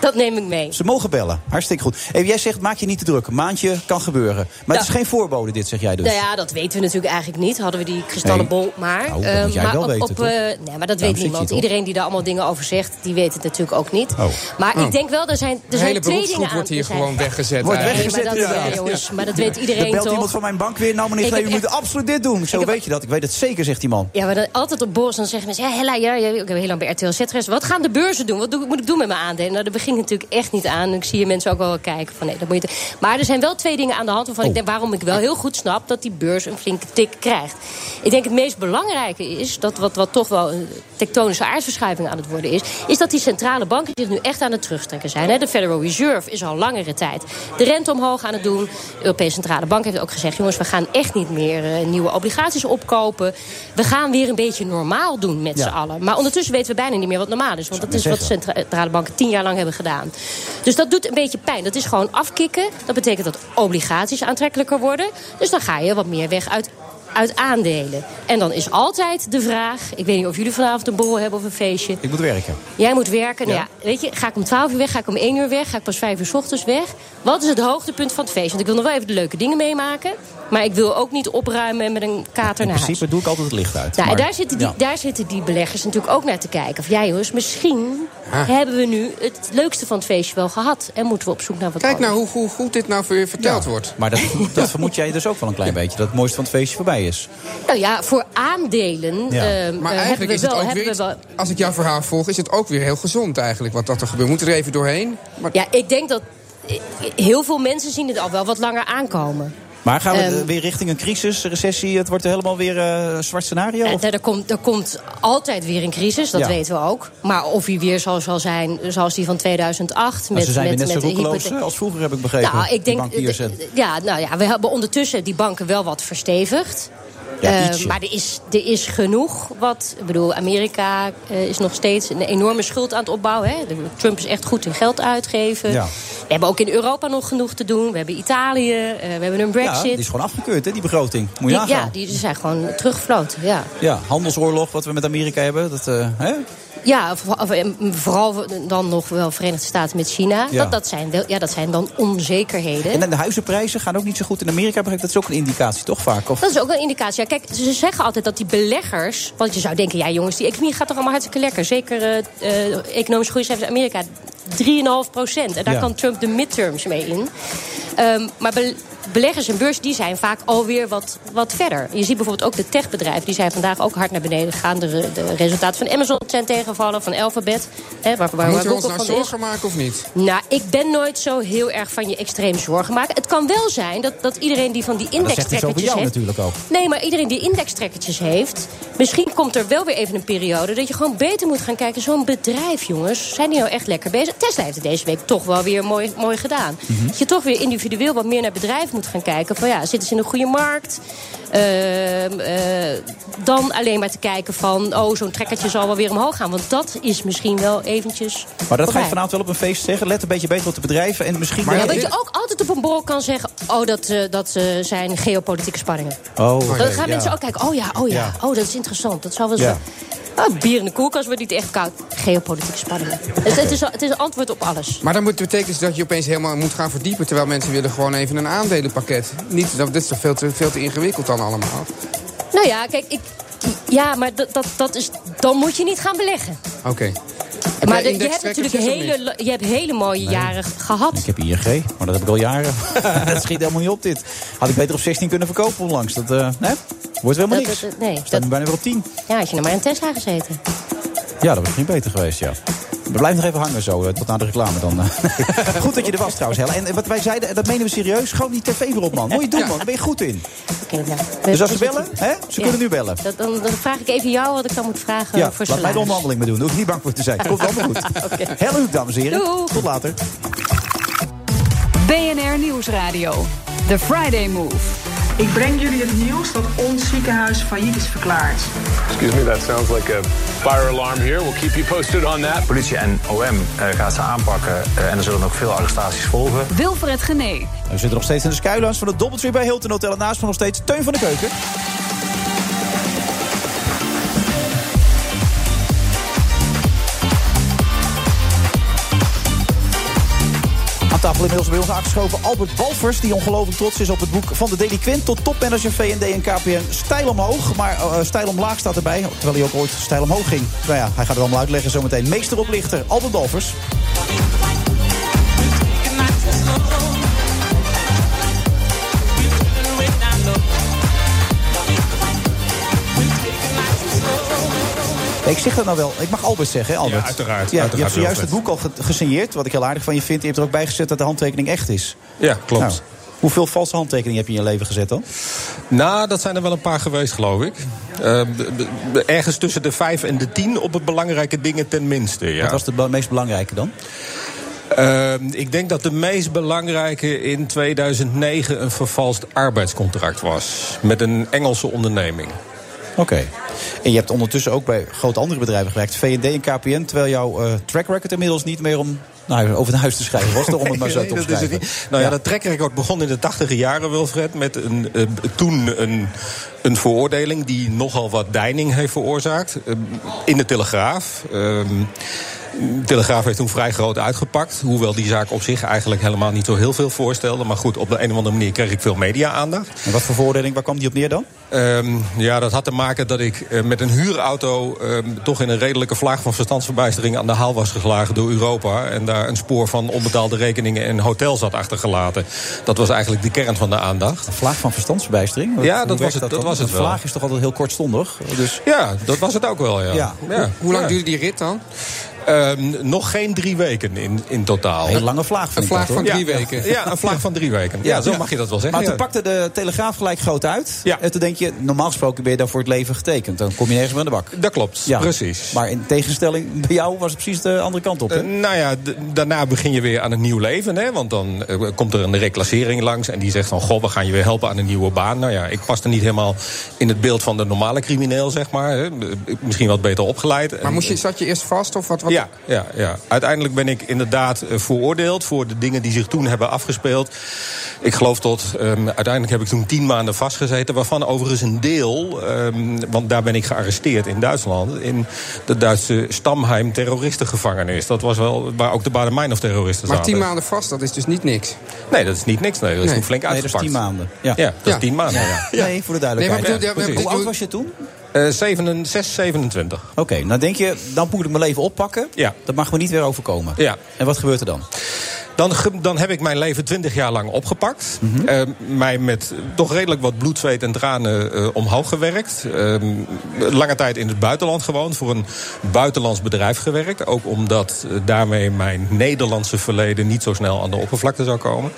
Speaker 16: Dat neem ik mee.
Speaker 8: Ze mogen bellen. Hartstikke goed. Hey, jij zegt, maak je niet te druk. Een maandje kan gebeuren. Maar het is geen voorbode dit, zeg jij dus.
Speaker 16: Nou ja, dat weten we natuurlijk eigenlijk niet. Hadden we die kristallenbol maar.
Speaker 8: Nou, dat
Speaker 16: eh,
Speaker 8: moet jij
Speaker 16: maar
Speaker 8: wel
Speaker 16: op,
Speaker 8: weten,
Speaker 16: op,
Speaker 8: toch?
Speaker 16: eh, nee, maar dat
Speaker 8: zit
Speaker 16: weet
Speaker 8: je
Speaker 16: niemand.
Speaker 8: toch?
Speaker 16: Iedereen die daar allemaal dingen over zegt, die weet het natuurlijk ook niet. Maar
Speaker 9: Oh.
Speaker 16: ik denk wel, er zijn, er
Speaker 9: De
Speaker 16: zijn
Speaker 9: hele
Speaker 16: twee dingen
Speaker 9: beroepsgroep
Speaker 16: aan
Speaker 9: wordt
Speaker 16: te
Speaker 9: hier
Speaker 16: zijn.
Speaker 9: gewoon weggezet.
Speaker 8: Wordt
Speaker 9: eigenlijk.
Speaker 8: weggezet,
Speaker 16: maar dat-
Speaker 8: inderdaad.
Speaker 16: ja, jongens, maar dat weet iedereen
Speaker 8: Er belt
Speaker 16: toch?
Speaker 8: iemand van mijn bank weer. Nou meneer
Speaker 16: Ik
Speaker 8: Vrij, u
Speaker 16: heb
Speaker 8: moet
Speaker 16: echt-
Speaker 8: absoluut dit doen. Zo weet je dat. Ik weet het zeker, zegt die man.
Speaker 16: Ja, maar dan, altijd op borst dan zeggen mensen... Ja, Hella, ja, ja, ik heb heel lang bij RTL Z geweest. Wat gaan de beurzen doen? Wat doe, moet ik doen met mijn aandelen? Nou, daar begin ik natuurlijk echt niet aan. Ik zie je mensen ook wel wat kijken van... Nee, dat moet je te- maar er zijn wel twee dingen aan de hand... waarvan
Speaker 8: Oh.
Speaker 16: ik denk, waarom ik wel heel goed snap... dat die beurs een flinke tik krijgt. Ik denk het meest belangrijke is... dat wat, wat toch wel een tektonische aardverschuiving aan het worden is... is dat die centrale banken zich nu echt aan het terugtrekken zijn. hè. De Federal Reserve is al langere tijd de rente omhoog aan het doen. De Europese Centrale Bank heeft ook gezegd... jongens, we gaan echt niet meer eh, nieuwe obligaties opkopen. We gaan weer een beetje normaal doen met
Speaker 18: Ja.
Speaker 16: z'n allen. Maar ondertussen weten we bijna niet meer wat normaal is. Want dat is
Speaker 18: maar
Speaker 16: wat centra- centrale banken tien jaar lang hebben gedaan. Dus dat doet een beetje pijn. Dat is gewoon afkicken. Dat betekent dat obligaties aantrekkelijker worden. Dus dan ga je wat meer weg uit uit aandelen. En dan is altijd de vraag... ik weet niet of jullie vanavond een borrel hebben of een feestje...
Speaker 8: Ik moet werken.
Speaker 16: Jij moet werken. Nou
Speaker 8: Ja.
Speaker 16: ja. weet je, ga ik om 12 uur weg? Ga ik om 1 uur weg? Ga ik pas 5 uur 's ochtends weg? Wat is het hoogtepunt van het feest? Want ik wil nog wel even de leuke dingen meemaken. Maar ik wil ook niet opruimen en met een kater
Speaker 8: In
Speaker 16: naar huis.
Speaker 8: principe doe ik altijd het licht uit.
Speaker 16: Nou, en
Speaker 8: maar-
Speaker 16: daar zitten, die,
Speaker 8: Ja.
Speaker 16: daar zitten die beleggers natuurlijk ook naar te kijken. Of jij, jongens, misschien hebben we nu het leukste van het feestje wel gehad. En moeten we op zoek naar wat
Speaker 9: Kijk
Speaker 16: anders.
Speaker 9: nou hoe, hoe goed dit nou voor je verteld wordt.
Speaker 8: Maar dat, dat vermoed jij dus ook wel een klein beetje. Dat het mooiste van het feestje voorbij is.
Speaker 16: Nou ja, voor aandelen
Speaker 9: Ja. maar
Speaker 16: ehm, eh, hebben
Speaker 9: eigenlijk
Speaker 16: we
Speaker 9: is het
Speaker 16: wel...
Speaker 9: ook
Speaker 16: Hebben
Speaker 9: weer,
Speaker 16: we
Speaker 9: iets-
Speaker 16: wel
Speaker 9: als ik jouw verhaal volg, is het ook weer heel gezond eigenlijk wat dat er gebeurt. We moeten er even doorheen.
Speaker 16: Ja, ik denk dat eh, heel veel mensen zien het al wel wat langer aankomen.
Speaker 8: Maar gaan we
Speaker 16: Ehm,
Speaker 8: eh, weer richting een crisis, recessie? Het wordt er helemaal weer eh, een zwart scenario? Of? Nou,
Speaker 16: Ja, er, komt, er komt altijd weer een crisis, dat
Speaker 8: Ja.
Speaker 16: weten we ook. Maar of die weer zo zal zijn zoals die van 2008...
Speaker 8: Maar
Speaker 16: met,
Speaker 8: ze zijn
Speaker 16: met,
Speaker 8: weer net
Speaker 16: met
Speaker 8: zo
Speaker 16: de
Speaker 8: roekeloos
Speaker 16: hypothe-
Speaker 8: eh, als vroeger, heb ik begrepen.
Speaker 16: Nou, ik
Speaker 8: die
Speaker 16: denk,
Speaker 8: bankiers en-
Speaker 16: d- d- ja, nou ja, we hebben ondertussen die banken wel wat verstevigd.
Speaker 8: Ja,
Speaker 16: Eh,
Speaker 8: ietsje.
Speaker 16: maar er is, er is genoeg wat. Ik bedoel, Amerika eh, is nog steeds een enorme schuld aan het opbouwen. Hè. De- Trump is echt goed in geld uitgeven.
Speaker 8: Ja.
Speaker 16: We hebben ook in Europa nog genoeg te doen. We hebben Italië, eh, we hebben een
Speaker 8: Ja,
Speaker 16: Brexit.
Speaker 8: die is gewoon afgekeurd, hè, die begroting. Moet je
Speaker 16: Die-
Speaker 8: nagaan.
Speaker 16: ja, die zijn gewoon teruggefloten. Ja.
Speaker 8: Ja, handelsoorlog wat we met Amerika hebben. Dat, eh, hè?
Speaker 16: Ja, voor- of, eh, vooral dan nog wel Verenigde Staten met China.
Speaker 8: Ja.
Speaker 16: Dat, dat, zijn wel, ja, dat zijn dan onzekerheden.
Speaker 8: En dan de huizenprijzen gaan ook niet zo goed in Amerika. Begrijp ik, dat is ook een indicatie, toch vaak? Of,
Speaker 16: Dat is ook een indicatie. Ja, kijk, ze zeggen altijd dat die beleggers... Want je zou denken, ja jongens, die economie gaat toch allemaal hartstikke lekker. Zeker eh eh economisch groeicijfers Amerika, 3,5 procent. En daar
Speaker 18: Ja.
Speaker 16: kan Trump de midterms mee in. Ehm, maar be- beleggers en beurs die zijn vaak alweer wat, wat verder. Je ziet bijvoorbeeld ook de techbedrijven. Die zijn vandaag ook hard naar beneden gegaan. De, re- de resultaten van Amazon zijn tegengevallen, van Alphabet. Hè, waar, waar, waar
Speaker 9: moeten we ons
Speaker 16: Google
Speaker 9: nou
Speaker 16: van is.
Speaker 9: zorgen maken of niet?
Speaker 16: Nou, ik ben nooit zo heel erg van je extreem zorgen maken. Het kan wel zijn dat, dat iedereen die van die
Speaker 8: dat zegt iets over
Speaker 16: indextrekkertjes
Speaker 8: jou
Speaker 16: heeft...
Speaker 8: natuurlijk ook.
Speaker 16: Nee, maar iedereen die indextrekkertjes heeft... misschien komt er wel weer even een periode dat je gewoon beter moet gaan kijken. Zo'n bedrijf, jongens, zijn die nou echt lekker bezig? Tesla heeft het deze week toch wel weer mooi, mooi gedaan.
Speaker 8: Mhm.
Speaker 16: Dat je toch weer individueel wat meer naar bedrijf moet gaan kijken. Van ja, zitten ze in een goede markt? Ehm, eh, dan alleen maar te kijken van... oh, zo'n trekkertje zal wel weer omhoog gaan. Want dat is misschien wel eventjes...
Speaker 8: Maar dat ga je
Speaker 16: voorbij.
Speaker 8: vanavond wel op een feest zeggen. Let een beetje beter op de bedrijven. En misschien
Speaker 16: Maar
Speaker 8: Ja,
Speaker 16: dat je ook altijd op een borrel kan zeggen... oh, dat, eh, dat eh, zijn geopolitieke spanningen.
Speaker 8: Oh,
Speaker 16: dan
Speaker 8: oké,
Speaker 16: gaan
Speaker 8: ja.
Speaker 16: mensen ook kijken, oh ja, oh ja,
Speaker 8: Ja.
Speaker 16: oh, dat is interessant. Dat zou wel
Speaker 8: Ja.
Speaker 16: zo... Oh, bier in de koelkast wordt niet echt koud. Geopolitieke spanningen. Dus het, is, het is een antwoord op alles.
Speaker 9: Maar dat moet- betekent dus dat je opeens helemaal moet gaan verdiepen... terwijl mensen willen gewoon even een aandelenpakket. Niet, dat, dit is toch veel te, veel te ingewikkeld dan allemaal?
Speaker 16: Nou ja, kijk, ik... Ja, maar dat, dat, dat is, dan moet je niet gaan beleggen.
Speaker 9: Oké.
Speaker 16: Maar de- je hebt
Speaker 9: indextrekkertjes
Speaker 16: natuurlijk
Speaker 9: of niet?
Speaker 16: hele, lo- je hebt hele mooie jaren gehad.
Speaker 8: Ik heb ING, maar dat heb ik al jaren. *laughs* dat schiet helemaal niet op dit. Had ik beter op 16 kunnen verkopen onlangs. Dat eh, hè? wordt helemaal
Speaker 16: Dat-
Speaker 8: niks.
Speaker 16: dat- nee,
Speaker 8: Staat nu bijna weer op 10.
Speaker 16: Ja, had je nou maar in Tesla gezeten.
Speaker 8: Ja, Ja, dat was niet beter geweest, ja. We blijven nog even hangen zo, eh, tot na de reclame dan. eh. *laughs* goed dat je er was trouwens, Helle. En eh, wat wij zeiden, dat menen we serieus. Gewoon die tv weer op, man. Moet je doen, man. Daar ben je goed in.
Speaker 16: Oké, nou, we-
Speaker 8: Dus als ze
Speaker 16: we
Speaker 8: bellen,
Speaker 16: zitten-
Speaker 8: hè? Ze
Speaker 16: Ja.
Speaker 8: kunnen nu bellen.
Speaker 16: Dat- dan, dan vraag ik even jou wat ik dan moet vragen
Speaker 8: Ja, laat
Speaker 16: voor
Speaker 8: mij de
Speaker 16: salaris.
Speaker 8: onderhandeling maar doen. Daar hoef ik niet bang voor te zijn. Komt allemaal
Speaker 16: *laughs*
Speaker 8: goed. Helle Huub, dames en heren.
Speaker 3: Doeg.
Speaker 8: Tot later.
Speaker 3: BNR Nieuwsradio. The Friday Move.
Speaker 5: Ik breng jullie het nieuws dat ons ziekenhuis failliet is verklaard.
Speaker 19: Excuse me, that sounds like a fire alarm here. We'll keep you posted on that.
Speaker 7: Politie en OM eh, gaat ze aanpakken eh, en er zullen ook veel arrestaties volgen.
Speaker 3: Wilfred Gené.
Speaker 8: We zitten nog steeds in de skylounge van het Doubletree bij Hilton Hotel. En naast me nog steeds Teun van de Keuken. Aan tafel inmiddels bij ons aangeschoven Albert Balvers... die ongelooflijk trots is op het boek van de delinquent... tot topmanager VND en KPN stijl omhoog. Maar eh, stijl omlaag staat erbij, terwijl hij ook ooit stijl omhoog ging. Nou ja, hij gaat het allemaal uitleggen zometeen. Meester oplichter, Albert Balvers. Ja, Ik zeg dat nou wel. Ik mag Albert zeggen, hè, Albert?
Speaker 18: Ja,
Speaker 8: Ja,
Speaker 18: uiteraard,
Speaker 8: je
Speaker 18: uiteraard,
Speaker 8: hebt zojuist het
Speaker 18: Wilfred.
Speaker 8: boek al ge- gesigneerd, wat ik heel aardig van je vind. Je hebt er ook bij gezet dat de handtekening echt is.
Speaker 18: Ja, klopt.
Speaker 8: Nou, hoeveel valse handtekeningen heb je in je leven gezet dan?
Speaker 18: Nou, dat zijn er wel een paar geweest, geloof ik. Eh, b- b- ergens tussen de vijf en de tien op het belangrijke dingen tenminste. Ja.
Speaker 8: Wat was de be- meest belangrijke dan?
Speaker 18: Ehm, ik denk dat de meest belangrijke in 2009 een vervalst arbeidscontract was. Met een Engelse onderneming.
Speaker 8: Oké. En je hebt ondertussen ook bij grote andere bedrijven gewerkt. V&D en KPN, terwijl jouw eh, track record inmiddels niet meer om nou, over het huis te schrijven was. Toch om
Speaker 18: *laughs*
Speaker 8: het maar zo
Speaker 18: Nee,
Speaker 8: te
Speaker 18: dat is het
Speaker 8: omschrijven.
Speaker 18: niet. Nou ja, dat trackrecord begon in de tachtige jaren, Wilfred. Met een, eh, b- toen een, een veroordeling die nogal wat deining heeft veroorzaakt. eh, in de Telegraaf. Ehm, de Telegraaf heeft toen vrij groot uitgepakt. Hoewel die zaak op zich eigenlijk helemaal niet zo heel veel voorstelde. Maar goed, op de een of andere manier kreeg ik veel media-aandacht.
Speaker 8: En wat voor veroordeling, waar kwam die op neer dan?
Speaker 18: Ehm, ja, dat had te maken dat ik eh, met een huurauto ehm, toch in een redelijke vlaag van verstandsverbijstering aan de haal was geslagen door Europa. En daar een spoor van onbetaalde rekeningen en hotels had achtergelaten. Dat was eigenlijk de kern van de aandacht.
Speaker 8: Vlaag van verstandsverbijstering?
Speaker 18: Ja,
Speaker 8: Hoe
Speaker 18: dat was
Speaker 8: werkt
Speaker 18: het, dat
Speaker 8: dan?
Speaker 18: was het
Speaker 8: Want
Speaker 18: wel.
Speaker 8: Vlaag is toch altijd heel kortstondig? Dus...
Speaker 18: Ja, dat was het ook wel, ja.
Speaker 8: Ja.
Speaker 18: Ja.
Speaker 9: Hoe lang
Speaker 18: Ja.
Speaker 9: duurde die rit dan?
Speaker 18: Ehm, nog geen drie weken in, in totaal.
Speaker 8: Een lange vlaag vind
Speaker 18: Een
Speaker 8: ik dat,
Speaker 18: vlaag van
Speaker 8: hoor.
Speaker 18: drie
Speaker 8: Ja.
Speaker 18: weken. Ja, een vlaag van drie weken. Ja, zo mag je dat wel zeggen.
Speaker 8: Maar
Speaker 18: ja.
Speaker 8: toen pakte de Telegraaf gelijk groot uit. En toen denk je, normaal gesproken ben je daar voor het leven getekend. Dan kom je nergens meer aan de bak.
Speaker 18: Dat klopt, precies.
Speaker 8: Maar in tegenstelling bij jou was het precies de andere kant op. hè?
Speaker 18: Eh, nou ja, d- daarna begin je weer aan een nieuw leven. Hè? Want dan eh, komt er een reclassering langs. En die zegt van, goh, we gaan je weer helpen aan een nieuwe baan. Nou ja, ik paste niet helemaal in het beeld van de normale crimineel, zeg maar. Hè? Ik- Misschien wat beter opgeleid.
Speaker 9: Maar
Speaker 18: En-
Speaker 9: moest je, zat je eerst vast of wat? wat
Speaker 18: ja, ja, ja, uiteindelijk ben ik inderdaad eh, veroordeeld voor de dingen die zich toen hebben afgespeeld. Ik geloof tot, ehm, uiteindelijk heb ik toen tien maanden vastgezeten, waarvan overigens een deel, ehm, want daar ben ik gearresteerd in Duitsland, in de Duitse Stamheim terroristengevangenis. Dat was wel waar ook de Baden-Meinhof terroristen
Speaker 9: Maar
Speaker 18: zaten.
Speaker 9: tien maanden vast, dat is dus niet niks.
Speaker 18: Nee, dat is niet niks. Nee, dat is
Speaker 9: Nee.
Speaker 18: toen flink
Speaker 9: Nee, dat is
Speaker 18: uitgepakt.
Speaker 9: tien maanden.
Speaker 18: Ja, dat
Speaker 9: Ja.
Speaker 18: is tien maanden. Ja.
Speaker 8: Nee, voor de duidelijkheid.
Speaker 18: Nee, maar ik bedoel,
Speaker 8: Hoe
Speaker 18: ja,
Speaker 8: oud was je toen?
Speaker 18: Eh, 7, 6, 27.
Speaker 8: Oké, nou denk je, dan moet ik mijn leven oppakken.
Speaker 18: Ja.
Speaker 8: Dat mag me niet weer overkomen.
Speaker 18: Ja.
Speaker 8: En wat gebeurt er dan?
Speaker 18: Dan, ge- dan heb ik mijn leven twintig jaar lang opgepakt.
Speaker 8: Mhm.
Speaker 18: Eh, mij met toch redelijk wat bloed, zweet en tranen eh, omhoog gewerkt. Eh, lange tijd in het buitenland gewoond. Voor een buitenlands bedrijf gewerkt. Ook omdat eh, daarmee mijn Nederlandse verleden niet zo snel aan de oppervlakte zou komen.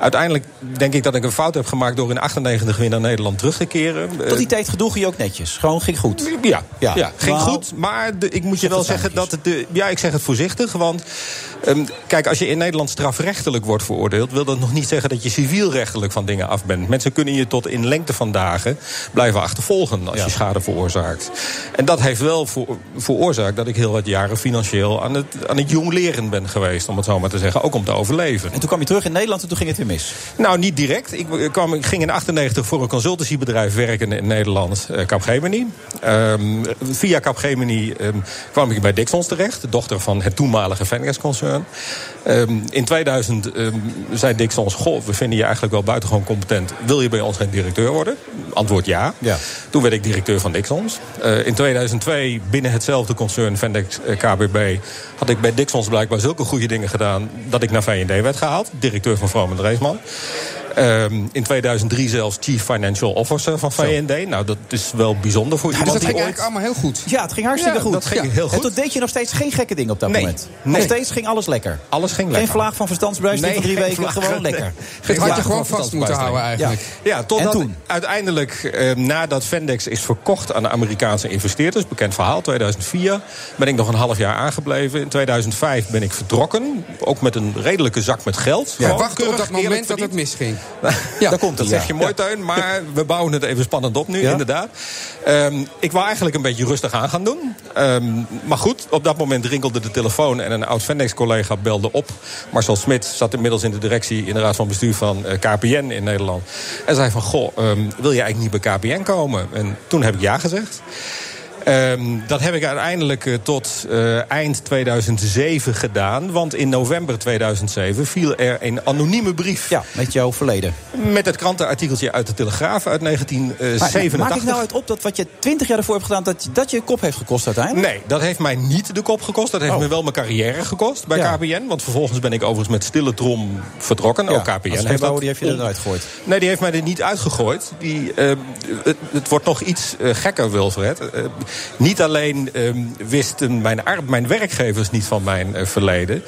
Speaker 18: Uiteindelijk denk ik dat ik een fout heb gemaakt door in 98 weer naar Nederland terug te keren. Eh,
Speaker 8: Tot die tijd gedroeg je ook netjes. Gewoon ging goed.
Speaker 18: ja, ja. ging
Speaker 8: Nou,
Speaker 18: goed. Maar de- ik moet je wel zeggen dat het. De, ja, ik zeg het voorzichtig. Want ehm, kijk, als je in Nederland strafrechtelijk wordt veroordeeld. wil dat nog niet zeggen dat je civielrechtelijk van dingen af bent. Mensen kunnen je tot in lengte van dagen blijven achtervolgen. als je schade veroorzaakt. En dat heeft wel voor- veroorzaakt dat ik heel wat jaren financieel aan het, aan het jong leren ben geweest. om het zo maar te zeggen. Ook om te overleven.
Speaker 8: En toen kwam je terug in Nederland en toen ging het weer mis.
Speaker 18: Nou, niet direct. Ik, eh, kwam, ik ging in 98 voor een consultancybedrijf werken in Nederland, eh, Capgemini. Ehm, via Capgemini ehm, kwam ik bij Dixons terecht, de dochter van het toenmalige Venegas-concern. Ehm, in 2000 ehm, zei Dixons, goh, we vinden je eigenlijk wel buitengewoon competent. Wil je bij ons geen directeur worden? Antwoord ja.
Speaker 8: Ja.
Speaker 18: Toen werd ik directeur van Dixons. Eh, in 2002, binnen hetzelfde concern Vendex eh, KBB... had ik bij Dixons blijkbaar zulke goede dingen gedaan... dat ik naar V&D werd gehaald. Directeur van Vroom en Dreesman. Um, in 2003 zelfs Chief Financial Officer van VND. Nou, dat is wel bijzonder voor
Speaker 9: ja,
Speaker 18: iemand
Speaker 9: dus dat
Speaker 18: die
Speaker 9: ging ooit... allemaal heel goed.
Speaker 8: Ja, het ging hartstikke
Speaker 18: Ja,
Speaker 8: goed.
Speaker 18: dat ging heel
Speaker 8: En
Speaker 18: goed.
Speaker 8: toen deed je nog steeds geen gekke dingen op dat
Speaker 18: Nee.
Speaker 8: moment. Nog
Speaker 18: Nee.
Speaker 8: steeds ging alles lekker.
Speaker 18: Alles ging
Speaker 8: Geen
Speaker 18: lekker.
Speaker 8: vlaag van verstandsbruisting
Speaker 18: Nee,
Speaker 8: van drie
Speaker 18: geen
Speaker 8: weken,
Speaker 18: vlaag.
Speaker 8: gewoon
Speaker 18: *laughs* Nee.
Speaker 8: lekker.
Speaker 9: Het had je
Speaker 18: Ja,
Speaker 9: gewoon
Speaker 18: van
Speaker 9: vast moeten houden
Speaker 18: verstandsbijstelling.
Speaker 9: eigenlijk.
Speaker 18: Ja, ja totdat
Speaker 8: En toen?
Speaker 18: uiteindelijk, eh, nadat Vendex is verkocht aan de Amerikaanse investeerders... bekend verhaal, 2004, ben ik nog een half jaar aangebleven. In 2005 ben ik vertrokken, ook met een redelijke zak met geld.
Speaker 9: Ja,
Speaker 18: Gewoon
Speaker 9: wacht op
Speaker 18: keurig,
Speaker 9: dat moment
Speaker 18: eerlijk
Speaker 9: dat het
Speaker 18: verdiend.
Speaker 9: misging.
Speaker 8: Daar komt
Speaker 18: Dat
Speaker 8: het, ja.
Speaker 18: zeg je mooi, Teun, maar we bouwen het even spannend op nu,
Speaker 8: Ja?
Speaker 18: inderdaad. Ehm, ik wou eigenlijk een beetje rustig aan gaan doen. Ehm, maar goed, op dat moment rinkelde de telefoon... en een oud-Fendex-collega belde op. Marcel Smit zat inmiddels in de directie... in de raad van bestuur van eh, KPN in Nederland. En zei van, goh, ehm, wil je eigenlijk niet bij KPN komen? En toen heb ik ja gezegd. Ehm, dat heb ik uiteindelijk eh, tot eh, eind 2007 gedaan. Want in november 2007 viel er een anonieme brief...
Speaker 8: Ja, met jouw verleden.
Speaker 18: Met het krantenartikeltje uit de Telegraaf uit
Speaker 8: Maar
Speaker 18: 1987.
Speaker 8: maak ik nou uit op dat wat je twintig jaar ervoor hebt gedaan... dat je, dat je kop heeft gekost uiteindelijk?
Speaker 18: Nee, dat heeft mij niet de kop gekost. Dat heeft me wel mijn carrière gekost bij
Speaker 8: Oh. Ja.
Speaker 18: KPN. Want vervolgens ben ik overigens met stille trom vertrokken. Ook
Speaker 8: Ja,
Speaker 18: KPN
Speaker 8: als
Speaker 18: heeft
Speaker 8: Gebauer,
Speaker 18: dat
Speaker 8: die heb je
Speaker 18: on-
Speaker 8: eruit gegooid.
Speaker 18: Nee, die heeft mij er niet uitgegooid. Die, eh, het, het wordt nog iets eh, gekker, Wilfred. Eh, niet alleen eh, wisten mijn, ar- mijn werkgevers niet van mijn eh, verleden.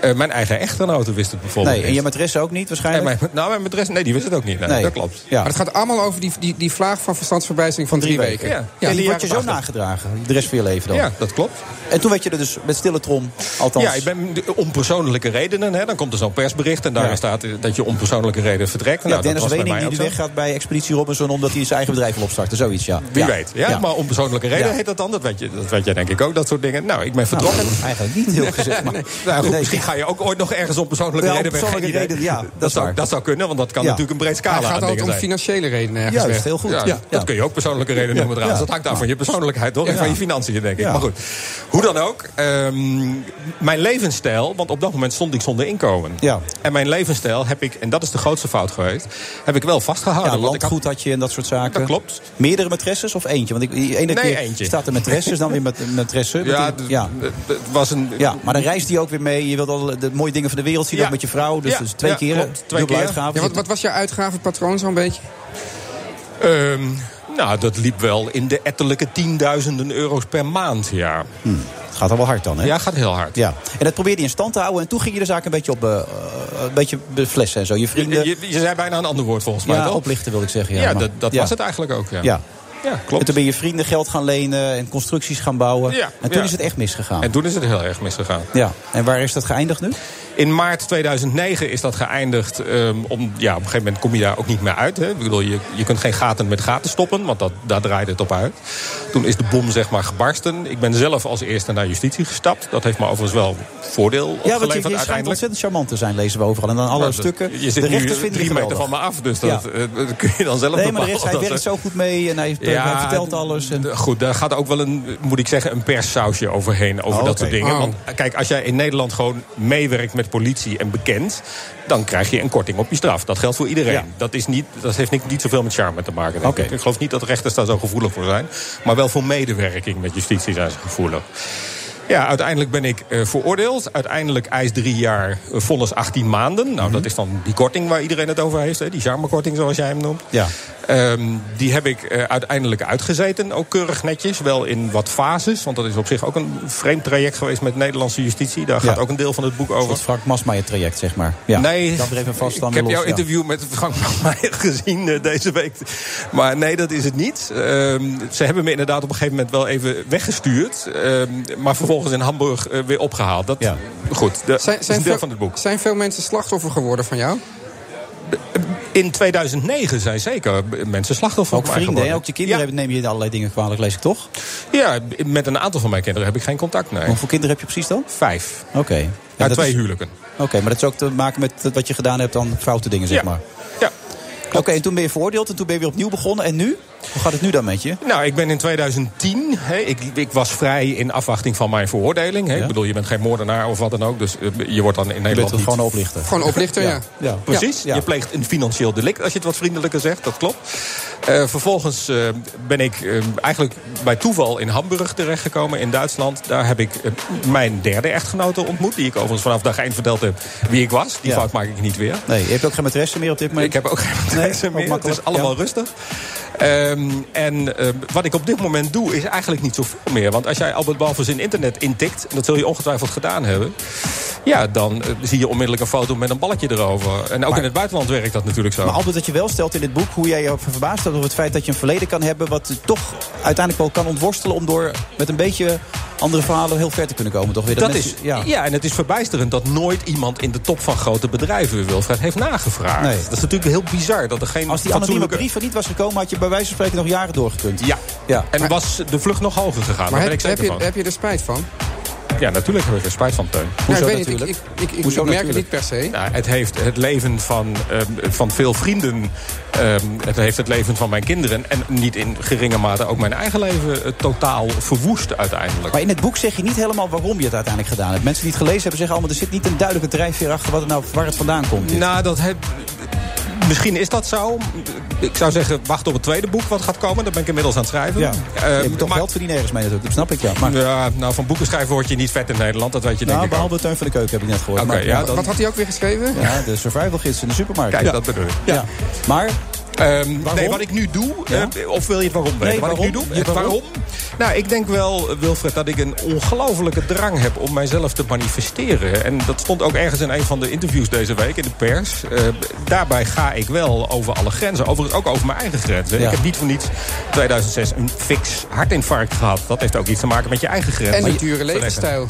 Speaker 18: Eh, mijn eigen echtgenote wist het bijvoorbeeld
Speaker 8: Nee, en
Speaker 18: niet.
Speaker 8: je matresse ook niet
Speaker 18: En
Speaker 8: waarschijnlijk?
Speaker 18: mijn, nou, mijn bedrijf, nee, die wist het ook niet. Nee,
Speaker 8: Nee.
Speaker 18: Dat klopt.
Speaker 8: Ja.
Speaker 9: Maar het gaat allemaal over die, die, die vlaag van verstandsverbijzing van drie, weken.
Speaker 18: Ja.
Speaker 9: Ja.
Speaker 8: en die
Speaker 18: die
Speaker 8: word je zo
Speaker 18: jaren
Speaker 8: nagedragen, de rest van je leven dan.
Speaker 18: Ja, dat klopt. Nou,
Speaker 8: En toen werd je er dus met stille trom, althans...
Speaker 18: Ja, ik ben om persoonlijke redenen. Hè, dan komt er zo'n persbericht en daarin
Speaker 8: Ja.
Speaker 18: staat eh, dat je om persoonlijke redenen vertrekt.
Speaker 8: Ja,
Speaker 18: Nou, dat
Speaker 8: Dennis
Speaker 18: was bij
Speaker 8: Wening
Speaker 18: mij
Speaker 8: die
Speaker 18: ook zo.
Speaker 8: weggaat bij Expeditie Robinson... omdat hij zijn eigen bedrijf wil opstarten, zoiets, ja.
Speaker 18: Wie
Speaker 8: Ja.
Speaker 18: weet. Ja, Maar om persoonlijke redenen
Speaker 8: Ja.
Speaker 18: heet dat dan. Dat weet, je, dat weet jij denk ik ook, dat soort dingen. Nou, ik ben vertrokken.
Speaker 8: Nou, eigenlijk *laughs* niet heel gezegd, maar...
Speaker 18: Nou, goed,
Speaker 8: Nee.
Speaker 18: misschien ga je ook ooit nog ergens om persoonlijke
Speaker 8: Ja, om
Speaker 18: redenen weg.
Speaker 8: persoonlijke
Speaker 18: Geen idee.
Speaker 8: redenen, ja, dat is
Speaker 18: zou,
Speaker 8: waar.
Speaker 18: dat zou kunnen, want dat kan
Speaker 8: Ja.
Speaker 18: natuurlijk een breed
Speaker 9: Hij
Speaker 18: scala aan
Speaker 9: gaat
Speaker 18: dingen
Speaker 9: altijd om
Speaker 18: zijn.
Speaker 9: financieel redenen ergens
Speaker 8: Juist,
Speaker 9: weg.
Speaker 8: heel goed.
Speaker 18: Ja,
Speaker 8: Ja,
Speaker 18: Dat
Speaker 8: ja.
Speaker 18: kun je ook persoonlijke redenen
Speaker 8: Ja,
Speaker 18: noemen trouwens.
Speaker 8: ja.
Speaker 18: Dat hangt aan van je persoonlijkheid toch? En
Speaker 8: Ja.
Speaker 18: van je financiën, denk ik.
Speaker 8: Ja.
Speaker 18: Maar goed, hoe dan ook. ehm, mijn levensstijl, want op dat moment stond ik zonder inkomen.
Speaker 8: Ja.
Speaker 18: En mijn levensstijl heb ik, en dat is de grootste fout geweest... heb ik wel vastgehouden.
Speaker 8: Ja,
Speaker 18: want ik had-
Speaker 8: landgoed had je en dat soort zaken.
Speaker 18: Dat klopt.
Speaker 8: Meerdere matresses of eentje? Want ik, die ene
Speaker 18: Nee,
Speaker 8: keer
Speaker 18: eentje.
Speaker 8: staat er matresses, dan weer met matresse.
Speaker 18: ja,
Speaker 8: Met die-
Speaker 18: d-
Speaker 8: ja.
Speaker 18: d- d- het was een...
Speaker 8: ja, maar dan reist hij ook weer mee. Je wilt al de mooie dingen van de wereld zien,
Speaker 18: Ja.
Speaker 8: ook met je vrouw. Dus,
Speaker 18: Ja,
Speaker 8: dus twee
Speaker 18: ja,
Speaker 8: keer,
Speaker 18: klopt. Twee
Speaker 8: dubbele
Speaker 18: keer.
Speaker 8: uitgaven.
Speaker 9: Ja, wat, wat was jouw uitgavenpatroon zo'n beetje?
Speaker 18: Ehm, nou, dat liep wel in de ettelijke tienduizenden euro's per maand, ja.
Speaker 8: Het Hmm. gaat al wel hard dan, hè?
Speaker 18: Ja, gaat heel hard.
Speaker 8: Ja. En dat probeerde je in stand te houden. En toen ging je de zaak een beetje op eh, eh, een beetje flessen en zo. Je
Speaker 18: Je,
Speaker 8: vrienden...
Speaker 18: je, je zei bijna een ander woord volgens mij,
Speaker 8: ja,
Speaker 18: toch?
Speaker 8: oplichten wil ik zeggen.
Speaker 18: Ja,
Speaker 8: Ja, maar-
Speaker 18: dat, dat
Speaker 8: ja.
Speaker 18: was het eigenlijk ook, ja.
Speaker 8: Ja.
Speaker 18: Ja,
Speaker 8: En
Speaker 18: klopt.
Speaker 8: toen ben je vrienden geld gaan lenen en constructies gaan bouwen.
Speaker 18: Ja,
Speaker 8: en toen
Speaker 18: ja.
Speaker 8: is het echt misgegaan.
Speaker 18: En toen is het heel erg misgegaan.
Speaker 8: Ja. En waar is dat geëindigd nu?
Speaker 18: In maart 2009 is dat geëindigd. ehm, om, ja, op een gegeven moment kom je daar ook niet meer uit. Hè. Ik bedoel, je, je kunt geen gaten met gaten stoppen, want dat, daar draaide het op uit. Toen is de bom zeg maar gebarsten. Ik ben zelf als eerste naar justitie gestapt. Dat heeft me overigens wel voordeel
Speaker 8: Ja, want je,
Speaker 18: opgeleverd
Speaker 8: je schijnt
Speaker 18: uiteindelijk.
Speaker 8: ontzettend charmant te zijn, lezen we overal. En dan alle
Speaker 18: Maar dat-
Speaker 8: stukken.
Speaker 18: Je zit
Speaker 8: de
Speaker 18: nu
Speaker 8: rechters vinden je
Speaker 18: drie meter
Speaker 8: geweldig.
Speaker 18: van me af, dus
Speaker 8: Ja.
Speaker 18: dat, eh, dat kun je dan zelf
Speaker 8: Nee, maar de
Speaker 18: bepalen.
Speaker 8: rest, hij
Speaker 18: of *laughs* dat,
Speaker 8: werkt
Speaker 18: eh,
Speaker 8: zo goed mee en hij, hij vertelt alles. En...
Speaker 18: d- Goed, daar gaat ook wel een, moet ik zeggen, een perssausje overheen. Over
Speaker 8: Oh,
Speaker 18: dat
Speaker 8: oké.
Speaker 18: soort dingen.
Speaker 9: Oh.
Speaker 18: Want eh, kijk, als jij in Nederland gewoon meewerkt met politie en bekend. dan krijg je een korting op je straf. Dat geldt voor iedereen.
Speaker 8: Ja.
Speaker 18: Dat, is niet, dat heeft niet, niet zoveel met charme te maken. denk
Speaker 8: Oké.
Speaker 18: ik. ik geloof niet dat rechters daar zo gevoelig voor zijn. Maar wel voor medewerking met justitie zijn ze gevoelig. Ja, uiteindelijk ben ik eh, veroordeeld. Uiteindelijk eis drie jaar, eh, vonnis 18 maanden.
Speaker 8: Mhm.
Speaker 18: Nou, dat is dan die korting waar iedereen het over heeft. Hè? Die charmekorting, zoals jij hem noemt.
Speaker 8: Ja.
Speaker 18: Ehm, die heb ik eh, uiteindelijk uitgezeten, ook keurig netjes. Wel in wat fases, want dat is op zich ook een vreemd traject geweest met Nederlandse justitie. Daar gaat
Speaker 8: Ja.
Speaker 18: ook een deel van het boek over.
Speaker 8: Het Frank Masmaier traject, zeg maar. Ja.
Speaker 18: Nee,
Speaker 8: dat even vast dan
Speaker 18: ik
Speaker 8: weer
Speaker 18: heb
Speaker 8: los,
Speaker 18: jouw
Speaker 8: ja.
Speaker 18: interview met Frank van Meijer *laughs* gezien eh, deze week. Maar nee, dat is het niet. Ehm, ze hebben me inderdaad op een gegeven moment wel even weggestuurd. ehm, maar vervolgens in Hamburg eh, weer opgehaald. Dat,
Speaker 8: Ja.
Speaker 18: Goed, dat
Speaker 9: Zijn,
Speaker 18: is
Speaker 9: zijn
Speaker 18: een deel
Speaker 9: veel-
Speaker 18: van het boek.
Speaker 9: Zijn veel mensen slachtoffer geworden van jou?
Speaker 18: In 2009 zijn zeker mensen slachtoffer
Speaker 8: Ook
Speaker 18: van mij
Speaker 8: vrienden, hè?
Speaker 18: geworden.
Speaker 8: ook je kinderen
Speaker 18: Ja.
Speaker 8: hebben- neem je allerlei dingen kwalijk, lees ik toch?
Speaker 18: Ja, met een aantal van mijn kinderen heb ik geen contact, nee.
Speaker 8: Hoeveel kinderen heb je precies dan?
Speaker 18: Vijf.
Speaker 8: Oké. Ja,
Speaker 18: Ja,
Speaker 8: dat
Speaker 18: twee
Speaker 8: is-
Speaker 18: huwelijken.
Speaker 8: Oké, maar dat is ook te maken met wat je gedaan hebt dan foute dingen, zeg
Speaker 18: ja.
Speaker 8: maar.
Speaker 18: Ja.
Speaker 8: Oké, en toen ben je veroordeeld en toen ben je weer opnieuw begonnen. En nu? Hoe gaat het nu dan met je?
Speaker 18: Nou, ik ben in 2010. Hè, ik, ik was vrij in afwachting van mijn veroordeling. Hè. Ik bedoel, je bent geen moordenaar of wat dan ook. Dus eh, je wordt dan in Nederland.
Speaker 8: bent
Speaker 18: niet-
Speaker 8: gewoon oplichter.
Speaker 9: Gewoon oplichter, ja.
Speaker 18: ja. Precies. Je pleegt een financieel delict, als je het wat vriendelijker zegt. Dat klopt. Eh, vervolgens eh, ben ik eh, eigenlijk bij toeval in Hamburg terechtgekomen, in Duitsland. Daar heb ik eh, mijn derde echtgenote ontmoet. Die ik overigens vanaf dag 1 verteld heb wie ik was. Die
Speaker 8: Ja.
Speaker 18: fout maak ik niet weer.
Speaker 8: Nee, je hebt ook geen matresse meer op dit moment.
Speaker 18: Ik heb ook geen matresse meer. Het is allemaal rustig. Ehm, en eh, wat ik op dit moment doe, is eigenlijk niet zoveel meer. Want als jij Albert Balfour in internet intikt... en dat zul je ongetwijfeld gedaan hebben... ja, dan eh, zie je onmiddellijk een foto met een balletje erover. En ook in het buitenland werkt dat natuurlijk zo.
Speaker 8: Maar altijd dat je wel stelt in dit boek, hoe jij je verbaasd hebt over het feit dat je een verleden kan hebben. wat je toch uiteindelijk wel kan ontworstelen. om door met een beetje andere verhalen heel ver te kunnen komen. Toch weer
Speaker 18: Dat
Speaker 8: mensen-
Speaker 18: is, ja. en het is verbijsterend dat nooit iemand in de top van grote bedrijven Wilfred heeft nagevraagd.
Speaker 8: Nee.
Speaker 18: Dat is natuurlijk heel bizar dat er geen
Speaker 8: Als die anonieme
Speaker 18: fatsoenlijke...
Speaker 8: brief er niet was gekomen, had je bij wijze van spreken nog jaren doorgekund.
Speaker 18: Ja.
Speaker 8: ja.
Speaker 18: En was de vlucht nog hoger
Speaker 9: Maar
Speaker 18: gegaan. daar ben
Speaker 9: heb,
Speaker 18: ik zeker
Speaker 9: heb, je,
Speaker 18: van.
Speaker 9: heb je er spijt van?
Speaker 18: Ja, natuurlijk heb ik er spijt van, Teun.
Speaker 9: Hoezo ik weet niet, natuurlijk? ik- ik- ik- ik Hoezo merk het natuurlijk? niet per se.
Speaker 18: Nou, het heeft het leven van, ehm, van veel vrienden... ehm, het heeft het leven van mijn kinderen... en niet in geringe mate ook mijn eigen leven eh, totaal verwoest uiteindelijk.
Speaker 8: Maar in het boek zeg je niet helemaal waarom je het uiteindelijk gedaan hebt. Mensen die het gelezen hebben zeggen allemaal, er zit niet een duidelijke drijfveer achter wat het nou, waar het vandaan komt. dit.
Speaker 18: Nou, dat heb... Misschien is dat zo. Ik zou zeggen, wacht op het tweede boek wat gaat komen. Dat ben ik inmiddels aan het schrijven.
Speaker 8: ja.
Speaker 18: Ehm,
Speaker 8: je moet toch
Speaker 18: maar-
Speaker 8: geld verdienen ergens mee natuurlijk, dat snap ik ja. Maar,
Speaker 18: ja, nou, van boeken schrijven word je niet vet in Nederland. Dat weet je
Speaker 8: nou,
Speaker 18: denk ik ook.
Speaker 8: behalve Teun van de Keuken heb ik net gehoord.
Speaker 18: Oké,
Speaker 8: Maar-
Speaker 18: ja, dan-
Speaker 9: Wat had hij ook weer geschreven?
Speaker 8: Ja, de survival gids in de supermarkt.
Speaker 18: Kijk,
Speaker 8: ja.
Speaker 18: dat bedoel ik.
Speaker 8: Ja. Maar,
Speaker 18: Ehm, nee,
Speaker 8: Waarom?
Speaker 18: wat ik nu doe, eh, of wil je het waarom weten?
Speaker 8: Nee,
Speaker 18: wat ik nu
Speaker 8: waarom?
Speaker 18: doe?
Speaker 8: Ja,
Speaker 18: Eh,
Speaker 8: waarom?
Speaker 18: Nou, ik denk wel, eh, Wilfred, dat ik een ongelofelijke drang heb om mijzelf te manifesteren. En dat stond ook ergens in een van de interviews deze week in de pers. Eh, daarbij ga ik wel over alle grenzen. Overigens ook over mijn eigen grenzen.
Speaker 8: Ja.
Speaker 18: Ik heb niet voor niets 2006 een fix hartinfarct gehad. Dat heeft ook iets te maken met je eigen grenzen.
Speaker 9: En
Speaker 18: Maar
Speaker 9: een
Speaker 18: je-
Speaker 9: dure levensstijl.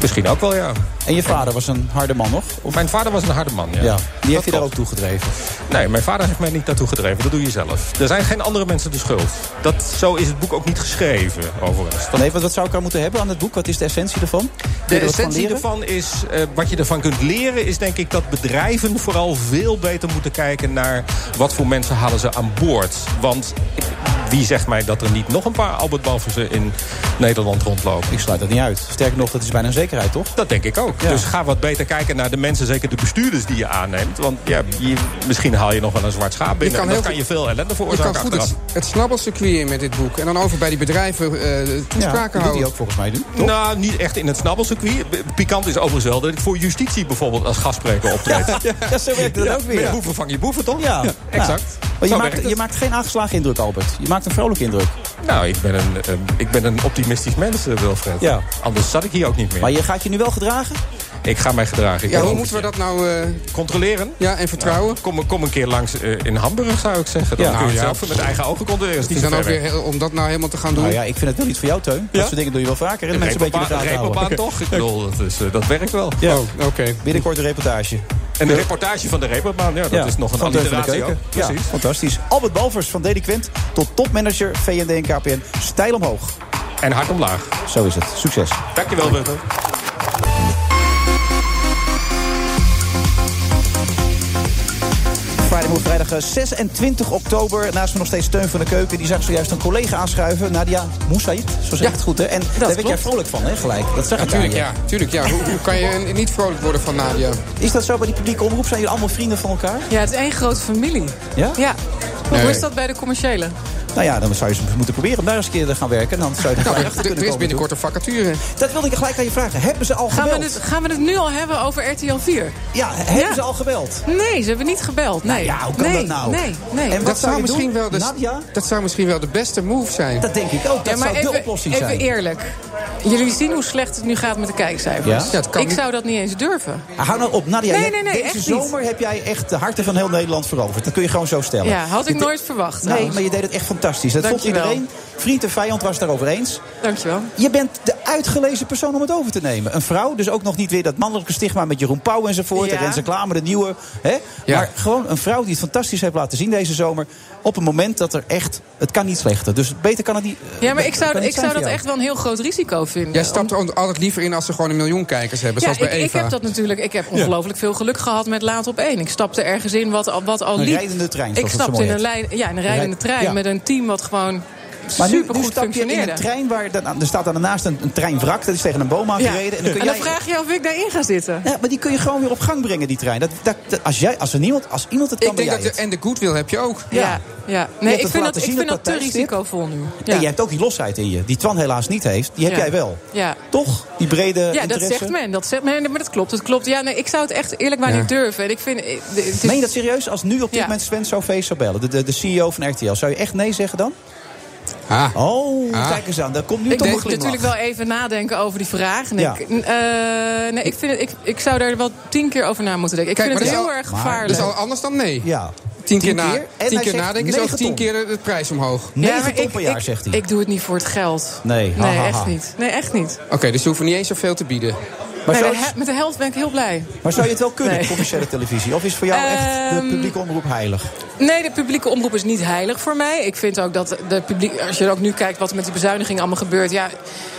Speaker 18: Misschien ook wel, ja.
Speaker 8: en je vader was een harde man nog? Of,
Speaker 18: Mijn vader was een harde man,
Speaker 8: ja,
Speaker 18: ja.
Speaker 8: die
Speaker 18: Dat
Speaker 8: heeft je daar
Speaker 18: klopt.
Speaker 8: ook toegedreven.
Speaker 18: Nee, mijn vader heeft mij niet naartoe gedreven. Dat doe je zelf. Er zijn geen andere mensen de schuld. Dat, zo is het boek ook niet geschreven, overigens. Dat-
Speaker 8: Nee, wat, wat zou ik aan moeten hebben aan het boek? Wat is de essentie ervan? Kun je
Speaker 18: de
Speaker 8: er wat van
Speaker 18: essentie
Speaker 8: leren?
Speaker 18: ervan is, eh, wat je ervan kunt leren... is denk ik dat bedrijven vooral veel beter moeten kijken naar... wat voor mensen halen ze aan boord. Want wie zegt mij dat er niet nog een paar Albert Balversen in Nederland rondlopen?
Speaker 8: Ik sluit dat niet uit. Sterker nog, dat is bijna een zekerheid, toch?
Speaker 18: Dat denk ik ook.
Speaker 8: Ja.
Speaker 18: Dus ga wat beter kijken naar de mensen, zeker de bestuurders die je aanneemt. Want ja, je- misschien haal je nog wel een zwart schaap binnen.
Speaker 9: kan
Speaker 18: en dan
Speaker 9: heel
Speaker 18: kan
Speaker 9: goed-
Speaker 18: je veel ellende
Speaker 9: Je
Speaker 18: veroorzaken
Speaker 9: kan goed
Speaker 18: achteraf.
Speaker 9: het, het snabbelcircuit in met dit boek. En dan over bij die bedrijven eh
Speaker 8: Ja,
Speaker 9: toespraken
Speaker 8: dat doet hij
Speaker 9: houden.
Speaker 8: ook volgens mij nu.
Speaker 18: Nou, niet echt in het snabbelcircuit. B- Pikant is overigens wel dat ik voor justitie bijvoorbeeld als gastspreker optreed.
Speaker 8: *laughs* Ja, zo werkt dat
Speaker 18: Ja,
Speaker 8: ook weer.
Speaker 18: Met boeven vang je boeven, toch?
Speaker 8: Ja,
Speaker 18: exact.
Speaker 8: Ja. Maar je,
Speaker 18: Zo werkt
Speaker 8: maakt,
Speaker 18: het.
Speaker 8: je maakt geen aangeslagen indruk, Albert. Je maakt een vrolijke indruk.
Speaker 18: Nou, ik ben, een, eh, ik ben een optimistisch mens, eh, Wilfred.
Speaker 8: Ja.
Speaker 18: Anders zat ik hier ook niet meer.
Speaker 8: Maar je gaat je nu wel gedragen?
Speaker 18: Ik ga mij gedragen.
Speaker 9: Ja,
Speaker 18: Ik ben
Speaker 9: hoe
Speaker 18: ook-
Speaker 9: moeten we dat nou... eh,
Speaker 18: Controleren?
Speaker 9: ja, en vertrouwen?
Speaker 18: Kom, kom een keer langs eh, in Hamburg, zou ik zeggen. Dan
Speaker 8: Ja.
Speaker 18: kun je
Speaker 8: Nou, ja.
Speaker 18: zelf met eigen ogen controleren. Dat
Speaker 9: Dus
Speaker 18: is
Speaker 9: Die
Speaker 18: niet
Speaker 9: dan
Speaker 18: zo
Speaker 9: ook
Speaker 18: ver
Speaker 9: weer,
Speaker 18: weg.
Speaker 9: heel- om dat nou helemaal te gaan doen.
Speaker 8: Nou ja, ik vind het wel iets voor jou, Teun. Dat soort dingen doe je wel vaker. Hè? De mensen een beetje in de
Speaker 18: Reep op aan-
Speaker 8: gaten houden.
Speaker 18: reep op aan, toch? Ik bedoel, dat, is, eh, dat werkt wel.
Speaker 8: Ja.
Speaker 9: Oh, Oké.
Speaker 8: Binnenkort een reportage.
Speaker 18: En de reportage van de Reeperbaan, ja, Nou, dat
Speaker 8: Ja,
Speaker 18: is nog een
Speaker 8: van Teun van de
Speaker 18: alliteratie ook.
Speaker 8: Keuken. Ja,
Speaker 18: Precies.
Speaker 8: fantastisch. Albert Balvers van Deli Quint tot topmanager VND en KPN. Stijl omhoog.
Speaker 18: En hard omlaag.
Speaker 8: Zo is het. Succes.
Speaker 18: Dankjewel, Wilfred.
Speaker 8: Vrijdagmiddag, vrijdag eh, 26 oktober. Naast me nog steeds Steun van de Keuken. Die zag zojuist een collega aanschuiven. Nadia Moussaïd, zo zeg ik het goed. Hè? En daar werd jij vrolijk van, hè, gelijk. Dat zag ik aan
Speaker 9: Tuurlijk,
Speaker 8: je.
Speaker 9: ja. Tuurlijk, ja. Hoe, hoe kan je niet vrolijk worden van Nadia?
Speaker 8: Is dat zo bij die publieke omroep? Zijn jullie allemaal vrienden van elkaar?
Speaker 20: Ja, het is één grote familie.
Speaker 8: Ja?
Speaker 20: Ja. Maar
Speaker 9: Nee.
Speaker 20: Hoe is dat bij de commerciële?
Speaker 8: Nou ja, dan zou je eens moeten proberen om daar eens een keer te gaan werken. Dan zou je er
Speaker 9: Nou,
Speaker 8: gelijk
Speaker 9: er,
Speaker 8: achter
Speaker 9: er- er
Speaker 8: kunnen
Speaker 9: is
Speaker 8: komen.
Speaker 9: binnenkort een vacature.
Speaker 8: Dat wilde ik gelijk aan je vragen. Hebben ze al
Speaker 20: Gaan
Speaker 8: gebeld?
Speaker 20: we, het, gaan we het nu al hebben over RTL 4?
Speaker 8: Ja, hebben
Speaker 20: Ja.
Speaker 8: ze al gebeld?
Speaker 20: Nee, ze hebben niet gebeld. Nee.
Speaker 8: ja, hoe kan
Speaker 20: nee,
Speaker 8: dat nou?
Speaker 20: Nee, nee.
Speaker 8: En
Speaker 9: Dat
Speaker 8: wat zou
Speaker 9: zou,
Speaker 8: je
Speaker 9: misschien
Speaker 8: doen?
Speaker 9: wel dus- de,
Speaker 8: Nadia?
Speaker 9: dat zou misschien wel de beste move zijn.
Speaker 8: Dat denk ik ook. Dat
Speaker 20: ja, maar
Speaker 8: zou
Speaker 20: even,
Speaker 8: de oplossing
Speaker 20: even
Speaker 8: zijn.
Speaker 20: eerlijk. Jullie zien hoe slecht het nu gaat met de kijkcijfers.
Speaker 8: Ja?
Speaker 9: Ja, het kan
Speaker 20: ik
Speaker 9: niet.
Speaker 20: zou dat niet eens durven.
Speaker 8: Ah, Hou nou op, Nadia.
Speaker 20: Nee,
Speaker 8: jij-
Speaker 20: nee, nee,
Speaker 8: deze
Speaker 20: echt niet.
Speaker 8: zomer heb jij echt de harten van heel Nederland veroverd. Dat kun je gewoon zo stellen.
Speaker 20: Ja, had ik
Speaker 8: Je de-
Speaker 20: nooit verwacht.
Speaker 8: Nee,
Speaker 20: trouwens.
Speaker 8: maar je deed het echt fantastisch. Dat vond
Speaker 20: Dankjewel.
Speaker 8: iedereen. Vriend en vijand was het daarover eens.
Speaker 20: Dankjewel.
Speaker 8: Je bent de uitgelezen persoon om het over te nemen. Een vrouw, dus ook nog niet weer dat mannelijke stigma met Jeroen Pauw enzovoort.
Speaker 20: Ja.
Speaker 8: En Renze Klamer, de nieuwe. Hè?
Speaker 9: Ja.
Speaker 8: Maar gewoon een vrouw die het fantastisch heeft laten zien deze zomer. Op een moment dat er echt, het kan niet slechter. Dus beter kan het niet. eh,
Speaker 20: Ja, maar ik
Speaker 8: kan
Speaker 20: zou,
Speaker 8: niet
Speaker 20: ik
Speaker 8: zijn
Speaker 20: zou
Speaker 8: voor
Speaker 20: dat
Speaker 8: jou.
Speaker 20: echt wel een heel groot Remco vinden.
Speaker 9: Jij stapt er altijd liever in als ze gewoon een miljoen kijkers hebben,
Speaker 20: ja,
Speaker 9: zoals bij
Speaker 20: ik,
Speaker 9: Eva.
Speaker 20: ik heb dat natuurlijk. Ik heb ongelooflijk veel geluk gehad met Laat op één. Ik stapte ergens in wat, al- wat al
Speaker 8: Een
Speaker 20: liep.
Speaker 8: rijdende trein,
Speaker 20: Ik
Speaker 8: zoals het zo
Speaker 20: stapte in
Speaker 8: mooi
Speaker 20: een, lijn, ja, in een rijdende trein
Speaker 8: Ja.
Speaker 20: met een team wat gewoon
Speaker 8: Maar nu,
Speaker 20: supergoed
Speaker 8: nu stap je in
Speaker 20: functioneerde.
Speaker 8: een trein waar dan- er staat daarnaast een, een treinwrak. Dat is tegen een boom
Speaker 20: Ja.
Speaker 8: aangereden.
Speaker 20: En
Speaker 8: dan
Speaker 20: dan,
Speaker 8: kun jij-
Speaker 20: vraag je of ik daarin ga zitten.
Speaker 8: Ja, maar die kun je gewoon weer op gang brengen, die trein. Dat, dat, dat- als, jij, als, er niemand, als iemand het kan,
Speaker 9: Ik denk
Speaker 8: ben
Speaker 9: dat
Speaker 8: jij
Speaker 9: de,
Speaker 8: het.
Speaker 9: en de goodwill heb je ook.
Speaker 20: Ja, ja. Nee, ik
Speaker 8: het
Speaker 20: vind
Speaker 8: laten
Speaker 20: dat, ik
Speaker 8: zien
Speaker 20: vind
Speaker 8: op
Speaker 20: dat te
Speaker 8: dat tijdstip.
Speaker 20: risicovol nu.
Speaker 8: En jij hebt ook die losheid in je, die Twan helaas niet heeft. Die heb
Speaker 20: Ja.
Speaker 8: jij wel.
Speaker 20: Ja.
Speaker 8: Toch? Die brede
Speaker 20: Ja, dat
Speaker 8: interesse.
Speaker 20: zegt men. Dat zegt men, maar dat klopt. Dat klopt. Ja, nee, ik zou het echt eerlijk maar
Speaker 8: Ja.
Speaker 20: niet durven. En ik vind, eh, de- het is-
Speaker 8: Meen je dat serieus? Als nu op dit moment Sven zou feest zou bellen, de, de, de CEO van RTL, zou je echt nee zeggen dan? Oh,
Speaker 20: Ah.
Speaker 8: kijk eens aan. Daar komt nu
Speaker 20: ik
Speaker 8: toch een
Speaker 20: moet
Speaker 8: glimlach.
Speaker 20: natuurlijk wel even nadenken over die vraag. En
Speaker 8: Ja.
Speaker 20: ik, eh, nee, ik, vind het, ik, ik zou daar wel tien keer over na moeten denken. Ik vind het heel erg gevaarlijk.
Speaker 9: Dat is al anders dan nee.
Speaker 8: Ja.
Speaker 9: Tien keer,
Speaker 20: Tien
Speaker 9: na,
Speaker 20: keer. En
Speaker 9: tien
Speaker 20: hij
Speaker 9: keer
Speaker 20: zegt
Speaker 9: nadenken is ook
Speaker 20: negen
Speaker 9: tien
Speaker 20: ton.
Speaker 9: keer de prijs omhoog.
Speaker 20: maar ik, ik, Ik doe het niet voor het geld.
Speaker 9: Nee.
Speaker 20: Nee,
Speaker 9: Hahaha.
Speaker 20: echt niet. Nee, echt niet.
Speaker 9: Oké, dus je hoeft er niet eens zoveel te bieden.
Speaker 20: Nee, de he- met de helft ben ik heel blij.
Speaker 8: Maar zou je het wel kunnen,
Speaker 20: Nee.
Speaker 8: commerciële televisie? Of is voor jou echt de
Speaker 20: Ehm,
Speaker 8: publieke omroep heilig?
Speaker 20: Nee, de publieke omroep is niet heilig voor mij. Ik vind ook dat de publiek, als je ook nu kijkt wat er met die bezuiniging allemaal gebeurt. Ja,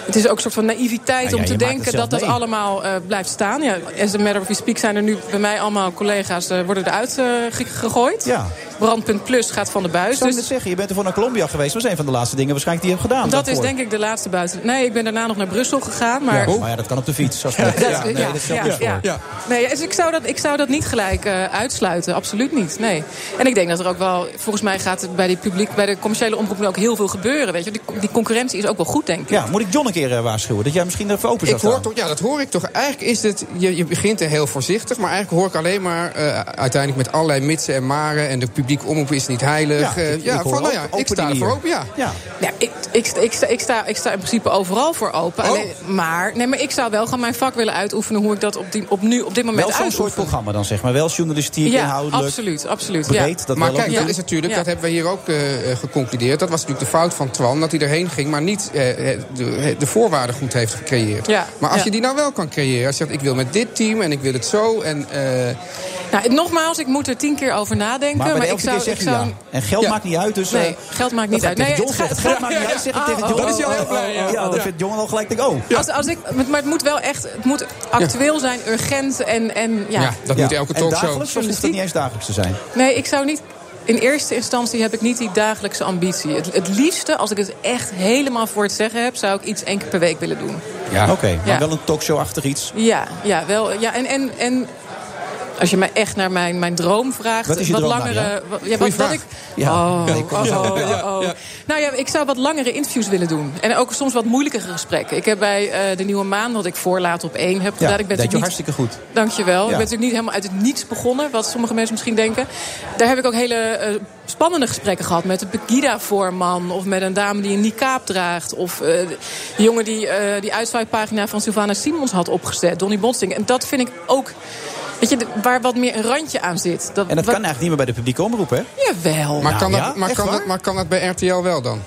Speaker 20: het is ook een soort van naïviteit
Speaker 8: Nou ja,
Speaker 20: om
Speaker 8: je maakt
Speaker 20: te
Speaker 8: het
Speaker 20: denken
Speaker 8: zelf
Speaker 20: dat dat
Speaker 8: mee.
Speaker 20: allemaal eh, blijft staan. Ja, as a matter of we speak zijn er nu bij mij allemaal collega's eh, worden eruit eh, ge- gegooid.
Speaker 8: Ja.
Speaker 20: Brandpunt Plus gaat van de
Speaker 8: Ik
Speaker 20: buis.
Speaker 8: zou
Speaker 20: Dus
Speaker 8: net zeggen, je bent er voor naar Colombia geweest. Dat was een van de laatste dingen waarschijnlijk die je hebt gedaan.
Speaker 20: dat is denk ik de laatste buiten. Nee, ik ben daarna nog naar Brussel gegaan.
Speaker 8: Maar...
Speaker 20: Maar
Speaker 8: Ja, Oh. maar ja, dat kan op de fiets.
Speaker 20: *laughs*
Speaker 8: Zoals
Speaker 20: Dat-
Speaker 8: ja, nee, dat is
Speaker 20: ja,
Speaker 8: ook iets
Speaker 20: ja.
Speaker 8: voor.
Speaker 20: Nee, dus ik zou dat, ik zou dat niet gelijk eh, uitsluiten. Absoluut niet. Nee. En ik denk dat er ook wel, volgens mij gaat het bij, die publiek, bij de commerciële omroep nu ook heel veel gebeuren. Weet je? Die, die concurrentie is ook wel goed, denk ik.
Speaker 8: Ja, moet ik John een keer eh, waarschuwen? Dat jij misschien even open
Speaker 9: Ik
Speaker 8: zou
Speaker 9: hoor
Speaker 8: staan?
Speaker 9: toch, ja, dat hoor ik toch. Eigenlijk is het, je, je begint er heel voorzichtig, maar eigenlijk hoor ik alleen maar eh, uiteindelijk met allerlei mitsen en maren en de publieke omroep is niet heilig.
Speaker 20: Ja,
Speaker 9: Eh,
Speaker 20: ik- ik
Speaker 9: ja,
Speaker 20: hoor
Speaker 9: van, nou
Speaker 20: ook
Speaker 9: ja,
Speaker 20: open
Speaker 9: ik sta er voor
Speaker 20: hier.
Speaker 9: open, ja.
Speaker 8: ja.
Speaker 20: ik, ik, ik, sta, ik, sta, ik sta in principe overal voor
Speaker 9: Oh.
Speaker 20: open. Alleen, maar, nee, maar ik zou wel gewoon mijn vak willen uitoefenen hoe ik dat op, die, op, nu, op dit moment
Speaker 8: Wel zo'n
Speaker 20: uitoefen.
Speaker 8: soort programma dan, zeg maar. Wel journalistiek,
Speaker 20: Ja,
Speaker 8: inhoudelijk.
Speaker 20: absoluut, absoluut.
Speaker 8: Breed,
Speaker 20: ja.
Speaker 8: dat
Speaker 9: maar
Speaker 8: wel
Speaker 9: kijk,
Speaker 8: ook.
Speaker 9: dat is natuurlijk,
Speaker 20: Ja.
Speaker 9: dat hebben we hier ook eh, eh, geconcludeerd. Dat was natuurlijk de fout van Twan, dat hij erheen ging, maar niet eh, de, de voorwaarden goed heeft gecreëerd.
Speaker 20: Ja,
Speaker 9: Maar als
Speaker 20: ja.
Speaker 9: je die nou wel kan creëren, als je zegt ik wil met dit team en ik wil het zo en. eh,
Speaker 20: Nou, nogmaals, ik moet er tien keer over nadenken.
Speaker 9: Maar bij
Speaker 20: Maar,
Speaker 9: de
Speaker 20: ik
Speaker 9: elfde
Speaker 20: zou.
Speaker 9: keer
Speaker 20: ik
Speaker 9: zeg je
Speaker 20: zou
Speaker 9: ja. En geld maakt niet uit, dus,
Speaker 20: Nee,
Speaker 9: eh,
Speaker 20: geld maakt
Speaker 9: dat
Speaker 20: niet
Speaker 9: ga
Speaker 20: uit.
Speaker 9: ik
Speaker 20: Nee,
Speaker 9: tegen John
Speaker 20: gaat- Ah, oh,
Speaker 9: zeggen. Geld maakt niet uit, zeg ik tegen John. Dan is hij al heel blij, ja.
Speaker 8: Ja, dat
Speaker 9: Ja.
Speaker 8: vindt John al gelijk. Denk, ik, oh,
Speaker 20: Als, als ik, maar het moet wel echt het moet actueel zijn, urgent en, en ja.
Speaker 8: En dagelijks, of hoeft dat niet eens dagelijks te zijn?
Speaker 20: Nee, ik zou niet... In eerste instantie heb ik niet die dagelijkse ambitie. Het, het liefste, als ik het echt helemaal voor het zeggen heb... zou ik iets één keer per week willen doen.
Speaker 8: Ja. Oké, maar
Speaker 20: Ja.
Speaker 8: wel een talkshow-achtig iets.
Speaker 20: Ja, ja, wel, ja en, en, en als je mij echt naar mijn, mijn droom vraagt...
Speaker 8: Wat is je
Speaker 20: wat
Speaker 8: droom,
Speaker 20: langere,
Speaker 8: Nadia?
Speaker 20: wat-
Speaker 8: Goeie
Speaker 20: ja, wat, wat
Speaker 8: vraag.
Speaker 20: ik...
Speaker 8: Ja.
Speaker 20: Oh,
Speaker 8: Ja, ik kom
Speaker 20: oh,
Speaker 8: zo.
Speaker 20: oh,
Speaker 8: Ja,
Speaker 20: oh. Nou ja, ik zou wat langere interviews willen doen. En ook soms wat moeilijkere gesprekken. Ik heb bij eh, De Nieuwe Maan, wat ik voorlaat op één heb
Speaker 8: Ja,
Speaker 20: gedaan... Ik ben
Speaker 8: deed je
Speaker 20: natuurlijk niet-
Speaker 8: hartstikke goed.
Speaker 20: Dankjewel. Ik ben
Speaker 8: Ja.
Speaker 20: natuurlijk niet helemaal uit het niets begonnen, wat sommige mensen misschien denken. Daar heb ik ook hele eh, spannende gesprekken gehad met de Pegida-voorman. Of met een dame die een niqab draagt. Of eh, de jongen die eh die uitzwaaipagina van Sylvana Simons had opgezet. Donny Botsing. En dat vind ik ook, weet je, de- waar wat meer een randje aan zit.
Speaker 8: En dat kan
Speaker 20: wat-
Speaker 8: eigenlijk niet meer bij de publieke omroep, hè?
Speaker 20: Jawel.
Speaker 9: Maar,
Speaker 8: Nou
Speaker 9: kan
Speaker 8: ja,
Speaker 9: dat, maar,
Speaker 8: echt
Speaker 9: kan
Speaker 8: waar?
Speaker 9: dat, maar kan dat bij RTL wel dan?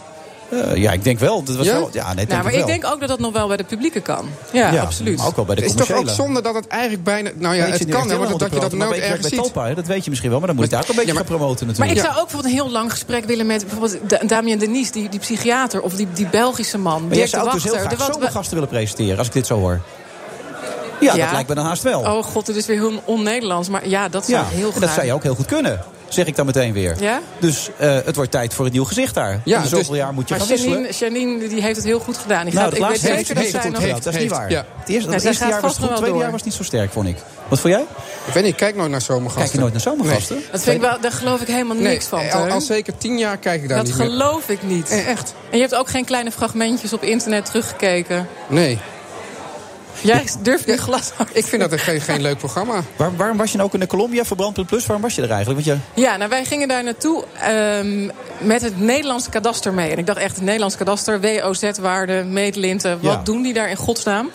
Speaker 8: Eh, ja, ik denk wel. Dat was
Speaker 9: Ja?
Speaker 8: wel ja, nee,
Speaker 20: nou, maar ik
Speaker 8: wel.
Speaker 20: denk ook dat dat nog wel bij de publieke kan. Ja,
Speaker 8: Ja,
Speaker 20: absoluut.
Speaker 8: maar ook wel bij de
Speaker 9: Het is toch ook
Speaker 8: commerciële.
Speaker 9: zonde dat het eigenlijk bijna... Nou ja,
Speaker 8: Nee, ik
Speaker 9: het
Speaker 8: zit nu
Speaker 9: kan,
Speaker 8: echt
Speaker 9: hè, maar
Speaker 8: helemaal
Speaker 9: dat je dat
Speaker 8: te praten, maar
Speaker 9: nooit
Speaker 8: ben je
Speaker 9: ergens
Speaker 8: bij
Speaker 9: ziet.
Speaker 8: Talpa, hè? dat weet je misschien wel, maar dan moet je daar ook een beetje
Speaker 9: Ja, maar-
Speaker 8: gaan promoten
Speaker 20: Maar ik
Speaker 8: natuurlijk.
Speaker 20: zou ook bijvoorbeeld een heel lang gesprek willen met bijvoorbeeld Da- Damien Denies, die, die psychiater, of die, die Belgische man.
Speaker 8: Maar jij
Speaker 20: Dirk de
Speaker 8: zou ook dus heel
Speaker 20: Wachter,
Speaker 8: graag
Speaker 20: de wat-
Speaker 8: zomergasten willen presenteren, als ik dit zo hoor. Ja, dat
Speaker 20: Ja.
Speaker 8: lijkt me dan haast wel.
Speaker 20: Oh god, dit is weer heel on-Nederlands. Maar ja, dat zou
Speaker 8: ja,
Speaker 20: ik heel
Speaker 8: en
Speaker 20: graag...
Speaker 8: dat zou je ook heel goed kunnen, zeg ik dan meteen weer.
Speaker 20: Ja?
Speaker 8: Dus eh, het wordt tijd voor een nieuw gezicht daar.
Speaker 9: Ja,
Speaker 8: Ja, zoveel
Speaker 9: dus-
Speaker 8: jaar moet je
Speaker 20: maar
Speaker 8: gaan wisselen.
Speaker 20: Janine, Janine die heeft het heel goed gedaan. Die
Speaker 8: Nou,
Speaker 20: gaat,
Speaker 8: het
Speaker 20: ik weet
Speaker 8: laatste
Speaker 20: zeker
Speaker 8: heeft-
Speaker 20: dat
Speaker 8: heeft
Speaker 20: zij
Speaker 8: het
Speaker 20: nog...
Speaker 8: goed gedaan. Dat is niet waar.
Speaker 9: Ja.
Speaker 8: Het eerste,
Speaker 20: Nee,
Speaker 8: het
Speaker 20: Nou, zij
Speaker 8: eerste
Speaker 20: gaat
Speaker 8: jaar was
Speaker 20: vast
Speaker 8: goed, het
Speaker 20: nog wel
Speaker 8: tweede jaar
Speaker 20: door.
Speaker 8: was niet zo sterk, vond ik. Wat vond jij?
Speaker 9: Ik weet niet, ik kijk nooit naar zomergasten.
Speaker 8: Kijk je nooit naar zomergasten?
Speaker 20: Dat vind ik wel, daar geloof ik helemaal
Speaker 9: Nee,
Speaker 20: niks van,
Speaker 9: eh, al,
Speaker 20: Teun.
Speaker 9: al zeker tien jaar kijk ik daar
Speaker 20: Dat
Speaker 9: niet meer. Eh,
Speaker 20: geloof ik niet.
Speaker 9: echt.
Speaker 20: En je hebt ook geen kleine fragmentjes op internet teruggekeken.
Speaker 9: Nee.
Speaker 20: Jij durft niet glas
Speaker 9: *laughs* Ik vind dat een geen, geen leuk programma.
Speaker 8: Waar- waarom was je nou ook in de Colombia voor Brandpunt Plus? Waarom was je er eigenlijk? Want je,
Speaker 20: Ja, nou wij gingen daar naartoe ehm, met het Nederlandse kadaster mee. En ik dacht echt, het Nederlandse kadaster, WOZ-waarde, meetlinten, wat
Speaker 8: Ja.
Speaker 20: doen die daar in godsnaam?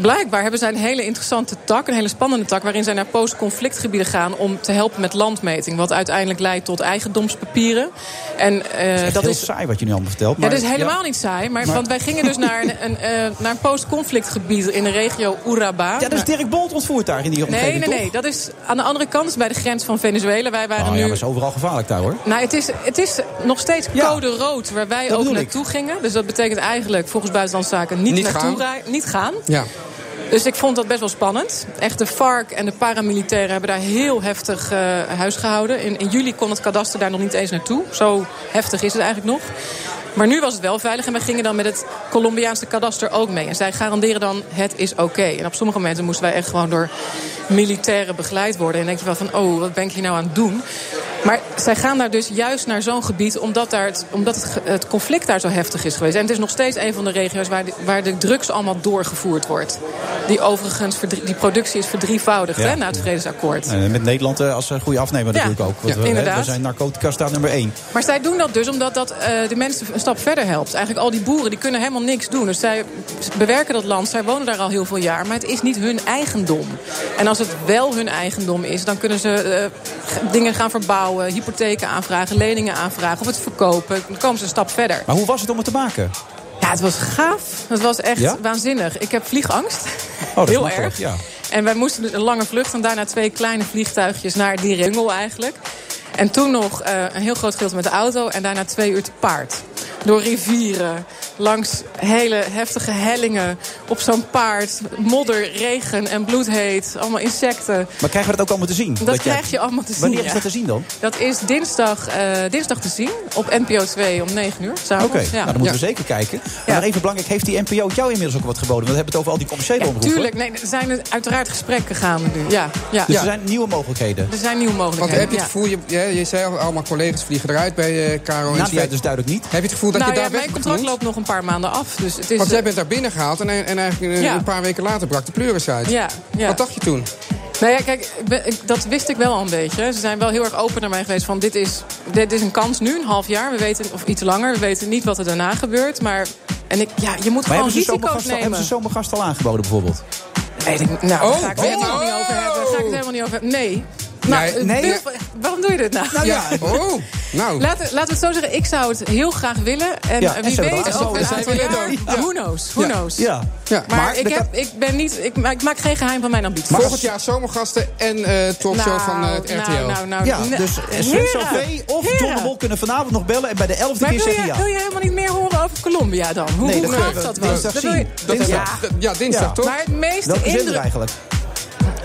Speaker 20: Blijkbaar hebben zij een hele interessante tak, een hele spannende tak... waarin zij naar post-conflictgebieden gaan om te helpen met landmeting. Wat uiteindelijk leidt tot eigendomspapieren. En,
Speaker 8: uh, dat is, dat is saai wat je nu allemaal vertelt.
Speaker 20: Maar... Ja, dat is helemaal ja. niet saai. Maar, maar, Want wij gingen dus naar een, een, uh, naar een post-conflictgebied in de regio Uraba.
Speaker 8: Ja, dus Dirk Bolt ontvoert daar in die omgeving,
Speaker 20: Nee, nee, nee.
Speaker 8: Toch?
Speaker 20: Dat is aan de andere kant, is bij de grens van Venezuela. Wij waren oh, nu... ja,
Speaker 8: maar is overal gevaarlijk daar, hoor.
Speaker 20: Nou, het is, het is nog steeds ja. code rood waar wij dat ook naartoe ik. gingen. Dus dat betekent eigenlijk volgens Buitenlandzaken niet, niet naartoe gaan. Niet gaan.
Speaker 9: Ja.
Speaker 20: Dus ik vond dat best wel spannend. Echt, de FARC en de paramilitairen hebben daar heel heftig uh, huis gehouden. In, in juli kon het kadaster daar nog niet eens naartoe. Zo heftig is het eigenlijk nog. Maar nu was het wel veilig en wij gingen dan met het Colombiaanse kadaster ook mee. En zij garanderen dan, het is oké. Okay. En op sommige momenten moesten wij echt gewoon door militairen begeleid worden. En denk je wel van, oh, wat ben ik hier nou aan het doen? Maar zij gaan daar dus juist naar zo'n gebied... omdat, daar het, omdat het, het, conflict daar zo heftig is geweest. En het is nog steeds een van de regio's waar de, waar de drugs allemaal doorgevoerd wordt. Die overigens, die productie is verdrievoudigd ja. hè, na het vredesakkoord.
Speaker 8: En Eh, met Nederland als goede afnemer ja. natuurlijk ook. Want ja, we, inderdaad. we zijn narcotica staat nummer één.
Speaker 20: Maar zij doen dat dus omdat dat uh, de mensen een stap verder helpt. Eigenlijk al die boeren, die kunnen helemaal niks doen. Dus zij bewerken dat land, zij wonen daar al heel veel jaar... maar het is niet hun eigendom. En als het wel hun eigendom is, dan kunnen ze uh, dingen gaan verbouwen hypotheken aanvragen, leningen aanvragen of het verkopen. Dan komen ze een stap verder.
Speaker 8: Maar hoe was het om het te maken? Oh,
Speaker 20: Ja, het was gaaf. Het was echt ja? waanzinnig. Ik heb vliegangst.
Speaker 8: Oh,
Speaker 20: Heel erg.
Speaker 8: Ja.
Speaker 20: En wij moesten dus een lange vlucht en daarna twee kleine vliegtuigjes naar die ringel eigenlijk. En toen nog uh, een heel groot gedeelte met de auto en daarna twee uur te paard. Door rivieren, langs hele heftige hellingen, op zo'n paard. Modder, regen en bloedheet, allemaal insecten.
Speaker 8: Maar krijgen we dat ook allemaal te zien?
Speaker 20: Dat, dat krijg je allemaal te zien,
Speaker 8: Hm, Wanneer
Speaker 20: ja.
Speaker 8: is dat te zien dan?
Speaker 20: Dat is dinsdag, uh, dinsdag te zien, op NPO 2 om 9 uur.
Speaker 8: Oké, okay. ja. nou, dan moeten we zeker kijken. Maar even belangrijk, heeft die NPO jou inmiddels ook wat geboden? Want we hebben het over al die commerciële omroepen.
Speaker 20: Tuurlijk, nee, er zijn uiteraard gesprekken gaande nu. Ja, ja.
Speaker 8: Dus er zijn nieuwe mogelijkheden?
Speaker 20: Er zijn nieuwe mogelijkheden,
Speaker 9: Want heb je het gevoel, je, je zei al, allemaal collega's vliegen eruit bij uh, Caro en
Speaker 8: Nadia dus duidelijk niet.
Speaker 9: Heb je het gevoel dat
Speaker 20: nou,
Speaker 9: je daar
Speaker 20: ja, Mijn contract loopt nog een paar maanden af. Dus het is,
Speaker 9: Want jij bent daar binnen gehaald en, en eigenlijk ja. een paar weken later brak de pleuris uit.
Speaker 20: Ja, ja.
Speaker 9: Wat dacht je toen?
Speaker 20: Nou ja, kijk, dat wist ik wel al een beetje. Ze zijn wel heel erg open naar mij geweest van dit is, dit is een kans nu, een half jaar. We weten, of iets langer, we weten niet wat er daarna gebeurt. Maar en ik, ja, je moet maar gewoon risico's nemen.
Speaker 8: hebben ze zomergast al aangeboden bijvoorbeeld?
Speaker 20: Nee, ik, nou, oh, daar ga ik het oh, helemaal oh. niet over hebben. Daar ga ik het helemaal niet over hebben. Nee, nou, nee, nee. waarom doe je dit nou?
Speaker 9: nou ja. oh, nou.
Speaker 20: Laten, laten we het zo zeggen, ik zou het heel graag willen. En
Speaker 8: ja,
Speaker 20: wie en weet over een aantal jaar, ja. who knows, who knows.
Speaker 8: Ja.
Speaker 20: Maar, maar ik, heb, ik, ben niet, ik, ik, maak geen geheim van mijn ambities.
Speaker 9: Volgend jaar zomergasten en uh, talkshow nou, van uh, het RTL.
Speaker 20: Nou, nou,
Speaker 8: ja, dus Sofie of Hera. John de Bol kunnen vanavond nog bellen... en bij de elfde
Speaker 20: maar
Speaker 8: keer zeggen
Speaker 20: je,
Speaker 8: ja.
Speaker 20: wil je helemaal niet meer horen over Colombia dan? Hoe, nee, hoe gaaf dat was?
Speaker 8: Dinsdag zien.
Speaker 9: Ja, dinsdag toch?
Speaker 20: Maar het meeste indruk...
Speaker 8: eigenlijk?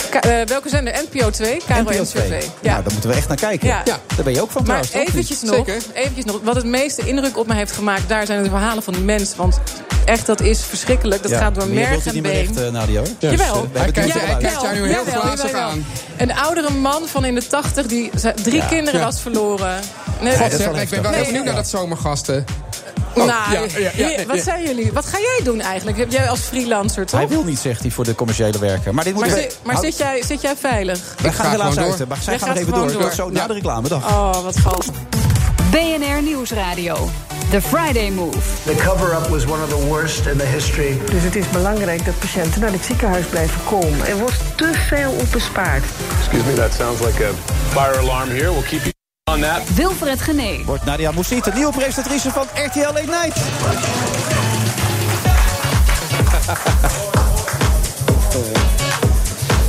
Speaker 20: K uh, welke zender? NPO 2, KRO NPO 2. Ja.
Speaker 8: Nou, daar moeten we echt naar kijken. Ja. ja. Daar ben je ook van
Speaker 20: maar
Speaker 8: trouwens.
Speaker 20: Maar eventjes nog, Zeker. eventjes nog, wat het meeste indruk op mij heeft gemaakt... daar zijn de verhalen van de mens. Want echt, dat is verschrikkelijk. Dat ja. gaat door
Speaker 8: Meer
Speaker 20: merg en
Speaker 8: niet been. Echt, uh, Nadia, yes.
Speaker 20: Jawel.
Speaker 9: Uh, hij kijkt, ja, kijkt jou nu heel glazig aan.
Speaker 20: Een oudere man van in de tachtig die drie kinderen was verloren.
Speaker 9: Nee, God, zeg, ik ben wel heel benieuwd naar dat zomergasten.
Speaker 20: Oh, nou, ja, ja, ja, nee, wat zijn jullie? Wat ga jij doen eigenlijk? Heb jij als freelancer toch?
Speaker 8: Hij wil niet, zegt hij, voor de commerciële werker. Maar, dit moet
Speaker 20: maar, zi maar zit, jij, zit jij veilig?
Speaker 8: Ik Wij gaan ga helaas uit. Maar zij gaan nog even door. door. Zo, na de reclame, dag.
Speaker 20: Oh, wat gal.
Speaker 3: BNR Nieuwsradio. The Friday Move.
Speaker 4: The cover-up was one of the worst in the history.
Speaker 5: Dus het is belangrijk dat patiënten naar het ziekenhuis blijven komen. Er wordt te veel op bespaard.
Speaker 7: Excuse me, that sounds like a fire alarm here. We'll keep you...
Speaker 3: Wilfred Gené.
Speaker 8: Wordt Nadia Moussi de nieuwe presentatrice van RTL Late Night.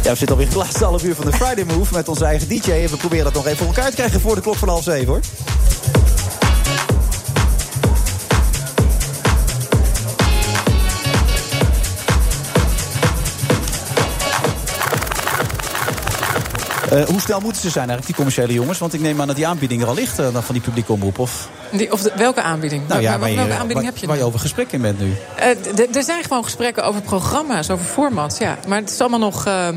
Speaker 8: Ja, we zitten alweer in het laatste half uur van de Friday Move met onze eigen DJ. En we proberen dat nog even voor elkaar te krijgen voor de klok van half zeven, hoor. Uh, hoe snel moeten ze zijn eigenlijk, die commerciële jongens? Want ik neem aan dat die aanbieding er al ligt uh, van die publieke omroep. Of,
Speaker 20: die, of de, welke aanbieding?
Speaker 8: Nou, ja,
Speaker 20: maar,
Speaker 8: waar,
Speaker 20: welke je, aanbieding
Speaker 8: waar,
Speaker 20: heb je
Speaker 8: Waar je over gesprek in bent nu.
Speaker 20: Uh, er zijn gewoon gesprekken over programma's, over formats, ja. Maar het is allemaal nog ehm,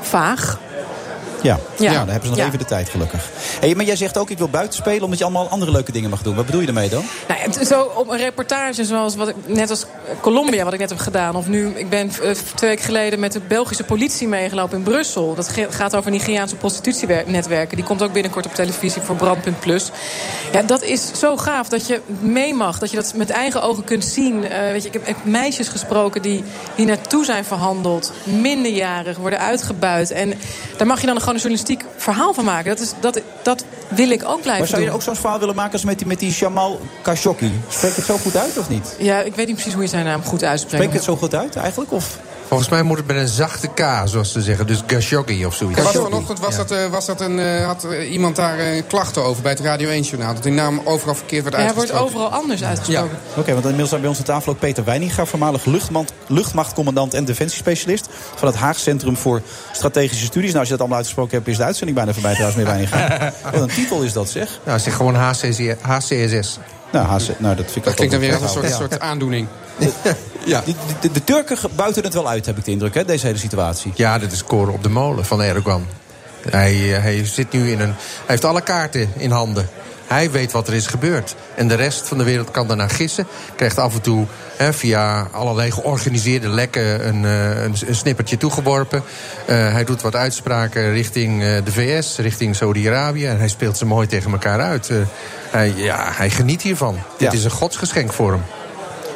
Speaker 20: vaag.
Speaker 8: Ja. Ja. ja, dan hebben ze nog ja. even de tijd, gelukkig. Hey, maar jij zegt ook, ik wil buiten spelen omdat je allemaal andere leuke dingen mag doen. Wat bedoel je ermee dan?
Speaker 20: Nou, zo op een reportage zoals wat ik net als Colombia, wat ik net heb gedaan. Of nu, ik ben eh, twee weken geleden met de Belgische politie meegelopen in Brussel. Dat ge- gaat over Nigeriaanse prostitutienetwerken. Die komt ook binnenkort op televisie voor Brandpunt Plus. Ja, dat is zo gaaf dat je mee mag. Dat je dat met eigen ogen kunt zien. Eh, weet je, ik heb, ik heb meisjes gesproken die hier naartoe zijn verhandeld. Minderjarig, worden uitgebuit. En daar mag je dan gewoon een journalistiek verhaal van maken. Dat, is, dat, dat wil ik ook blijven
Speaker 8: Maar zou je
Speaker 20: doen.
Speaker 8: ook zo'n verhaal willen maken als met die, met die Jamal Khashoggi? Spreek ik het zo goed uit of niet?
Speaker 20: Ja, ik weet niet precies hoe je zijn naam goed uitspreekt.
Speaker 8: Spreek ik het zo goed uit eigenlijk? Of?
Speaker 21: Volgens mij moet het met een zachte K, zoals ze zeggen. Dus Khashoggi of zoiets.
Speaker 9: Er Was vanochtend was dat, eh, was dat een, eh, had eh, iemand daar eh, klachten over bij het Radio 1-journaal. Dat die naam overal verkeerd werd
Speaker 20: Ja, hij wordt
Speaker 9: uitgesproken.
Speaker 20: overal anders uitgesproken.
Speaker 8: Oké, want inmiddels zijn bij ons aan tafel ook Peter Weininga... voormalig luchtman- luchtmachtcommandant en defensiespecialist... van het Haag Centrum voor Strategische Studies. Nou, als je dat allemaal uitgesproken hebt... is de uitzending bijna voorbij trouwens, meneer Weininga. Wat een titel is dat, zeg.
Speaker 21: Nou, zeg gewoon HCC HCSS.
Speaker 8: Nou, HC, nou dat vind ik
Speaker 9: Dat klinkt dan weer als een soort,
Speaker 8: Ja.
Speaker 9: soort
Speaker 8: *laughs*
Speaker 9: aandoening.
Speaker 8: Ja. De, de, de Turken ge- buiten het wel uit, heb ik de indruk, hè, deze hele situatie.
Speaker 21: Ja, dit is koren op de molen van Erdogan. Hij, eh, hij zit nu in een. Hij heeft alle kaarten in handen. Hij weet wat er is gebeurd. En de rest van de wereld kan daarna gissen. Krijgt af en toe hè, via allerlei georganiseerde lekken een, eh, een, een snippertje toegeworpen. Eh, hij doet wat uitspraken richting eh, de VS, richting Saudi-Arabië. En hij speelt ze mooi tegen elkaar uit. Eh, hij, ja, hij geniet hiervan. Dit is een godsgeschenk voor hem.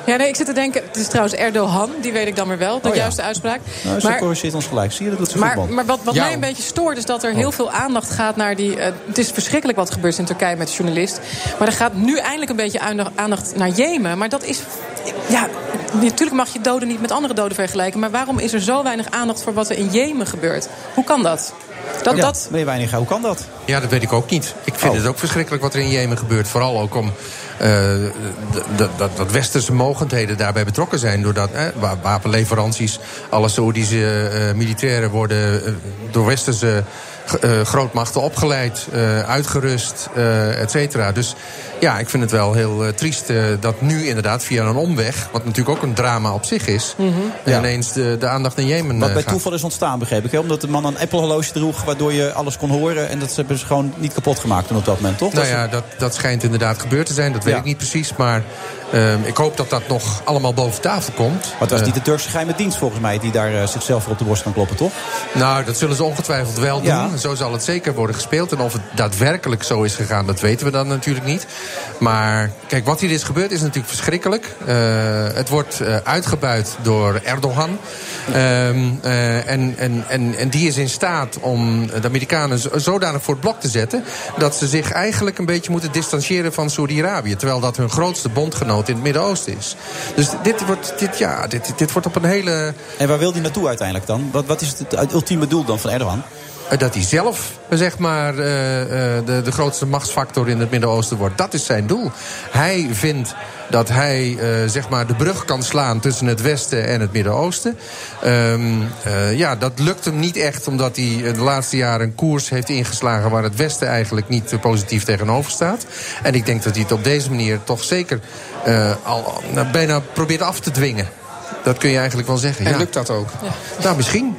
Speaker 20: Ja, nee, ik zit te denken. Het is trouwens Erdogan, die weet ik dan weer wel, de
Speaker 8: Oh ja.
Speaker 20: juiste uitspraak.
Speaker 8: Nou, ze
Speaker 20: maar,
Speaker 8: corrigeert ons gelijk. Zie je, dat doet ze goed,
Speaker 20: maar,
Speaker 8: man.
Speaker 20: maar wat, wat
Speaker 8: Ja.
Speaker 20: mij een beetje stoort is dat er
Speaker 8: Oh.
Speaker 20: heel veel aandacht gaat naar die. eh, het is verschrikkelijk wat er gebeurt in Turkije met de journalist. Maar er gaat nu eindelijk een beetje aandacht- aandacht naar Jemen. Maar dat is. Ja, natuurlijk mag je doden niet met andere doden vergelijken. Maar waarom is er zo weinig aandacht voor wat er in Jemen gebeurt? Hoe kan dat? Dat,
Speaker 21: Ja.
Speaker 20: dat
Speaker 8: Meneer Weininga, hoe kan dat? Oh.
Speaker 21: Ja, dat weet ik ook niet. Ik vind het ook verschrikkelijk wat er in Jemen gebeurt. Vooral ook om eh, d- d- dat, dat westerse mogendheden daarbij betrokken zijn. Doordat eh, wa- wapenleveranties, alle Saoedische eh, militairen worden eh, door westerse g- eh, grootmachten opgeleid, eh, uitgerust, eh et cetera. Dus ja, ik vind het wel heel eh, triest eh, dat nu inderdaad via een omweg, wat natuurlijk ook een drama op zich is,
Speaker 8: Mhm.
Speaker 21: eh,
Speaker 8: Ja.
Speaker 21: ineens de, de aandacht in Jemen
Speaker 8: Wat
Speaker 21: eh,
Speaker 8: bij
Speaker 21: gaat.
Speaker 8: toeval is ontstaan, begreep ik. Hè? Omdat de man een Apple-horloge droeg, waardoor je alles kon horen. En dat hebben ze gewoon niet kapot gemaakt toen op dat moment, toch?
Speaker 21: Nou
Speaker 8: Dat is-
Speaker 21: ja, dat, dat schijnt inderdaad gebeurd te zijn. Dat weet ik niet precies. Maar ehm, ik hoop dat dat nog allemaal boven tafel komt. Eh.
Speaker 8: Maar het was niet de Turkse geheime dienst, volgens mij, die daar eh, zichzelf voor op de borst kan kloppen, toch?
Speaker 21: Nou, dat zullen ze ongetwijfeld wel doen.
Speaker 8: Ja.
Speaker 21: Zo zal het zeker worden gespeeld. En of het daadwerkelijk zo is gegaan, dat weten we dan natuurlijk niet. Maar kijk, wat hier is gebeurd is natuurlijk verschrikkelijk. Eh, het wordt eh, uitgebuit door Erdogan. Ehm, eh, en, en, en, en die is in staat om de Amerikanen z- zodanig voor het blok te zetten... dat ze zich eigenlijk een beetje moeten distancieren van Saudi-Arabië. Terwijl dat hun grootste bondgenoot in het Midden-Oosten is. Dus dit wordt, dit, ja, dit, dit wordt op een hele...
Speaker 8: En waar wil die naartoe uiteindelijk dan? Wat, wat is het, het ultieme doel dan van Erdogan?
Speaker 21: Eh, Dat hij zelf, zeg maar, eh, eh, de, de grootste machtsfactor in het Midden-Oosten wordt. Dat is zijn doel. Hij vindt dat hij, eh, zeg maar, de brug kan slaan tussen het Westen en het Midden-Oosten. Ehm, eh, ja, dat lukt hem niet echt, omdat hij eh, de laatste jaren een koers heeft ingeslagen... waar het Westen eigenlijk niet eh, positief tegenover staat. En ik denk dat hij het op deze manier toch zeker eh, al, nou, bijna probeert af te dwingen. Dat kun je eigenlijk wel zeggen.
Speaker 9: En
Speaker 21: ja.
Speaker 9: lukt dat ook?
Speaker 21: Nou, misschien.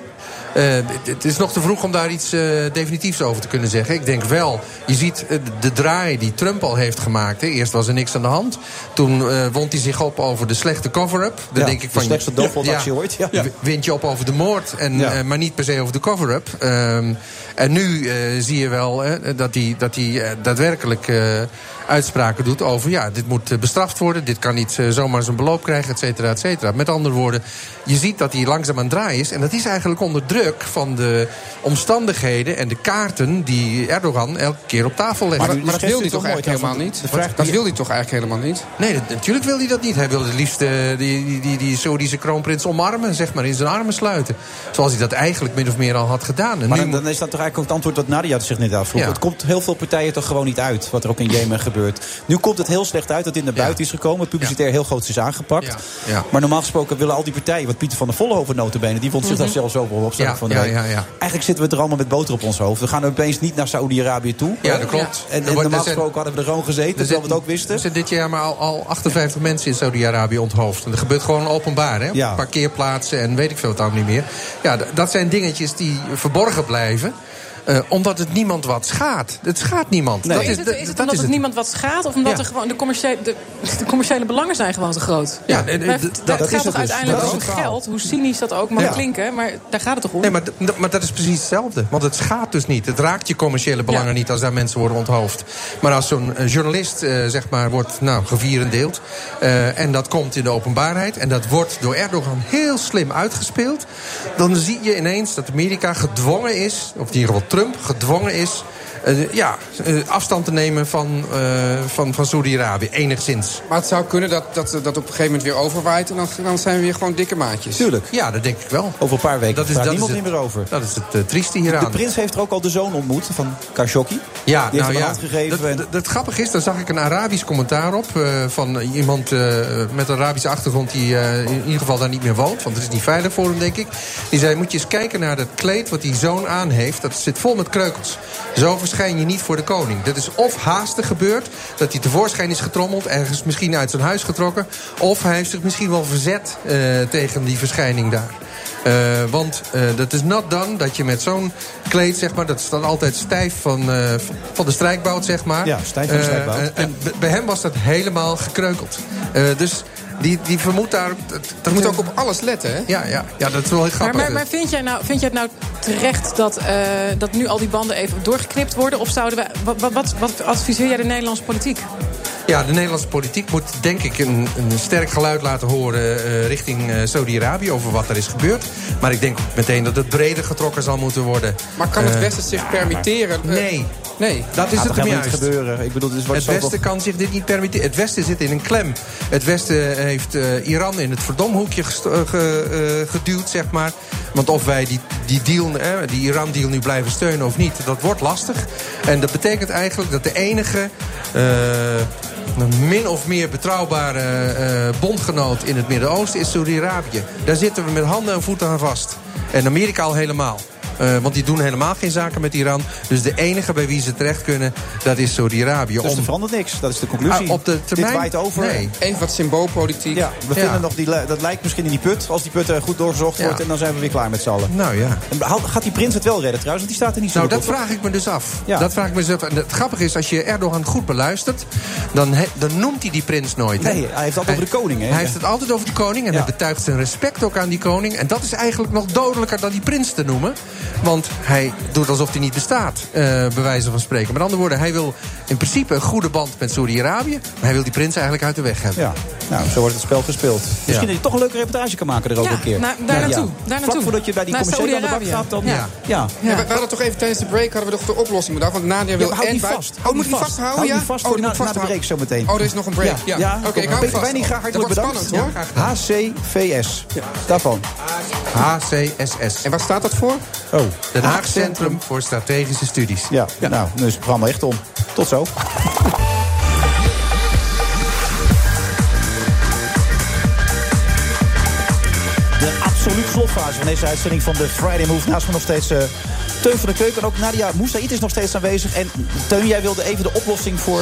Speaker 21: Eh, het- het is nog te vroeg om daar iets eh, definitiefs over te kunnen zeggen. Ik denk wel, je ziet eh, de draai die Trump al heeft gemaakt. Hè. Eerst was er niks aan de hand. Toen eh, wond hij zich op over de slechte cover-up. Dan
Speaker 8: Ja,
Speaker 21: denk ik
Speaker 8: de
Speaker 21: van,
Speaker 8: slechtste doofpotactie ooit, ja.
Speaker 21: w- Wind je op over de moord, en,
Speaker 8: Ja.
Speaker 21: eh, maar niet per se over de cover-up. Ehm, en nu eh, zie je wel eh, dat hij dat hij, eh, daadwerkelijk eh, uitspraken doet over... ja, dit moet eh, bestraft worden, dit kan niet eh, zomaar zijn beloop krijgen, et cetera, et cetera. Met andere woorden, je ziet dat hij langzaam aan het draaien is. En dat is eigenlijk onder druk van de omstandigheden en de kaarten... die Erdogan elke keer op tafel legt.
Speaker 9: Maar, dat- maar dat wil hij toch eigenlijk helemaal niet? Dat, dat wil hij toch eigenlijk helemaal niet?
Speaker 21: Nee, dat- natuurlijk wil hij dat niet. Hij wil het liefst eh, die, die, die, die Saoedische kroonprins omarmen, zeg maar, in zijn armen sluiten. Zoals hij dat eigenlijk min of meer al had gedaan. En
Speaker 8: Maar
Speaker 21: nu
Speaker 8: dan, dan is dat toch eigenlijk ook het antwoord dat Nadia zich net afvroeg.
Speaker 21: Ja.
Speaker 8: Het komt heel veel partijen toch gewoon niet uit, wat er ook in Jemen gebeurt. Nu komt het heel slecht uit dat dit naar buiten is gekomen. Publicitair heel groot is aangepakt.
Speaker 21: Ja.
Speaker 8: Maar normaal gesproken willen al die partijen, wat Pieter van der Vollenhoven notabene... die vond zich daar
Speaker 21: Mhm.
Speaker 8: zelfs over op zaterdag
Speaker 21: Ja,
Speaker 8: van de
Speaker 21: ja,
Speaker 8: week.
Speaker 21: ja, ja.
Speaker 8: Eigenlijk zitten we er allemaal met boter op ons hoofd. We gaan opeens niet naar Saudi-Arabië toe.
Speaker 21: Ja, dat klopt.
Speaker 8: En,
Speaker 21: Er wordt- er
Speaker 8: en normaal
Speaker 21: zijn-
Speaker 8: gesproken hadden we er gewoon gezeten,
Speaker 21: Er
Speaker 8: terwijl we
Speaker 21: zit-
Speaker 8: het ook wisten.
Speaker 21: Er zijn dit jaar maar al, al 58 mensen in Saudi-Arabië onthoofd. En dat gebeurt gewoon openbaar, hè? Op
Speaker 8: Ja.
Speaker 21: Parkeerplaatsen en weet ik veel het allemaal niet meer. Ja, d- dat zijn dingetjes die verborgen blijven. Eh, Uh, omdat het niemand wat schaadt. Het schaadt niemand.
Speaker 20: Nee. Dat is, het, is het dat omdat is het niemand wat schaadt? Of omdat ja. er gewoon de, commerciële, de, de, commerciële belangen zijn gewoon te groot?
Speaker 21: Ja, nee,
Speaker 20: nee, dat, dat, gaat toch uiteindelijk over geld? Hoe cynisch dat ook mag ja. klinken. Maar daar gaat het toch om?
Speaker 21: Nee, maar, maar, dat is precies hetzelfde. Want het schaadt dus niet. Het raakt je commerciële belangen ja. niet als daar mensen worden onthoofd. Maar als zo'n journalist, uh, zeg maar, wordt nou, gevierendeeld... Uh, en dat komt in de openbaarheid... en dat wordt door Erdogan heel slim uitgespeeld... dan zie je ineens dat Amerika gedwongen is... of in ieder geval Trump gedwongen is... Uh, ja, uh, afstand te nemen van, uh, van, van Saudi-Arabië, enigszins.
Speaker 9: Maar het zou kunnen dat dat, dat op een gegeven moment weer overwaait... en dan, dan zijn we weer gewoon dikke maatjes.
Speaker 21: Tuurlijk. Ja, dat denk ik wel.
Speaker 8: Over een paar weken
Speaker 21: dat is,
Speaker 8: daar
Speaker 21: dat
Speaker 8: niemand
Speaker 21: is
Speaker 8: het, meer over.
Speaker 21: Dat is het eh, trieste hieraan.
Speaker 8: De prins heeft er ook al de zoon ontmoet van Khashoggi.
Speaker 21: Ja,
Speaker 8: Die
Speaker 21: nou
Speaker 8: heeft
Speaker 21: ja,
Speaker 8: hand gegeven.
Speaker 21: Dat,
Speaker 8: en...
Speaker 21: dat, dat, grappig is, daar zag ik een Arabisch commentaar op... eh, van iemand eh, met een Arabische achtergrond die eh, in ieder geval daar niet meer woont... want het is niet veilig voor hem, denk ik. Die zei, moet je eens kijken naar dat kleed wat die zoon aan heeft. Dat zit vol met kreukels. Zo verschijn je niet voor de koning. Dat is of haastig gebeurd, dat hij tevoorschijn is getrommeld... ergens misschien uit zijn huis getrokken... of hij heeft zich misschien wel verzet uh, tegen die verschijning daar. Uh, want dat uh, is nat dan dat je met zo'n kleed, zeg maar... dat is dan altijd stijf van, eh, van de strijkbout, zeg maar. Eh,
Speaker 8: Ja, stijf van de strijkbout.
Speaker 21: en bij hem was dat helemaal gekreukeld. dus die, die vermoedt daar...
Speaker 9: Dat moet ook op alles letten, hè?
Speaker 21: Ja, ja, ja dat is wel heel grappig.
Speaker 20: Maar, maar, maar vind, jij nou, vind jij het nou terecht dat, uh, dat nu al die banden even doorgeknipt worden? Of zouden we, wat, wat, wat adviseer jij de Nederlandse politiek?
Speaker 21: Ja, de Nederlandse politiek moet denk ik een, een sterk geluid laten horen uh, richting uh, Saudi-Arabië over wat er is gebeurd. Maar ik denk ook meteen dat het breder getrokken zal moeten worden. Eh,
Speaker 9: Maar kan het Westen zich ja, permitteren? eh,
Speaker 21: Nee. Nee, dat is
Speaker 8: Gaat
Speaker 21: het hem
Speaker 8: juist. gebeuren. Ik bedoel,
Speaker 21: dus wat het Westen toch... kan zich dit niet permitteren. Het Westen zit in een klem. Het Westen heeft uh, Iran in het verdomhoekje eh, ge uh, geduwd, zeg maar. Want of wij die, die, deal, eh, die Iran-deal nu blijven steunen of niet, dat wordt lastig. En dat betekent eigenlijk dat de enige... Uh, min of meer betrouwbare eh, bondgenoot in het Midden-Oosten is Saudi-Arabië. Daar zitten we met handen en voeten aan vast. En Amerika al helemaal. Uh, want die doen helemaal geen zaken met Iran. Dus de enige bij wie ze terecht kunnen, dat is Saudi-Arabië.
Speaker 8: Dus Om... er verandert niks, dat is de conclusie.
Speaker 21: Uh, op de termijn?
Speaker 8: Dit waait over.
Speaker 21: Nee.
Speaker 9: Even wat symboolpolitiek.
Speaker 8: Ja, we ja. vinden nog die, dat lijkt misschien in die put. Als die put uh, goed doorgezocht ja. wordt, en dan zijn we weer klaar met z'n allen.
Speaker 21: Nou ja.
Speaker 8: En gaat die prins het wel redden trouwens? Want die staat er niet zo
Speaker 21: Nou, dat
Speaker 8: op,
Speaker 21: vraag op. ik me dus af. Ja. Dat vraag ik me dus af. En het grappige is, als je Erdogan goed beluistert... dan, he, dan noemt hij die prins nooit.
Speaker 8: He? Nee, hij heeft het altijd hij, over de koning. He?
Speaker 21: Hij heeft het altijd over de koning. En hij betuigt zijn respect ook aan die koning. En dat is eigenlijk nog dodelijker dan die prins te noemen. Want hij doet alsof hij niet bestaat, uh, bij wijze van spreken. Met andere woorden, hij wil in principe een goede band met Saudi-Arabië... maar hij wil die prins eigenlijk uit de weg hebben.
Speaker 8: Ja, nou, zo wordt het spel gespeeld. Ja. Misschien dat je toch een leuke reportage kan maken erover
Speaker 20: ja,
Speaker 8: een keer.
Speaker 20: Na, daar naartoe. Ja. Daar naartoe.
Speaker 8: Vlak voordat je bij die commerciële aan de bak gaat, dan... Ja. Ja.
Speaker 9: we hadden toch even tijdens de break hadden we toch de oplossing bedacht. Want Nadia wil...
Speaker 8: houd
Speaker 9: en
Speaker 8: die vast.
Speaker 9: Oh, moet die vasthouden, ja?
Speaker 8: vast oh, na, na de break zo meteen.
Speaker 9: Oh, er is nog een break. Ja, oké, ik hou vast.
Speaker 8: Weinig graag hartelijk bedankt. HCVS. Daarvan.
Speaker 21: HCSS.
Speaker 9: En waar staat dat voor?
Speaker 8: Oh.
Speaker 21: Den Haag Centrum voor Strategische Studies.
Speaker 8: Ja, ja. nou, nu is het programma echt om. Tot zo. De absolute slotfase van deze uitzending van de Friday Move. Naast me nog steeds uh, Teun van de Keuken. En ook Nadia Moussaïd is nog steeds aanwezig. En Teun, jij wilde even de oplossing voor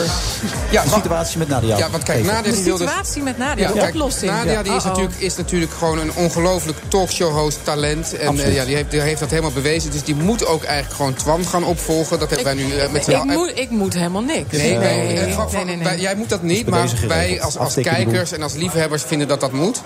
Speaker 8: ja, de situatie met Nadia.
Speaker 9: Ja, want kijk,
Speaker 8: even.
Speaker 9: Nadia...
Speaker 20: De situatie met Nadia, ja, de oplossing.
Speaker 9: Kijk, Nadia die is,
Speaker 20: Uh-oh.
Speaker 9: natuurlijk, is natuurlijk gewoon een ongelooflijk talkshow-host talent. En uh, ja, die heeft, die heeft dat helemaal bewezen. Dus die moet ook eigenlijk gewoon Twan gaan opvolgen. Dat hebben
Speaker 20: Ik-
Speaker 9: wij nu eh, met
Speaker 20: Ik, moet, ik moet helemaal niks.
Speaker 9: Nee, nee,
Speaker 20: nee,
Speaker 9: eh, van-
Speaker 20: nee,
Speaker 9: van-
Speaker 20: nee, nee.
Speaker 9: wij- Jij moet dat niet,
Speaker 8: bij
Speaker 9: maar
Speaker 8: deze geregeld.
Speaker 9: wij als, als
Speaker 8: Aftekening
Speaker 9: kijkers en als liefhebbers vinden dat dat moet.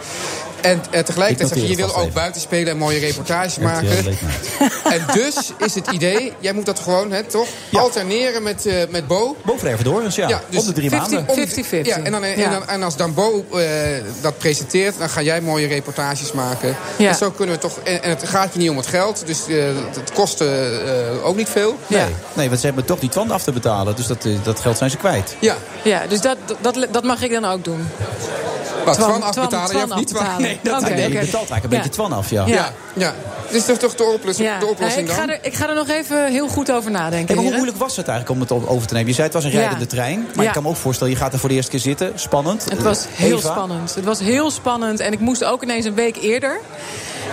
Speaker 9: En eh,
Speaker 8: Ik
Speaker 9: tegelijkertijd zeg je,
Speaker 8: noteer
Speaker 9: je
Speaker 8: het
Speaker 9: wil
Speaker 8: vast
Speaker 9: ook
Speaker 8: even.
Speaker 9: buiten spelen en mooie reportages
Speaker 8: Ja,
Speaker 9: maken.
Speaker 8: dat leek me.
Speaker 9: *laughs* En dus is het idee, jij moet dat gewoon, hè, toch? Alterneren met, eh, met Bo.
Speaker 8: Boven even door, dus ja.
Speaker 9: Ja, dus
Speaker 8: Op de drie
Speaker 20: 50
Speaker 8: maanden.
Speaker 9: Om-
Speaker 20: 50-50.
Speaker 9: Ja, en, dan, en, dan- en als Dan Bo eh, dat presenteert, dan ga jij mooie reportages maken.
Speaker 20: Ja.
Speaker 9: En zo kunnen we toch. En, en het gaat je niet om het geld, dus eh, het kost eh, eh, ook niet veel.
Speaker 20: Ja.
Speaker 8: Nee. nee, want ze hebben toch die tand af te betalen. Dus dat, eh, dat geld zijn ze kwijt.
Speaker 9: Ja,
Speaker 20: Ja, dus dat, dat, dat mag ik dan ook doen.
Speaker 9: wat
Speaker 20: Twan-
Speaker 9: van afbetalen,
Speaker 20: Twan-
Speaker 9: je hebt niet
Speaker 20: Twan
Speaker 9: waar.
Speaker 20: afbetalen.
Speaker 9: Nee.
Speaker 20: Oké,
Speaker 8: nee, je
Speaker 20: oké.
Speaker 8: betaalt eigenlijk een
Speaker 20: Ja.
Speaker 8: beetje twan af, ja.
Speaker 20: Ja.
Speaker 9: Ja, ja. Dus dat is toch de, oplossing
Speaker 20: Ja.
Speaker 9: de oplossing
Speaker 20: Nee, ik, ga
Speaker 9: dan?
Speaker 20: er, ik ga er nog even heel goed over nadenken.
Speaker 8: Hey, maar hoe
Speaker 20: heren.
Speaker 8: moeilijk was het eigenlijk om het over te nemen? Je zei het was een rijdende
Speaker 20: Ja.
Speaker 8: trein. Maar ik
Speaker 20: Ja.
Speaker 8: kan me ook voorstellen, je gaat er voor de eerste keer zitten. Spannend.
Speaker 20: Het was heel
Speaker 8: Eva?
Speaker 20: spannend. Het was heel spannend. En ik moest ook ineens een week eerder.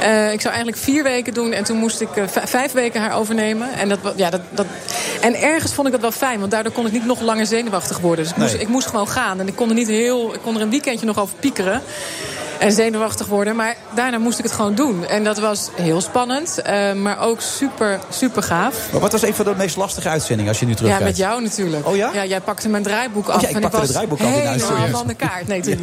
Speaker 20: Eh, ik zou eigenlijk vier weken doen. En toen moest ik eh, v- vijf weken haar overnemen. En, dat, wa- ja, dat, dat, en ergens vond ik dat wel fijn. Want daardoor kon ik niet nog langer zenuwachtig worden. Dus ik, moest,
Speaker 8: Nee.
Speaker 20: ik moest gewoon gaan. En ik kon er, niet heel, ik kon er een weekendje nog over piekeren. en zenuwachtig worden. Maar daarna moest ik het gewoon doen. En dat was heel spannend, uh, maar ook super, super gaaf.
Speaker 8: Maar wat was een van de meest lastige uitzendingen als je nu terugkijkt?
Speaker 20: Ja, met jou natuurlijk.
Speaker 8: Oh ja?
Speaker 20: Ja, jij pakte mijn draaiboek af. Oh,
Speaker 8: ja, ik
Speaker 20: en
Speaker 8: pakte
Speaker 20: ik was
Speaker 8: het draaiboek af in huis.
Speaker 20: helemaal van de kaart.
Speaker 8: *laughs*
Speaker 20: Nee, natuurlijk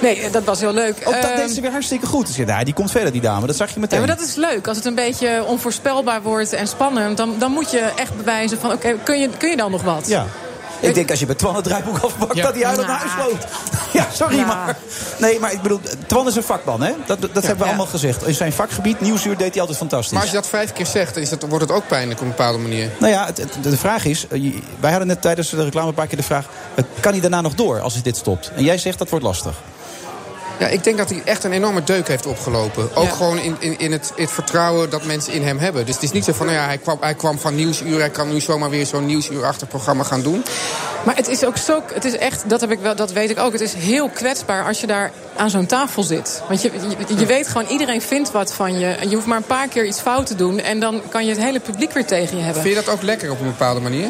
Speaker 20: niet. Nee, dat was heel leuk. Ehm,
Speaker 8: Ook dat deed ze weer hartstikke goed. Dus ja, die komt verder, die dame. Dat zag je meteen.
Speaker 20: Ja, maar dat is leuk. Als het een beetje onvoorspelbaar wordt en spannend... dan, dan moet je echt bewijzen van, oké, okay, kun, je, kun je dan nog wat?
Speaker 8: Ja. Ik denk als je bij Twan het draaiboek afpakt, ja. dat hij uit het nah. huis *laughs* loopt. Ja, sorry, nah. maar... Nee, maar ik bedoel, Twan is een vakman, hè? Dat, dat ja, hebben we ja. allemaal gezegd. In zijn vakgebied, Nieuwsuur, deed hij altijd fantastisch.
Speaker 9: Maar als je dat vijf keer zegt, is dat, wordt het ook pijnlijk op een bepaalde manier.
Speaker 8: Nou ja, het, het, de vraag is... eh, Wij hadden net tijdens de reclame een paar keer de vraag... eh, Kan hij daarna nog door als hij dit stopt? En jij zegt, dat wordt lastig.
Speaker 9: Ja, ik denk dat hij echt een enorme deuk heeft opgelopen. Ook ja. gewoon in, in, in het, het, vertrouwen dat mensen in hem hebben. Dus het is niet zo van, nou ja, hij kwam, hij kwam van nieuwsuur... hij kan nu zomaar weer zo'n nieuwsuurachtig programma gaan doen.
Speaker 20: Maar het is ook zo, het is echt, dat, heb ik wel, dat weet ik ook... het is heel kwetsbaar als je daar aan zo'n tafel zit. Want je, je, je, weet gewoon, iedereen vindt wat van je. En je hoeft maar een paar keer iets fout te doen... en dan kan je het hele publiek weer tegen je hebben.
Speaker 9: Vind je dat ook lekker op een bepaalde manier?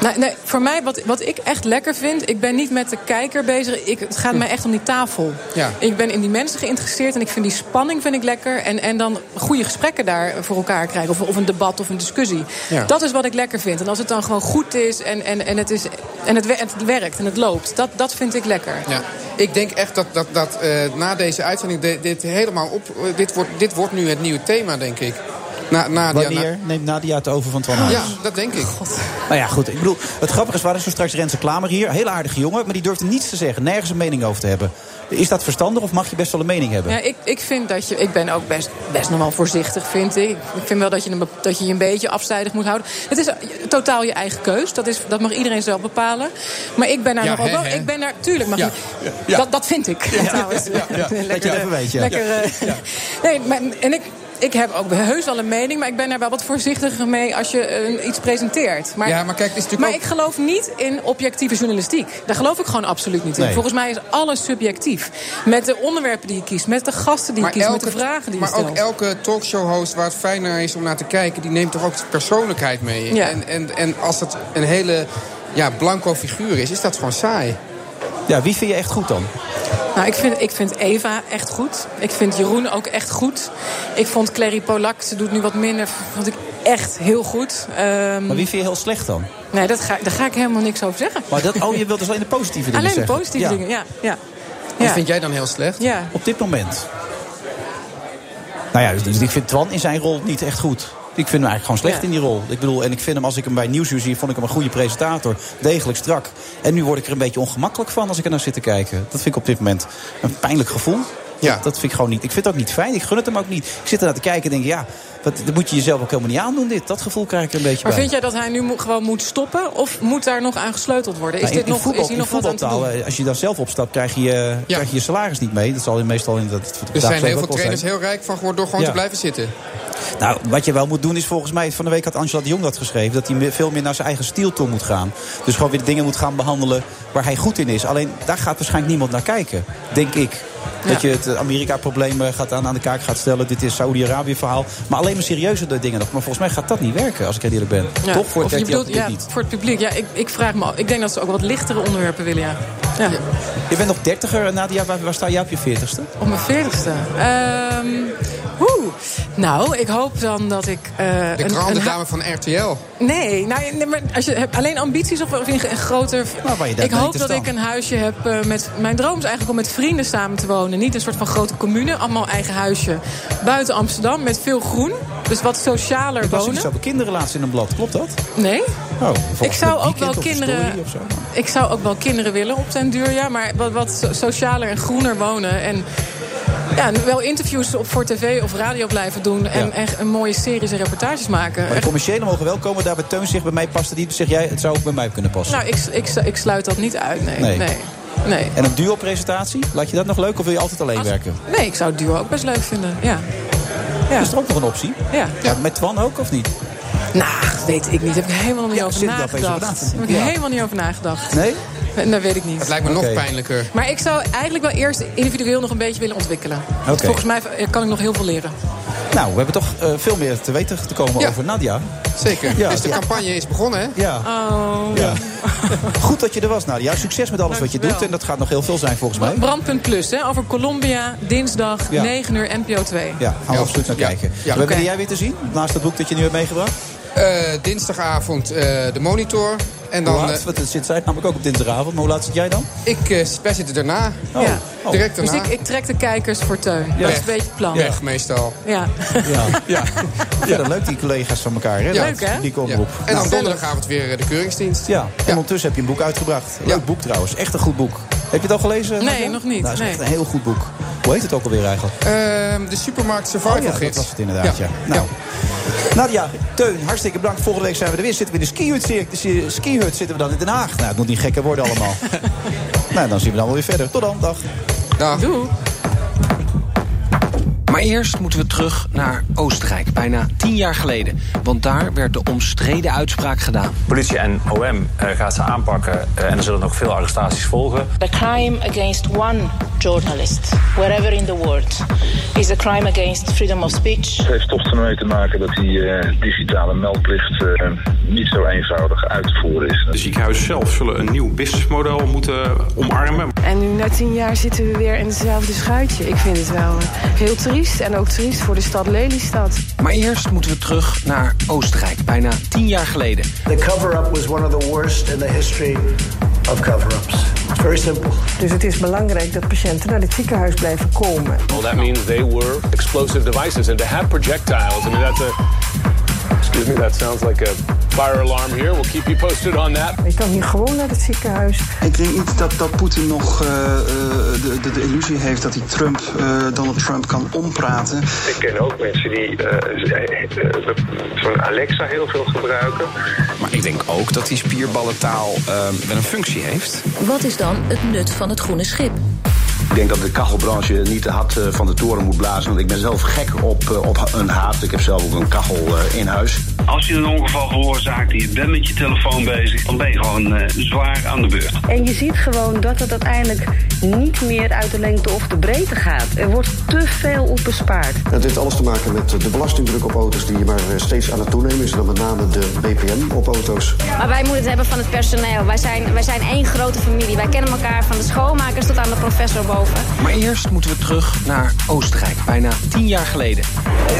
Speaker 20: Nou, nee, voor mij, wat, wat ik echt lekker vind, ik ben niet met de kijker bezig. Ik, het gaat mij echt om die tafel.
Speaker 9: Hm. Ja.
Speaker 20: Ik ben in die mensen geïnteresseerd en ik vind die spanning vind ik lekker. En, en dan goede gesprekken daar voor elkaar krijgen. Of, of een debat of een discussie.
Speaker 9: Ja.
Speaker 20: Dat is wat ik lekker vind. En als het dan gewoon goed is en, en, en, het, is, en het, het werkt en het loopt. Dat, dat vind ik lekker.
Speaker 9: Ja. Ik denk echt dat, dat, dat uh, na deze uitzending dit, dit helemaal op... Uh, dit, wordt, dit wordt nu het nieuwe thema, denk ik.
Speaker 8: Na, Nadia, Wanneer neemt Nadia het over van Twan Huis?
Speaker 9: Ja, dat denk ik. God.
Speaker 8: Nou ja, goed. Ik bedoel, het grappige is, waar is zo straks Renze Klamer hier? Heel aardige jongen, maar die durfde niets te zeggen. Nergens een mening over te hebben. Is dat verstandig of mag je best wel een mening hebben?
Speaker 20: Ja, ik, ik vind dat je... Ik ben ook best, best nog wel voorzichtig, vind ik. Ik vind wel dat je, een, dat je je een beetje afzijdig moet houden. Het is eh, totaal je eigen keus. Dat, is, dat mag iedereen zelf bepalen. Maar ik ben daar
Speaker 9: ja,
Speaker 20: nog
Speaker 9: he,
Speaker 20: wel...
Speaker 9: He.
Speaker 20: Ik ben daar... Tuurlijk mag ja, je... Ja, dat, dat vind ik, *laughs* trouwens. eh,
Speaker 8: Lekker, dat je even weet,
Speaker 20: Lekker...
Speaker 8: Uh,
Speaker 20: nee, maar, en ik ik heb ook heus wel een mening, maar ik ben daar wel wat voorzichtiger mee als je uh, iets presenteert.
Speaker 9: Maar, ja, maar kijk, is natuurlijk
Speaker 20: maar
Speaker 9: ook...
Speaker 20: ik geloof niet in objectieve journalistiek. Daar geloof ik gewoon absoluut niet in.
Speaker 8: Nee.
Speaker 20: Volgens mij is alles subjectief. Met de onderwerpen die je kiest, met de gasten die
Speaker 9: maar
Speaker 20: je kiest,
Speaker 9: elke,
Speaker 20: met de vragen die
Speaker 9: maar
Speaker 20: je stelt.
Speaker 9: Maar ook elke talkshow-host waar het fijn naar is om naar te kijken, die neemt toch ook de persoonlijkheid mee.
Speaker 20: Ja.
Speaker 9: En, en, en als het een hele ja, blanco figuur is, is dat gewoon saai.
Speaker 8: Ja, wie vind je echt goed dan?
Speaker 20: Nou, ik vind, ik vind Eva echt goed. Ik vind Jeroen ook echt goed. Ik vond Clary Polak, ze doet nu wat minder, vond ik echt heel goed. Ehm,
Speaker 8: Um... Maar wie vind je heel slecht dan?
Speaker 20: Nee, dat ga, daar ga ik helemaal niks over zeggen.
Speaker 8: Maar dat,
Speaker 20: *laughs*
Speaker 8: oh, je wilt dus alleen de positieve dingen
Speaker 20: alleen
Speaker 8: zeggen?
Speaker 20: Alleen de positieve dingen, ja. ja.
Speaker 9: ja. Dat vind jij dan heel slecht?
Speaker 20: Ja.
Speaker 8: Op dit moment? Nou ja, dus ik vind Twan in zijn rol niet echt goed. Ik vind hem eigenlijk gewoon slecht
Speaker 20: ja.
Speaker 8: in die rol. Ik bedoel, en ik vind hem als ik hem bij Nieuwsuur zie, vond ik hem een goede presentator. Degelijk strak. En nu word ik er een beetje ongemakkelijk van als ik er naar zit te kijken. Dat vind ik op dit moment een pijnlijk gevoel.
Speaker 9: Ja.
Speaker 8: Dat, dat vind ik gewoon niet. Ik vind dat niet fijn. Ik gun het hem ook niet. Ik zit ernaar te kijken en denk, ja, dat, dat moet je jezelf ook helemaal niet aandoen. Dit. Dat gevoel krijg ik er een beetje
Speaker 20: maar
Speaker 8: bij.
Speaker 20: vind jij dat hij nu mo gewoon moet stoppen? Of moet daar nog aan gesleuteld worden? Is,
Speaker 8: Nou, in-
Speaker 20: dit
Speaker 8: in
Speaker 20: nog,
Speaker 8: voetbal-
Speaker 20: is hier
Speaker 8: in
Speaker 20: nog wat aan te doen?
Speaker 8: voetbaltaal, eh, als je daar zelf opstapt, krijg je, eh, krijg je je salaris niet mee. Dat zal je meestal in dat
Speaker 9: Er
Speaker 8: dagelijks
Speaker 9: zijn heel
Speaker 8: ook
Speaker 9: veel
Speaker 8: wel
Speaker 9: trainers heel rijk van geworden door gewoon
Speaker 8: Ja.
Speaker 9: te blijven zitten.
Speaker 8: Nou, wat je wel moet doen is volgens mij... van de week had Angela de Jong dat geschreven... dat hij me- veel meer naar zijn eigen stiel toe moet gaan. Dus gewoon weer dingen moet gaan behandelen waar hij goed in is. Alleen daar gaat waarschijnlijk niemand naar kijken, denk ik. Dat
Speaker 20: Ja.
Speaker 8: je het eh, Amerika-probleem eh, gaat aan, aan de kaak gaat stellen. Dit is Saudi-Arabië-verhaal. Maar alleen maar serieuze de dingen nog. Maar volgens mij gaat dat niet werken, als ik heel eerlijk ben.
Speaker 20: Ja.
Speaker 8: Toch voor
Speaker 20: Of
Speaker 8: eh, het
Speaker 20: je
Speaker 8: RTL
Speaker 20: bedoelt,
Speaker 8: publiek
Speaker 20: ja,
Speaker 8: niet.
Speaker 20: Voor het publiek, ja. Ik, ik vraag me af. Ik denk dat ze ook wat lichtere onderwerpen willen, ja. ja.
Speaker 8: Je bent nog dertiger, Nadia. Waar, waar sta je op je veertigste?
Speaker 20: Op mijn veertigste. Ehm oeh. Nou, ik hoop dan dat ik... eh,
Speaker 9: De
Speaker 20: een-
Speaker 9: grande
Speaker 20: een ha-
Speaker 9: dame van RTL.
Speaker 20: Nee, nou, nee, maar als je hebt alleen ambities of, of in een groter...
Speaker 8: Nou, waar je daar
Speaker 20: ik hoop
Speaker 8: denkt
Speaker 20: dat
Speaker 8: is
Speaker 20: ik
Speaker 8: dan.
Speaker 20: een huisje heb eh, met... Mijn droom is eigenlijk om met vrienden samen te wonen. Niet een soort van grote commune, allemaal eigen huisje. Buiten Amsterdam, met veel groen. Dus wat socialer
Speaker 8: Ik was
Speaker 20: wonen.
Speaker 8: iets over kinderen laatst in een blad. Klopt dat?
Speaker 20: Nee?
Speaker 8: Oh, volgens
Speaker 20: Ik zou
Speaker 8: het
Speaker 20: ook wel
Speaker 8: weekend of een story
Speaker 20: kinderen...
Speaker 8: of zo.
Speaker 20: Ik zou ook wel kinderen willen op den duur, ja. Maar wat, wat so- socialer en groener wonen. En ja, wel interviews op voor tv of radio blijven doen. En,
Speaker 8: Ja.
Speaker 20: en, en mooie series en reportages maken.
Speaker 8: Maar de
Speaker 20: Echt,
Speaker 8: commerciële mogen wel komen. Daar bij Teun zegt, bij mij past het niet. Zeg jij, het zou ook bij mij kunnen passen.
Speaker 20: nou, ik, ik, ik sluit dat niet uit, nee.
Speaker 8: Nee.
Speaker 20: Nee, nee. nee.
Speaker 8: En een duo-presentatie, laat je dat nog leuk of wil je altijd alleen werken?
Speaker 20: ik zou duo ook best leuk vinden, ja. Ja,
Speaker 8: Is er ook nog een optie?
Speaker 20: ja.
Speaker 8: Ja, Met Twan ook of niet?
Speaker 20: Nou, weet ik niet. Daar heb ik helemaal niet
Speaker 8: Ja,
Speaker 20: over
Speaker 8: zit er opeens over
Speaker 20: nagedacht.
Speaker 8: na te
Speaker 20: Daar
Speaker 8: denken.
Speaker 20: heb ik
Speaker 8: Ja.
Speaker 20: helemaal niet over nagedacht.
Speaker 8: Nee?
Speaker 20: En dat weet ik niet.
Speaker 9: Het lijkt me
Speaker 8: Oké.
Speaker 9: nog pijnlijker.
Speaker 20: Maar ik zou eigenlijk wel eerst individueel nog een beetje willen ontwikkelen. Want
Speaker 8: Oké.
Speaker 20: Volgens mij kan ik nog heel veel leren.
Speaker 8: Nou, we hebben toch uh, veel meer te weten te komen ja. over Nadia.
Speaker 9: Zeker. Ja, dus de ja. campagne is begonnen, hè?
Speaker 8: Ja.
Speaker 20: Oh.
Speaker 8: ja. Goed dat je er was, Nadia. Succes met alles Dank wat je wel. doet. En dat gaat nog heel veel zijn, volgens mij.
Speaker 20: Brandpunt Plus, hè? Over Colombia, dinsdag, 9 uur, NPO 2.
Speaker 8: Ja, gaan we absoluut naar kijken. Ja. Wat ben jij weer te zien, naast het boek dat je nu hebt meegebracht?
Speaker 9: Uh, dinsdagavond uh, de monitor. En dan, eh,
Speaker 8: laat, want het zit zij namelijk ook op dinsdagavond. Maar hoe laat zit jij dan?
Speaker 9: Ik, uh, wij zitten daarna.
Speaker 20: Oh. Ja.
Speaker 9: Oh. Direct daarna.
Speaker 20: Dus ik, ik, trek de kijkers voor Teun. Ja. Dat is een beetje het plan.
Speaker 9: Weg meestal.
Speaker 20: *laughs* Ja.
Speaker 8: Ja. ja. leuk die collega's van elkaar. Hè?
Speaker 20: Leuk hè?
Speaker 8: Die komen op.
Speaker 9: En dan donderdagavond weer de keuringsdienst.
Speaker 8: Ja. En ondertussen heb je een boek uitgebracht. Leuk boek trouwens. Echt een goed boek. Heb je het al gelezen?
Speaker 20: Nee, nog
Speaker 8: Nou,
Speaker 20: niet.
Speaker 8: dat is
Speaker 20: nee.
Speaker 8: echt een heel goed boek. Hoe heet het ook alweer eigenlijk?
Speaker 9: Uh, de Supermarkt Survival oh,
Speaker 8: ja,
Speaker 9: Gids.
Speaker 8: dat was het inderdaad, ja. ja. Nou. ja. Nadia, Teun, hartstikke bedankt. Volgende week zijn we er weer. Zitten we in de skihut, de skihut zitten we dan in Den Haag. Nou, het moet niet gekker worden allemaal. nou, dan zien we dan wel weer verder. Tot dan, dag.
Speaker 9: Dag.
Speaker 20: Doei.
Speaker 11: Maar eerst moeten we terug naar Oostenrijk, bijna tien jaar geleden. Want daar werd de omstreden uitspraak gedaan.
Speaker 13: Politie en OM uh, gaat ze aanpakken uh, en er zullen nog veel arrestaties volgen.
Speaker 22: The crime against one journalist, wherever in the world, is a crime against freedom of speech.
Speaker 23: Het heeft toch ermee te maken dat die uh, digitale meldplicht eh, niet zo eenvoudig uit te voeren is.
Speaker 24: De ziekenhuizen zelf zullen een nieuw businessmodel moeten omarmen.
Speaker 25: *laughs* En nu na tien jaar zitten we weer in hetzelfde schuitje. Ik vind het wel heel triest en ook triest voor de stad Lelystad.
Speaker 11: Maar eerst moeten we terug naar Oostenrijk, bijna tien jaar geleden.
Speaker 4: The cover-up was one of the worst in the history of cover-ups. It's very simple.
Speaker 5: Dus het is belangrijk dat patiënten naar het ziekenhuis blijven komen.
Speaker 7: Well, that means they were explosive devices and to have projectiles. I mean, that's a Excuse me, that sounds like a fire alarm here. We'll keep you posted on that.
Speaker 5: Je kan hier gewoon naar het ziekenhuis.
Speaker 26: Ik denk niet dat, dat Poetin nog uh, de, de, de, illusie heeft dat hij Trump, uh, Donald Trump kan ompraten.
Speaker 23: Ik ken ook mensen die uh, van Alexa heel veel gebruiken.
Speaker 11: Maar ik denk ook dat die spierballentaal eh, wel een functie heeft.
Speaker 27: Wat is dan het nut van het groene schip?
Speaker 28: Ik denk dat de kachelbranche niet te hard eh, van de toren moet blazen. Want ik ben zelf gek op, eh, op een haard. Ik heb zelf ook een kachel eh, in huis.
Speaker 29: Als je een ongeval veroorzaakt en je bent met je telefoon bezig... dan ben je gewoon uh, zwaar aan de beurt.
Speaker 30: En je ziet gewoon dat het uiteindelijk niet meer uit de lengte of de breedte gaat. Er wordt te veel op bespaard.
Speaker 31: Het heeft alles te maken met de belastingdruk op auto's... die maar eh, steeds aan het toenemen is. En dan met name de BPM op auto's.
Speaker 32: Maar wij moeten het hebben van het personeel. Wij zijn, wij zijn één grote familie. Wij kennen elkaar van de schoonmakers tot aan de professor boven.
Speaker 11: Maar eerst moeten we terug naar Oostenrijk, bijna tien jaar geleden.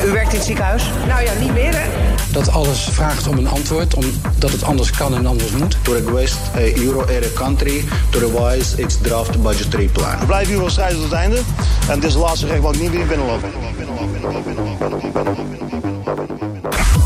Speaker 33: U werkt in het ziekenhuis?
Speaker 34: Nou ja, niet meer hè?
Speaker 35: Dat alles vraagt om een antwoord, omdat het anders kan en anders moet.
Speaker 36: To request a euro area country to revise its draft budgetary plan.
Speaker 37: We blijven hier wel strijden tot het einde. En het is de laatste recht wat ik niet weer binnenlopen.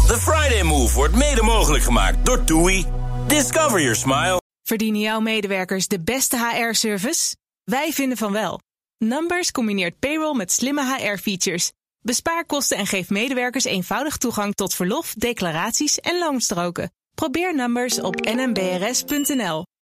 Speaker 2: The Friday Move wordt mede mogelijk gemaakt door TUI. Discover your smile.
Speaker 1: Verdienen jouw medewerkers de beste HR-service? Wij vinden van wel. Numbers combineert payroll met slimme HR-features. Bespaar kosten en geef medewerkers eenvoudig toegang tot verlof, declaraties en loonstroken. Probeer Numbers op nmbrs.nl.